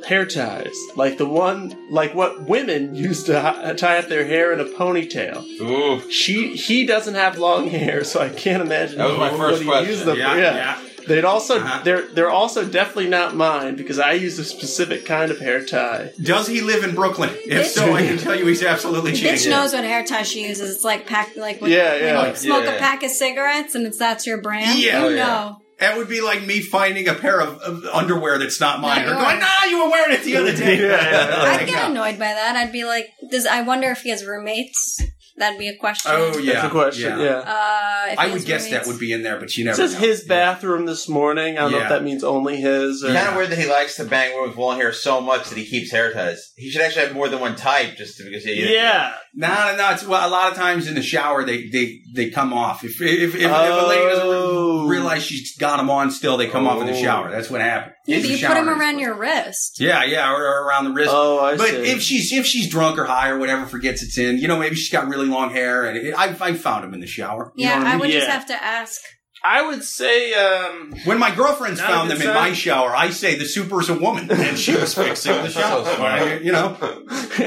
Speaker 2: Hair ties, like the one, like what women <laughs> use to hi- tie up their hair in a ponytail.
Speaker 3: Ooh.
Speaker 2: She, he doesn't have long hair, so I can't imagine.
Speaker 3: That was my
Speaker 2: what
Speaker 3: first
Speaker 2: he
Speaker 3: question.
Speaker 2: used them-
Speaker 1: Yeah, yeah.
Speaker 2: They'd also,
Speaker 1: Uh-huh.
Speaker 2: they're, they're also definitely not mine because I use a specific kind of hair tie.
Speaker 1: Does he live in Brooklyn? If
Speaker 4: Bitch.
Speaker 1: so, I can tell you he's absolutely cheating.
Speaker 4: Bitch knows what hair tie she uses. It's like pack, like when,
Speaker 2: Yeah,
Speaker 4: when
Speaker 2: yeah.
Speaker 4: you smoke
Speaker 3: Yeah.
Speaker 4: a pack of cigarettes and it's that's your brand.
Speaker 1: Yeah.
Speaker 4: you
Speaker 1: Oh,
Speaker 4: know.
Speaker 3: yeah.
Speaker 1: That would be like me finding a pair of, of underwear that's not mine. Or
Speaker 4: Not
Speaker 1: going,
Speaker 4: yours.
Speaker 1: nah, you were wearing it the
Speaker 2: <laughs>
Speaker 1: other day.
Speaker 2: Yeah, yeah, yeah.
Speaker 1: Like,
Speaker 4: I'd get
Speaker 1: no.
Speaker 4: annoyed by that. I'd be like, does I wonder if he has roommates? That'd be a question.
Speaker 1: Oh yeah,
Speaker 2: That's a question. Yeah.
Speaker 4: Uh, if
Speaker 1: I
Speaker 4: he has
Speaker 1: would guess that
Speaker 4: roommates.
Speaker 1: would be in there, but you
Speaker 2: It
Speaker 1: never.
Speaker 2: says
Speaker 1: know.
Speaker 2: his bathroom this morning. I don't know
Speaker 1: Yeah.
Speaker 2: if that means only his. Or...
Speaker 3: Kind of weird that he likes to bang women with long hair so much that he keeps hair ties. He should actually have more than one type, just to, because.
Speaker 2: Yeah.
Speaker 1: No, no, no. It's well, a lot of times in the shower they they they come off. If if if, if a lady doesn't
Speaker 2: Oh.
Speaker 1: re- realize she's got them on, still they come off in the
Speaker 2: Oh.
Speaker 1: shower. That's what happened.
Speaker 4: Yeah,
Speaker 1: It's
Speaker 4: but
Speaker 1: the
Speaker 4: you put
Speaker 1: shower
Speaker 4: them around
Speaker 1: expert.
Speaker 4: your wrist.
Speaker 1: Yeah, yeah, or, or around the wrist.
Speaker 2: Oh, I
Speaker 1: but
Speaker 2: see.
Speaker 1: if she's if she's drunk or high or whatever, forgets it's in. You know, maybe she's got really long hair, and it, I I found them in the shower. You
Speaker 4: Yeah,
Speaker 1: know what
Speaker 4: I,
Speaker 1: I mean?
Speaker 4: would just
Speaker 2: Yeah.
Speaker 4: have to ask.
Speaker 2: I would say, um,
Speaker 1: When my girlfriend's
Speaker 2: Not a
Speaker 1: found
Speaker 2: good
Speaker 1: them in my
Speaker 2: sign.
Speaker 1: shower, I say the super's a woman, and she was fixing the shower.
Speaker 3: So smart.
Speaker 1: you know,
Speaker 2: <laughs>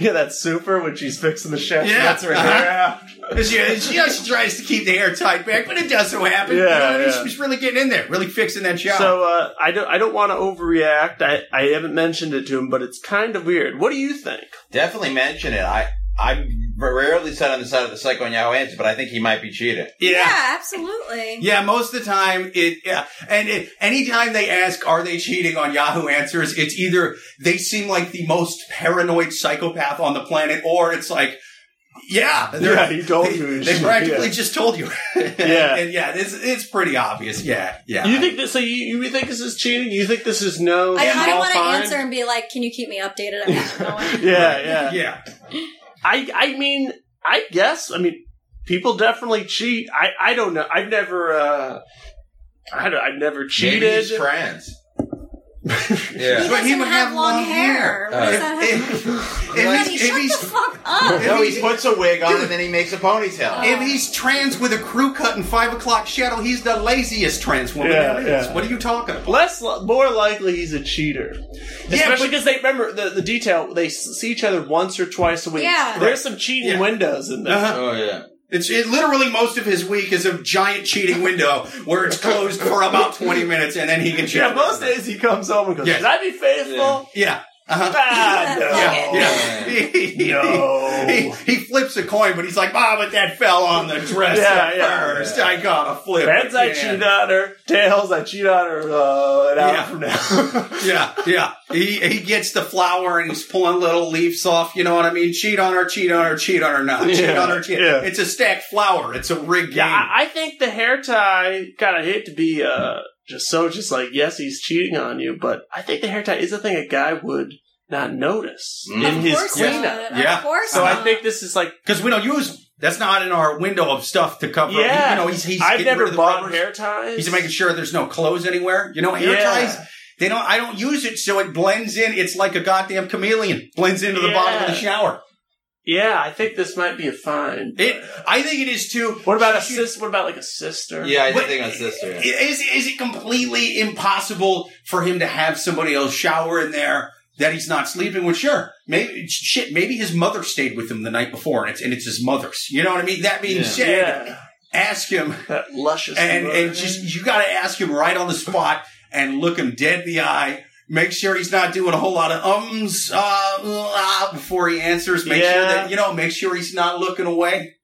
Speaker 2: yeah, that super when she's fixing the chef.
Speaker 1: Yeah.
Speaker 2: <laughs> that's
Speaker 1: <laughs>
Speaker 2: her hair out.
Speaker 1: She, she just tries to keep the hair tied back, but it does so happen. you know
Speaker 2: Yeah,
Speaker 1: what I mean?
Speaker 2: yeah.
Speaker 1: She's really getting in there, really fixing that shower.
Speaker 2: So uh, I don't. I don't want to overreact. I, I haven't mentioned it to him, but it's kind of weird. What do you think?
Speaker 3: Definitely mention it. I I'm rarely set on the side of the psycho and Yahoo answer, but I think he might be cheating.
Speaker 4: Yeah,
Speaker 1: yeah.
Speaker 4: absolutely.
Speaker 1: Yeah, most of the time it yeah. And it, anytime they ask are they cheating on Yahoo Answers, it's either they seem like the most paranoid psychopath on the planet or it's like yeah, they're-
Speaker 2: <laughs> Yeah, he told
Speaker 1: they,
Speaker 2: you.
Speaker 1: They
Speaker 2: Yeah.
Speaker 1: practically just told you. <laughs>
Speaker 2: Yeah.
Speaker 1: and yeah, it's it's pretty obvious. Yeah. Yeah.
Speaker 2: You think this? So you, you think this is cheating? You think this is no?
Speaker 4: I kind of
Speaker 2: small
Speaker 4: want to
Speaker 2: fine?
Speaker 4: answer and be like, "Can you keep me updated?" I'm
Speaker 1: <laughs>
Speaker 4: not going.
Speaker 2: Yeah, yeah.
Speaker 1: yeah.
Speaker 2: I I mean, I guess. I mean, people definitely cheat. I I don't know. I've never. uh I don't, I've never
Speaker 3: Maybe he's
Speaker 2: cheated.
Speaker 3: <laughs> trans.
Speaker 4: He
Speaker 3: yeah.
Speaker 1: But he
Speaker 4: doesn't
Speaker 1: would
Speaker 4: have,
Speaker 1: have
Speaker 4: long
Speaker 1: long
Speaker 4: hair. What
Speaker 3: Uh,
Speaker 4: does that have?
Speaker 1: If, if
Speaker 4: Daddy,
Speaker 1: he's- if
Speaker 4: Uh-huh. shut
Speaker 1: he's
Speaker 4: the fuck up.
Speaker 1: If
Speaker 3: No, he
Speaker 1: he's-
Speaker 3: puts a wig on
Speaker 1: Dude.
Speaker 3: and then he makes a ponytail.
Speaker 4: Oh.
Speaker 1: If he's trans with a crew cut and five o'clock shadow, he's the laziest trans woman
Speaker 2: Yeah,
Speaker 1: there is.
Speaker 2: yeah.
Speaker 1: What are you talking about?
Speaker 2: Less, li- more likely he's a cheater.
Speaker 1: Yeah,
Speaker 2: Especially because they remember the, the detail. They s- see each other once or twice a week.
Speaker 4: Yeah.
Speaker 2: There's some cheating
Speaker 1: Yeah.
Speaker 2: windows in there.
Speaker 1: Uh-huh.
Speaker 3: Oh yeah.
Speaker 1: It's it, literally most of his week is a giant cheating window where it's closed for about twenty minutes, and then he can cheat.
Speaker 2: Yeah, most days he comes home and goes,
Speaker 1: Yes.
Speaker 2: "Can I be faithful?"
Speaker 1: Yeah. Uh-huh.
Speaker 2: Ah, no.
Speaker 1: Yeah, yeah.
Speaker 2: No.
Speaker 1: He, he flips a coin, but he's like, "Ah, but that fell on the dresser
Speaker 2: Yeah, yeah.
Speaker 1: first. I gotta flip." it
Speaker 2: Heads, I
Speaker 1: again."
Speaker 2: cheat on her. Tails, I cheat on her uh, an hour
Speaker 1: Yeah.
Speaker 2: from now. <laughs>
Speaker 1: Yeah, yeah. He he gets the flower and he's pulling little leaves off. You know what I mean? Cheat on her, cheat on her, cheat on her, not cheat
Speaker 2: Yeah,
Speaker 1: on her. Cheat.
Speaker 2: yeah.
Speaker 1: It's a stacked flower. It's a rigged game.
Speaker 2: Yeah, I, I think the hair tie kind of hate to be uh, just so just like yes, he's cheating on you, but I think the hair tie is a thing a guy would not notice <laughs>
Speaker 3: Mm.
Speaker 2: in
Speaker 4: of
Speaker 2: his
Speaker 4: course
Speaker 2: cleanup.
Speaker 4: not.
Speaker 1: Yeah.
Speaker 4: Of course
Speaker 2: So I
Speaker 4: not.
Speaker 2: think this is like
Speaker 1: Because we don't use them. That's not in our window of stuff to cover.
Speaker 2: yeah.
Speaker 1: You know, he's, he's
Speaker 2: I've
Speaker 1: getting
Speaker 2: never
Speaker 1: rid of the
Speaker 2: bought
Speaker 1: rubbers.
Speaker 2: hair ties.
Speaker 1: He's making sure there's no clothes anywhere. You know, hair
Speaker 2: Yeah.
Speaker 1: ties. They don't. I don't use it, so it blends in. It's like a goddamn chameleon. Blends into the bottom of the
Speaker 2: Yeah.
Speaker 1: shower.
Speaker 2: Yeah, I think this might be a fine.
Speaker 1: It. I think it is too.
Speaker 2: what about a
Speaker 1: She-
Speaker 2: sis? What about like a sister?
Speaker 3: Yeah, I
Speaker 1: But-
Speaker 3: did think on sister. yeah.
Speaker 1: Is is it completely impossible for him to have somebody else shower in there that he's not sleeping with? Sure, maybe shit. Maybe his mother stayed with him the night before, and it's and it's his mother's. You know what I mean? That being
Speaker 3: Yeah.
Speaker 1: said,
Speaker 2: yeah.
Speaker 1: ask him
Speaker 2: That luscious
Speaker 1: and
Speaker 2: blood.
Speaker 1: and just you got to ask him right on the spot and look him dead in the eye. Make sure he's not doing a whole lot of ums uh, uh, before he answers. Make sure
Speaker 2: Yeah.
Speaker 1: that you know. Make sure he's not looking away.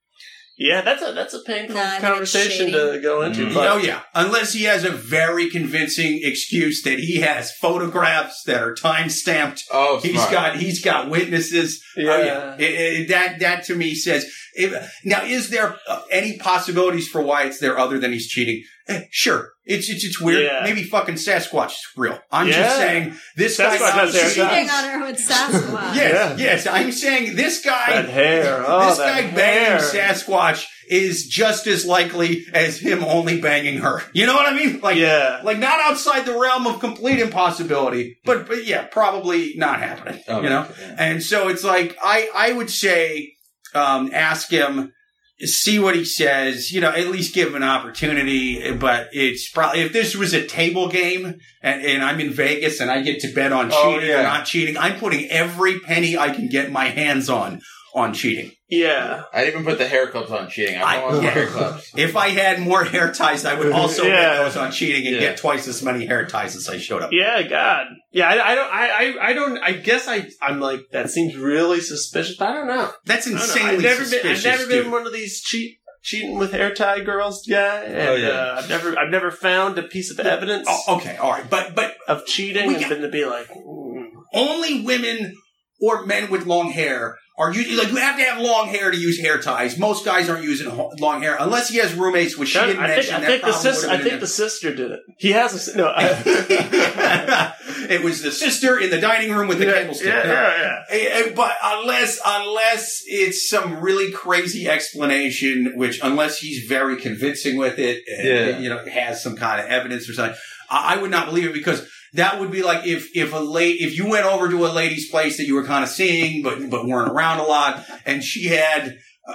Speaker 2: yeah, that's a that's a painful
Speaker 4: Nah, I think it's
Speaker 2: conversation
Speaker 4: shady.
Speaker 2: to go into.
Speaker 3: Mm.
Speaker 2: But
Speaker 1: oh yeah, unless he has a very convincing excuse that he has photographs that are time stamped.
Speaker 3: Oh,
Speaker 1: He's
Speaker 3: smart.
Speaker 1: got he's got witnesses. Oh,
Speaker 2: yeah.
Speaker 1: It- it- that that to me says If- now, is there uh, any possibilities for why it's there other than he's cheating? Eh, sure, it's it's it's weird.
Speaker 2: Yeah.
Speaker 1: Maybe fucking Sasquatch is real. I'm
Speaker 2: Yeah.
Speaker 1: just saying this
Speaker 2: Sasquatch
Speaker 1: guy
Speaker 2: has hair.
Speaker 1: cheating.
Speaker 4: Cheating on her with Sasquatch.
Speaker 1: Yes,
Speaker 2: Yeah.
Speaker 1: yes, I'm saying this
Speaker 2: That
Speaker 1: guy.
Speaker 2: hair. Oh,
Speaker 1: this
Speaker 2: that
Speaker 1: guy
Speaker 2: hair.
Speaker 1: banging Sasquatch is just as likely as him only banging her. You know what I mean? Like,
Speaker 2: Yeah.
Speaker 1: like not outside the realm of complete impossibility, but but yeah, probably not happening.
Speaker 3: Oh,
Speaker 1: you know,
Speaker 3: yeah.
Speaker 1: and so it's like I I would say um, ask him, see what he says. You know, at least give him an opportunity. But it's probably if this was a table game and, and I'm in Vegas and I get to bet on
Speaker 3: Oh,
Speaker 1: cheating
Speaker 3: yeah.
Speaker 1: or not cheating, I'm putting every penny I can get my hands on on cheating.
Speaker 2: Yeah.
Speaker 3: I'd even put the hair clips on cheating. I
Speaker 1: I-
Speaker 3: want the
Speaker 1: yeah.
Speaker 3: hair clips.
Speaker 1: If I had more hair ties, I would also
Speaker 2: <laughs> Yeah.
Speaker 1: bet those on cheating and
Speaker 3: Yeah.
Speaker 1: get twice as many hair ties as I showed up.
Speaker 2: Yeah, God. Yeah, I, I don't, I, I, I don't, I guess I, I'm like, that seems really suspicious, but I don't know.
Speaker 1: That's
Speaker 2: I don't know.
Speaker 1: insanely
Speaker 2: I've never been,
Speaker 1: suspicious.
Speaker 2: I've never
Speaker 1: dude.
Speaker 2: been one of these cheat, cheating with hair tie girls guy. And,
Speaker 3: Oh, yeah.
Speaker 2: uh, I've never, I've never found a piece of evidence
Speaker 1: Oh, okay, all right, but but
Speaker 2: of cheating
Speaker 1: We
Speaker 2: and
Speaker 1: got-
Speaker 2: been to be like, mm.
Speaker 1: only women or men with long hair are usually like you have to have long hair to use hair ties. Most guys aren't using ho- long hair unless he has roommates, which she
Speaker 2: I
Speaker 1: didn't
Speaker 2: think,
Speaker 1: mention.
Speaker 2: I
Speaker 1: that
Speaker 2: think the
Speaker 1: probably
Speaker 2: sister, I
Speaker 1: would've
Speaker 2: think
Speaker 1: been
Speaker 2: the sister did it. He has a, s- <laughs> no, uh,
Speaker 1: in
Speaker 2: I, <laughs>
Speaker 1: there. <laughs> it was the sister in the dining room with the
Speaker 2: yeah,
Speaker 1: candlestick.
Speaker 2: yeah, yeah, yeah.
Speaker 1: Eh,
Speaker 2: <laughs>
Speaker 1: eh, But unless unless it's some really crazy explanation, which unless he's very convincing with it, and,
Speaker 3: Yeah.
Speaker 1: you know, has some kind of evidence or something, I, I would not believe it because that would be like if if a late if you went over to a lady's place that you were kind of seeing but but weren't around a lot, and she had. Uh,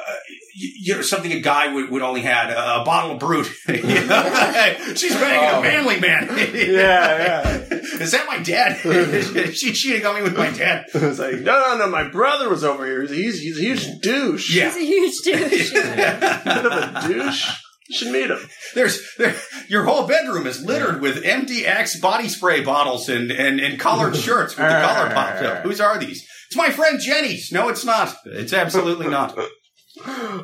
Speaker 1: you you know, something a guy would, would only had a, a bottle of brute. <laughs> You know? She's banging
Speaker 3: Oh.
Speaker 1: a manly man.
Speaker 2: Yeah,
Speaker 1: <laughs> Is that my dad? <laughs> She's cheating on me with my dad.
Speaker 2: It was like, no, no, no, my brother was over here. He's, he's a huge douche.
Speaker 1: Yeah.
Speaker 4: He's a huge
Speaker 1: <laughs>
Speaker 4: douche.
Speaker 2: Bit of a douche. You should meet <laughs> him.
Speaker 1: There's there, your whole bedroom is littered with empty Axe body spray bottles and and, and collared
Speaker 4: <laughs>
Speaker 1: shirts with the collar popped up. Whose are these? It's my friend Jenny's. No, it's not. It's absolutely
Speaker 4: <laughs>
Speaker 1: not.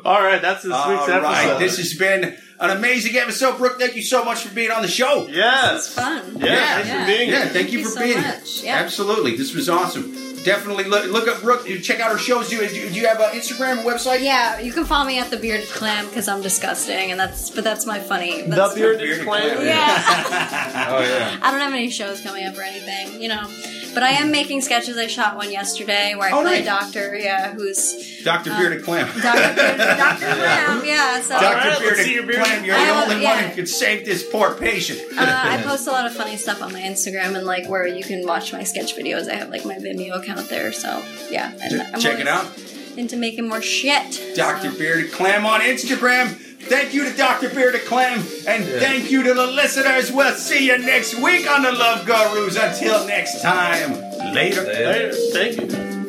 Speaker 2: All right, that's this
Speaker 1: All
Speaker 2: week's episode.
Speaker 1: right, this has been an amazing episode, Brooke. Thank you so much for being on the show.
Speaker 2: yes.
Speaker 4: Fun.
Speaker 2: Yeah, thanks for being
Speaker 1: Yeah, thank you
Speaker 4: you
Speaker 1: for
Speaker 4: so
Speaker 1: being.
Speaker 4: much. Yeah.
Speaker 1: Absolutely, this was awesome. Definitely look, look up Brooke. Check out her shows. Do, do you have an Instagram and website?
Speaker 4: Yeah, you can follow me at the bearded clam because I'm disgusting, and that's but that's my funny.
Speaker 2: The
Speaker 4: That's
Speaker 2: bearded
Speaker 1: Bearded
Speaker 2: clam.
Speaker 1: clam.
Speaker 4: <laughs> Yeah, <laughs>
Speaker 3: Oh yeah.
Speaker 4: I don't have any shows coming up or anything, you know. But I am making sketches. I shot one yesterday where I
Speaker 1: Oh, nice.
Speaker 4: play a doctor, yeah, who's
Speaker 1: Doctor Bearded Clam. <laughs>
Speaker 4: Doctor Doctor Clam, yeah. So
Speaker 1: Doctor
Speaker 2: right, let's
Speaker 1: Bearded
Speaker 2: see your beard.
Speaker 1: Clam, you're
Speaker 4: I
Speaker 1: the
Speaker 4: have-
Speaker 1: only
Speaker 4: yeah.
Speaker 1: one who could save this poor patient.
Speaker 4: Uh,
Speaker 1: <laughs>
Speaker 4: I post a lot of funny stuff on my Instagram and like where you can watch my sketch videos. I have like my Vimeo account there, so yeah. And I'm
Speaker 1: Check it
Speaker 4: always
Speaker 1: out.
Speaker 4: Into making more shit.
Speaker 1: Dr.
Speaker 4: so.
Speaker 1: Bearded Clam on Instagram. Thank you to Dr. Bearded Clam, and thank you to the listeners. We'll see you next week on the Love Gurus. Until next time, later.
Speaker 2: Later.
Speaker 3: Later.
Speaker 2: Thank you.